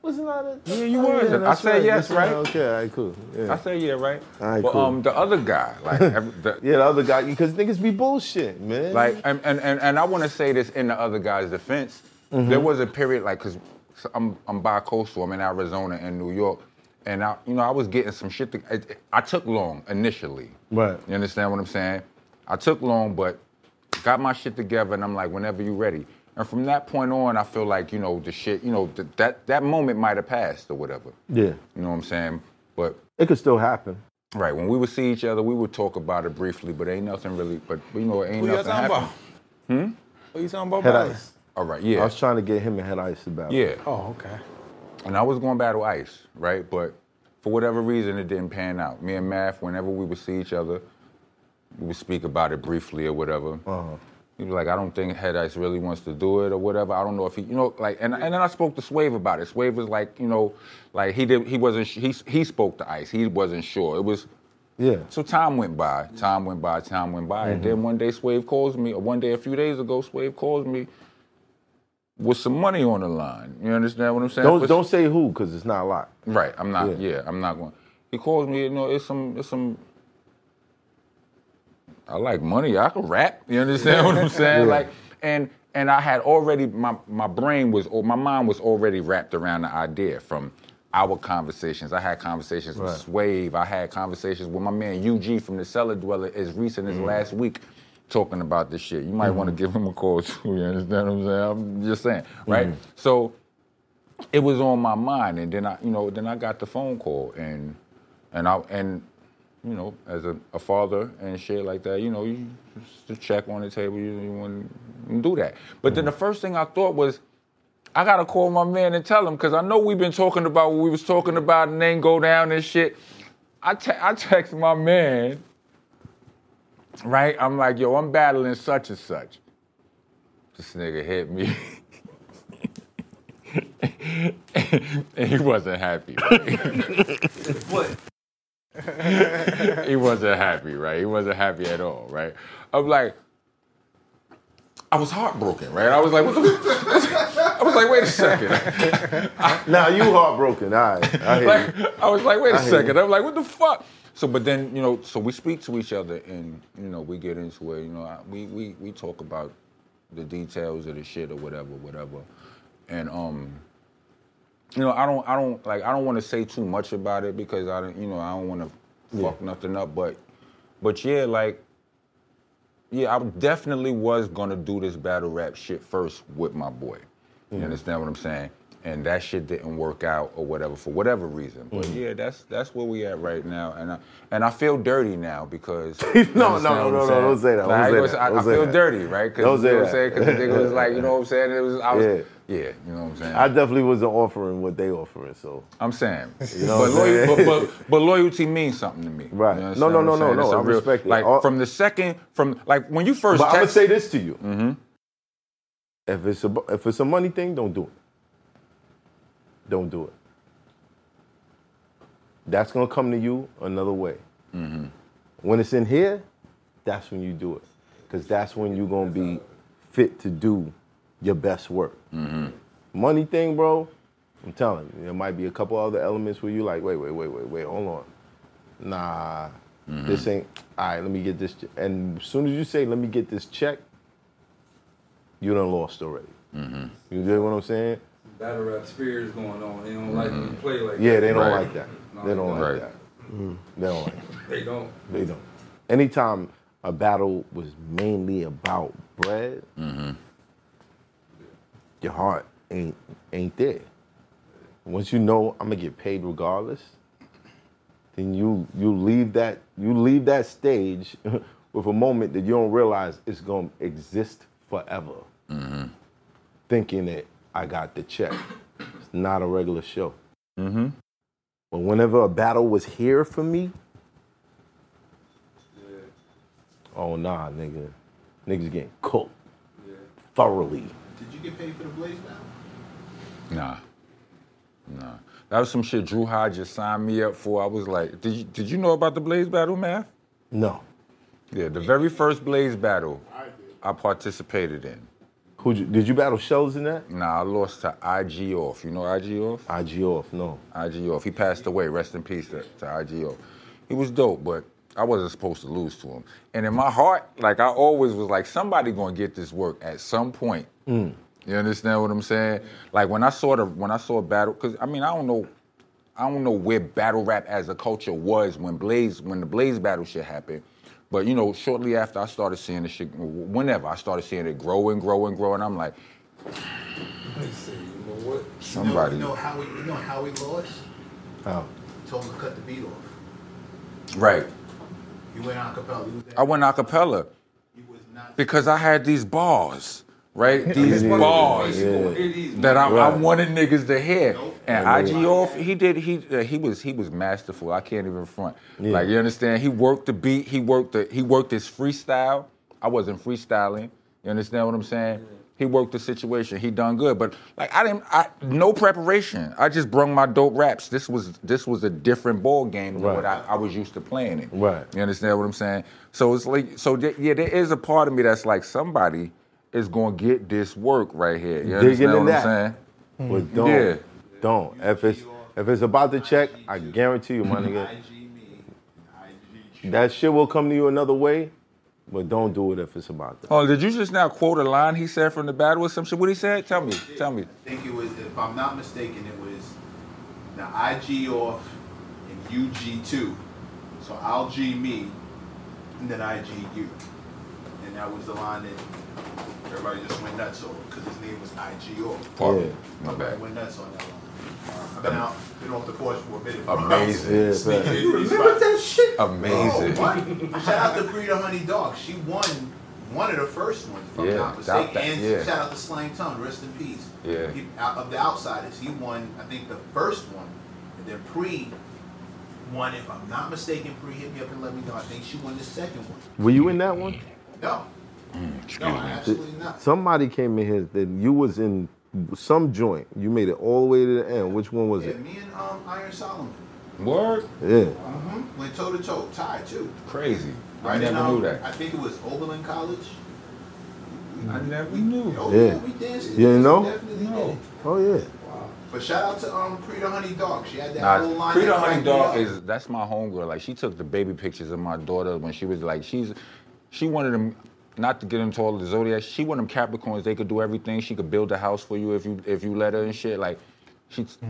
S2: What's the name? Of,
S5: Yeah, you was. I
S2: oh, that's
S5: said yes,
S2: That's
S5: right?
S2: Okay, all right, cool. Yeah.
S5: I say yeah, right?
S2: All right,
S5: but
S2: cool.
S5: um, the other guy, like, every, the,
S2: Yeah, the other guy, because niggas be bullshit, man.
S5: like, and and and, and I want to say this in the other guy's defense.
S2: Mm-hmm.
S5: There was a period, like, cause I'm I'm bi-coastal. I'm in Arizona and New York, and I, you know, I was getting some shit. To, it, it- I took long initially.
S2: Right.
S5: You understand what I'm saying? I took long, but got my shit together, and I'm like, whenever you ready. And from that point on, I feel like you know the shit. You know th- that that moment might have passed or whatever.
S2: yeah,
S5: You know what I'm saying? But
S2: it could still happen.
S5: Right. When we would see each other, we would talk about it briefly, but ain't nothing really. But you know, ain't
S3: Who you
S5: nothing
S3: talking
S5: happened.
S3: about? Hmm? What you talking about?
S2: Head
S3: Bobby?
S2: Ice.
S5: All right.
S2: I
S5: Yeah.
S2: was trying to get him and Head Ice to battle.
S5: Yeah.
S3: Oh, okay.
S5: And I was going to battle Ice, right? But for whatever reason, it didn't pan out. Me and Math, whenever we would see each other, we would speak about it briefly or whatever.
S2: Uh-huh.
S5: He was like, I don't think Head Ice really wants to do it or whatever. I don't know if he, you know, like, and, and then I spoke to Swave about it. Swave was like, you know, like he did, he wasn't, su- he he spoke to Ice. He wasn't sure. It was
S2: Yeah. Mm-hmm.
S5: So time went by, time went by, time went by, and then one day Swave calls me, or one day a few days ago, Swave calls me with some money on the line. You understand what I'm saying?
S2: Don't
S5: For-
S2: don't say who, because it's not a lot.
S5: Right, I'm not.
S2: Yeah.
S5: Yeah, I'm not going. He calls me. You know, it's some, it's some. I like money. I can rap. You understand what I'm saying?
S2: Yeah.
S5: Like, and and I had already my my brain was or my mind was already wrapped around the idea from our conversations. I had conversations with Swave. I had conversations with my man UG from the Cellar Dweller as recent as last week. Talking about this shit, you might want to give him a call too. You understand what I'm saying? I'm just saying, right? So it was on my mind, and then I, you know, then I got the phone call, and and I and you know, as a, a father and shit like that, you know, you just the check on the table, you, you want to do that. But then the first thing I thought was, I gotta call my man and tell him because I know we've been talking about what we was talking about and then go down and shit. I te- I text my man, right? I'm like, yo, I'm battling such and such. This nigga hit me. and he wasn't happy. right?
S10: What?
S5: he wasn't happy, right? He wasn't happy at all, right? I'm like, I was heartbroken, right? I was like, what the I was like, wait a second.
S2: Now you heartbroken. All right. I hear you.
S5: Like, I was like, wait a
S2: I hear
S5: second. I'm like, what the fuck? So, but then you know, so we speak to each other, and you know, we get into it. You know, I, we we we talk about the details of the shit or whatever, whatever. And um, you know, I don't I don't like I don't want to say too much about it because I don't you know I don't want to fuck nothing up. But but yeah, like yeah, I definitely was gonna do this battle rap shit first with my boy. You
S12: Mhm.
S5: understand what I'm saying? And that shit didn't work out or whatever for whatever reason. But
S2: Mm.
S12: Mhm.
S5: yeah, that's that's where we at right now. And I and I feel dirty now because
S2: No,
S5: you
S2: no,
S5: understand
S2: no,
S5: what
S2: no,
S5: I'm
S2: no,
S5: saying?
S2: don't say
S5: Nah,
S2: that, don't
S5: I ain't
S2: say
S5: gonna
S2: that,
S5: I,
S2: don't
S5: I
S2: say
S5: feel
S2: that.
S5: dirty, right? Because
S2: Don't
S5: you
S2: say
S5: know what I'm
S2: that.
S5: saying? Because the nigga was like, you know what I'm saying? It was I was yeah, you know what I'm saying?
S2: I definitely wasn't offering what they offering, so.
S5: I'm saying.
S2: You know what
S5: but,
S2: I'm
S5: loyal, but,
S2: saying?
S5: but- but loyalty means something to me. Right.
S2: No, no, no, no, no, I respect it.
S5: Like
S2: All-
S5: from the second, from like when you first.
S2: but I'm gonna
S5: text-
S2: say this to you. Mm-hmm. If it's a if it's a money thing, don't do it. Don't do it. That's gonna come to you another way.
S5: Mm-hmm.
S2: When it's in here, that's when you do it, because that's when you're gonna be fit to do your best work.
S5: Mm-hmm.
S2: Money thing, bro. I'm telling you, there might be a couple other elements where you like, wait, wait, wait, wait, wait, hold on. Nah, this ain't. All right, let me get this. che- And as soon as you say, let me get this check, you done lost already. You get what I'm saying?
S10: Battle rap spirit is going on. They don't like
S4: Mm-hmm.
S10: when you play like
S2: Mm-hmm. yeah,
S10: that.
S2: they don't like that. they don't like that. They don't like.
S10: They don't.
S2: They don't. Anytime a battle was mainly about bread, your heart ain't ain't there. Once you know I'm gonna get paid regardless, then you you leave that you leave that stage with a moment that you don't realize it's gonna exist forever. Thinking that I got the check. It's not a regular show. Mm-hmm. But whenever a battle was here for me, oh nah, nigga, niggas getting cooked thoroughly.
S1: Did you get paid for the blaze
S5: Nah.
S1: now?
S5: Nah. That was some shit Drew Hodges signed me up for. I was like, did you, did you know about the Blaze Battle, Math?
S2: No.
S5: Yeah, the very first Blaze Battle I participated in.
S2: Who did you battle Shells in that?
S5: Nah, I lost to IG Off. You know IG Off?
S2: IG Off, no.
S5: IG Off. He passed away. Rest in peace to, to IG Off. He was dope, but I wasn't supposed to lose to him. And in my heart, like I always was like, somebody gonna get this work at some point.
S12: Mm.
S5: You understand what I'm saying? Like when I saw the when I saw battle, because I mean I don't know, I don't know where battle rap as a culture was when Blaze when the Blaze battle shit happened. But you know, shortly after I started seeing the shit, whenever I started seeing it grow and grow and grow, and I'm like, somebody.
S1: You know, you know how we, you know how we lost?
S2: Oh.
S1: Told him to cut the beat off.
S5: Right.
S1: You went on Capella. You was
S5: I went a cappella because I had these bars, right? These
S12: Yeah,
S5: bars
S12: yeah.
S5: that I, I
S12: Right.
S5: wanted niggas to hear.
S12: I
S5: And
S12: know.
S5: IG off, he did he uh, he was he was masterful. I can't even front.
S12: Yeah.
S5: Like you understand, he worked the beat, he worked the he worked his freestyle. I wasn't freestyling. You understand what I'm saying? He worked the situation. He done good, but like I didn't, I no preparation. I just brung my dope raps. This was this was a different ball game than
S2: Right.
S5: what I, I was used to playing it.
S2: Right.
S5: You understand what I'm saying? So it's like, so th- yeah, there is a part of me that's like, somebody is gonna get this work right here. You understand
S2: Digging in
S5: what I'm
S2: that. Hmm.
S5: saying?
S2: But don't,
S5: Yeah.
S2: don't. If it's if it's about the check, I guarantee you, my nigga, that shit will come to you another way. But don't do it if it's about that.
S5: Oh, did you just now quote a line he said from the battle or some shit? What he said? Tell me. Tell me.
S1: I think it was, if I'm not mistaken, it was the IG off and UG2. So I'll G me and then IG you. And that was the line that everybody just went nuts over because his name was IG off.
S5: Pardon. My
S1: Everybody
S5: bad.
S1: went nuts on that line. I've been out, been off the porch for a minute. bro.
S5: Amazing. Yeah, facts.
S1: Sneaking in
S5: You
S1: these
S5: remember
S1: spots.
S5: that shit? Amazing.
S1: Oh, what? Shout out to Frida Honey Dog. She won one of the first ones, if I'm
S5: Yeah,
S1: not
S5: doubt
S1: mistaken.
S5: that,
S1: And
S5: yeah.
S1: shout out to Slang Tongue, rest in peace.
S5: Yeah.
S1: He, out of the outsiders, he won, I think, the first one. And then Pre won, if I'm not mistaken, Pre hit me up and let me know. I think she won the second one.
S2: Were you in that one?
S1: No.
S5: Mm,
S1: no, absolutely not.
S2: Somebody came in here that you was in some joint. You made it all the way to the end. Which one was
S1: yeah,
S2: it?
S1: me and um, Iron Solomon
S5: Word?
S2: Yeah.
S1: hmm went toe to toe, tied too.
S5: Crazy. I
S1: Right,
S5: never
S1: and, um,
S5: knew that.
S1: I think it was Oberlin College.
S5: I
S13: Mm-hmm.
S5: never knew.
S1: Oh yeah,
S2: Yeah.
S1: we danced.
S2: You didn't know?
S1: We definitely did it.
S2: Oh yeah.
S1: But shout out to um Preta Honey Dog. She had that whole
S5: Nah,
S1: line.
S5: Frida
S1: that
S5: Honey
S1: cracked me up.
S5: Dog is that's my homegirl. Like she took the baby pictures of my daughter when she was like she's she wanted them not to get into all the zodiac. She wanted them Capricorns. They could do everything. She could build a house for you if you if you let her and shit. Like she t-
S2: Hmm.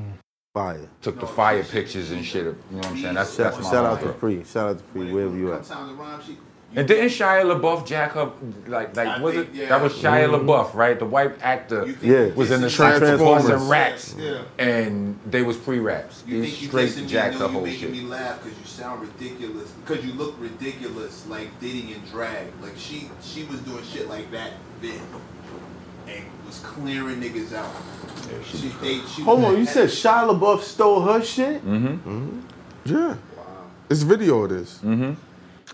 S2: fire
S5: took the fire pictures and shit. You know what I'm saying? That's
S2: Shout,
S5: that's my
S2: shout out to
S5: homegirl.
S2: Pre. Shout out to Pre. Wherever you at.
S1: Sometimes the rhyme she
S5: And didn't Shia LaBeouf jack her like like was it that was Shia
S2: Mhm.
S5: LaBeouf right? The white actor
S2: Yeah.
S5: was in the
S2: It's in Transformers.
S5: Transformers and Rats,
S1: Yeah.
S5: and they was pre raps. He
S1: You think you
S5: straight
S1: kissing me?
S5: jacked
S1: No,
S5: the
S1: you
S5: whole
S1: making
S5: shit.
S1: me laugh because you sound ridiculous. Because you look ridiculous, like Diddy and drag. Like she, she was doing shit like that then, and was clearing niggas out. she, they, she
S2: Hold on, you said Shia LaBeouf stole her shit?
S5: Mm-hmm.
S9: Yeah. It's video of this. Mm-hmm.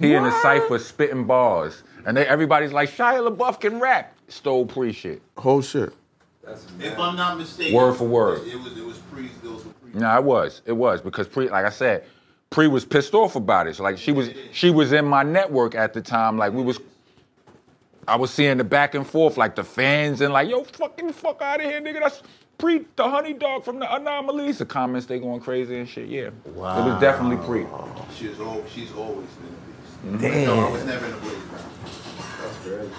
S5: He and the cipher spitting bars, and they, everybody's like Shia LaBeouf can rap. Stole pre shit.
S9: Whole shit.
S1: If I'm not mistaken,
S5: Word for word.
S1: it was it was pre, it was pre.
S5: No, it was. It was because Pre, like I said, Pre was pissed off about it. So, like she was, she was in my network at the time. Like we was, I was seeing the back and forth, like the fans and like, yo, fucking fuck out of here, nigga. That's Pre, the honey dog from the anomalies. The comments they going crazy and shit. Yeah, it was definitely Pre.
S1: She was al- she's always been a beast.
S5: Damn.
S1: No, I was never in a blaze battle. That's great.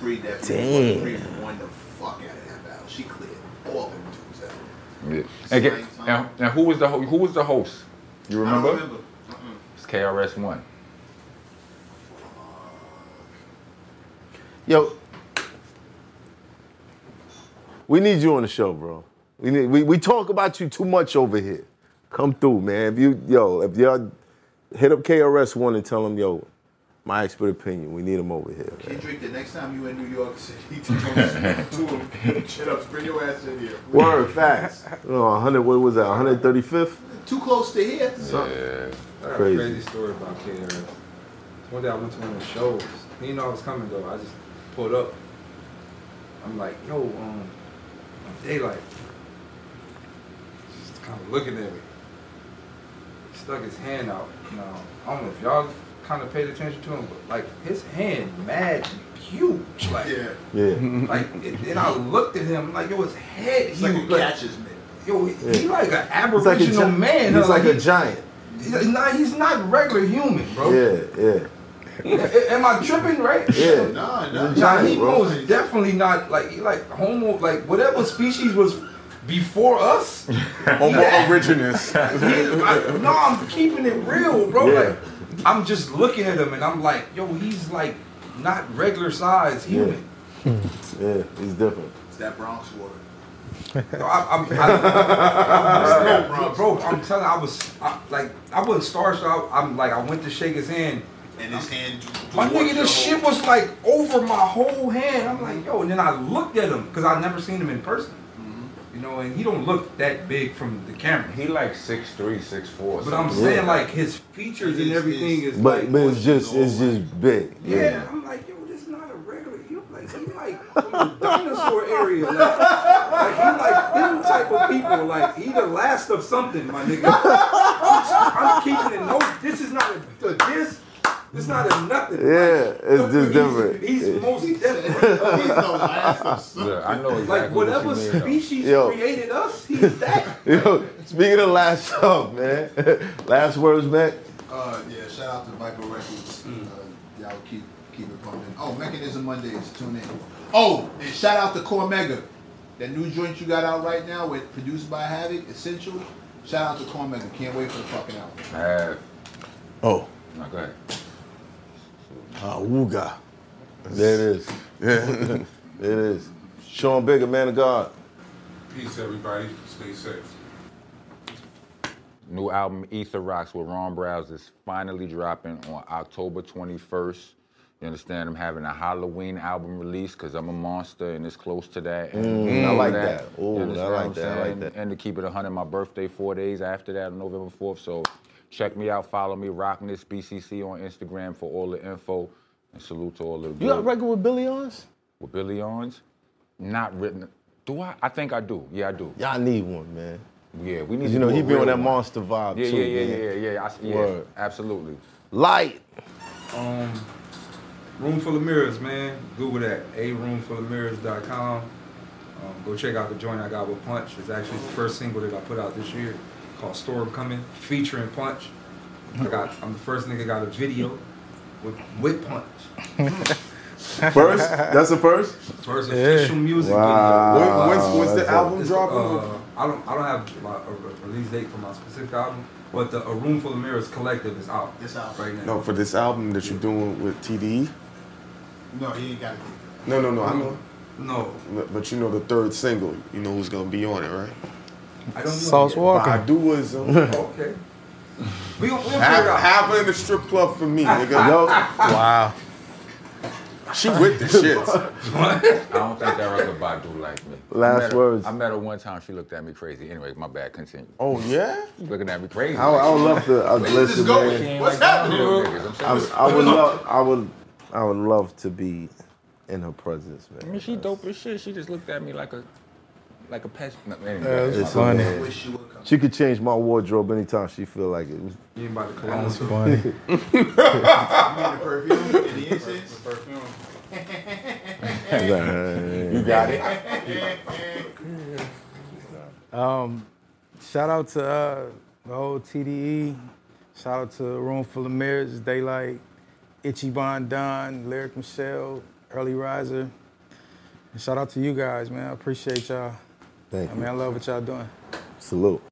S1: Free definitely.
S5: Damn.
S1: Free won the fuck out of that battle. She cleared all them dudes out.
S5: Yeah. And, get- and- and who was the ho- who was the host? You
S1: I don't
S5: remember?
S1: remember.
S5: It's KRS One.
S2: Yo, we need you on the show, bro. We, need, we we talk about you too much over here. Come through, man. If you yo, if y'all hit up KRS One and tell them yo, my expert opinion. We need him over here. man.
S1: Kendrick, the next time you in New York City, tell him, do him. Shut up, bring your ass in here. please.
S2: Word, facts. Oh, 100. What was that? 135th.
S1: Too close to here.
S4: I got
S2: Crazy.
S4: a crazy story about KRS. One day I went to one of the shows. He didn't know I was coming though. I just pulled up. I'm like, yo, um, daylight. Just kind of looking at me. Stuck his hand out. Now I don't know if y'all kind of paid attention to him, but like his hand, mad huge, like yeah.
S2: Yeah.
S4: Like, it- and I looked at him like, yo, his head
S1: It's
S4: huge.
S1: like a catches me.
S4: Yo, he, he
S2: Yeah.
S4: like an
S2: He's like a
S4: aboriginal
S2: gi-
S4: man.
S2: He's
S4: huh?
S2: like a
S4: he-
S2: giant.
S4: He's not, he's not regular human, bro.
S2: Yeah, yeah.
S4: A- Am I tripping, right?
S2: Yeah.
S4: Nah,
S2: nah.
S4: nah. He
S2: Bro.
S4: was definitely not like he like homo like whatever species was before us.
S9: Homo
S4: Yeah.
S9: originus.
S4: He- I- no, I'm keeping it real, bro.
S9: Yeah.
S4: Like I'm just looking at him and I'm like, yo, he's like not regular size human.
S2: Yeah, he's different.
S1: It's that Bronx water.
S4: No, I, I'm, I, I'm bro, bro, I'm telling you, I was I, like, I wasn't starstruck. I'm like, I went to shake his hand.
S1: And his hand.
S4: My
S1: dwarfs
S4: nigga,
S1: your
S4: this shit was like over my whole hand. I'm like, yo, and then I looked at him because I've never seen him in person.
S1: Mm-hmm.
S4: You know, and he don't look that big from the camera.
S5: He like six three, six four.
S4: But I'm
S2: Yeah.
S4: saying like his features and everything is
S2: But
S4: like,
S2: but it's just it's just big.
S4: yeah. I'm like, yo, this is not a regular. You like, you like from the dinosaur area. Like, like he like them type of people. Like he the last of something, my nigga. I'm, I'm keeping it. No, this is not a, a this. This is not a nothing.
S2: Yeah, it's just different.
S4: He's
S2: Yeah.
S4: most definitely. He's the last of something.
S5: Yeah, I know
S4: Like
S5: exactly what
S4: whatever
S5: you mean, though.
S4: species
S2: Yo.
S4: created us, he's that.
S2: Yo, speaking of last stuff, man. last words, man.
S1: Uh, yeah, shout out to Viper Records. Uh, y'all keep keep it pumping. Oh, Mechanism Mondays, tune in. Oh, and shout out to Core Mega. That new joint you got out right now with produced by Havoc, Essential. Shout out to Core Mega. Can't wait for the fucking album.
S5: Have.
S9: Oh.
S5: No, go ahead.
S9: Ah, Wooga.
S2: There it is.
S9: Yeah.
S2: it is. Sean Bigger, man of God.
S13: Peace, everybody. Stay safe.
S5: New album Ether Rocks with Ron Browse is finally dropping on October 21st. You understand? I'm having a Halloween album release because I'm a monster and it's close to that.
S2: Mm, I
S5: all
S2: like that.
S5: You
S2: Ooh, I
S5: understand what
S2: like
S5: I'm
S2: that, I like
S5: saying?
S2: that.
S5: And to keep it 100, my birthday four days after that, on November 4th. So check me out, follow me, Rockness BCC on Instagram for all the info. And salute to all the
S2: You got a record with Billy Owens?
S5: with Billy Owens. Not written. Do I? I think I do. Yeah, I do.
S2: Y'all need one, man.
S5: Yeah, we need.
S2: 'Cause
S5: to
S2: You know
S5: do a
S2: he be on
S5: real
S2: that
S5: one.
S2: monster vibe
S5: Yeah,
S2: too.
S5: yeah, yeah,
S2: man.
S5: yeah, yeah, yeah. I, yeah
S2: Word.
S5: absolutely.
S2: Light.
S4: Um, room full of mirrors, man. Google that. A room full of mirrors.com. Um, go check out the joint I got with Punch. It's actually the first single that I put out this year called Storm Coming, featuring Punch. I got I'm the first nigga got a video with with Punch.
S2: First? That's the first?
S4: First
S2: Yeah.
S4: official music
S2: Wow.
S4: video.
S2: When- when's- when's the
S4: That's
S2: album
S4: it.
S2: dropping?
S4: Uh, I don't I don't have my, a re- release date for my specific album, but the A Room Full of Mirrors collective is out. This out right now.
S9: No, for this album that you're doing with E? TDE.
S1: No, you ain't got it.
S9: No, no, no. I know.
S4: No.
S9: But, but you know the third single. You know who's gonna be on it, right?
S4: I don't know
S9: Sauce
S4: yet.
S9: Walker. Baduism.
S4: okay. We gon' we gon'
S9: half,
S4: figure it out.
S9: half her in the strip club for me, nigga. Wow. She with the shits.
S5: I don't think that record by do like me.
S2: Last
S5: I met her-
S2: words.
S5: I met her one time. She looked at me crazy. Anyway, my bad. Continue.
S2: Oh yeah.
S5: Looking at me crazy.
S2: I, would- I would love to. I'd listen, man. I, would- I would love. I would. I would love to be in her presence,
S5: I
S2: man.
S5: mean, she dope as shit. She just looked at me like a, like a pest. No, anyway,
S2: It's okay. She could change my wardrobe anytime she feel like it.
S4: You ain't about to call
S2: That's
S4: me.
S2: funny.
S4: You mean
S1: the perfume? and The incense?
S4: The
S1: perfume.
S2: Right.
S1: You got it.
S3: Um, shout out to uh, the whole TDE. Shout out to Room Full of Mirrors, Daylight, Itchy Bon Don, Lyric Michelle, Early Riser. And shout out to you guys, man. I appreciate y'all.
S2: Thank
S3: I
S2: you.
S3: mean, I love what y'all doing.
S2: Salute.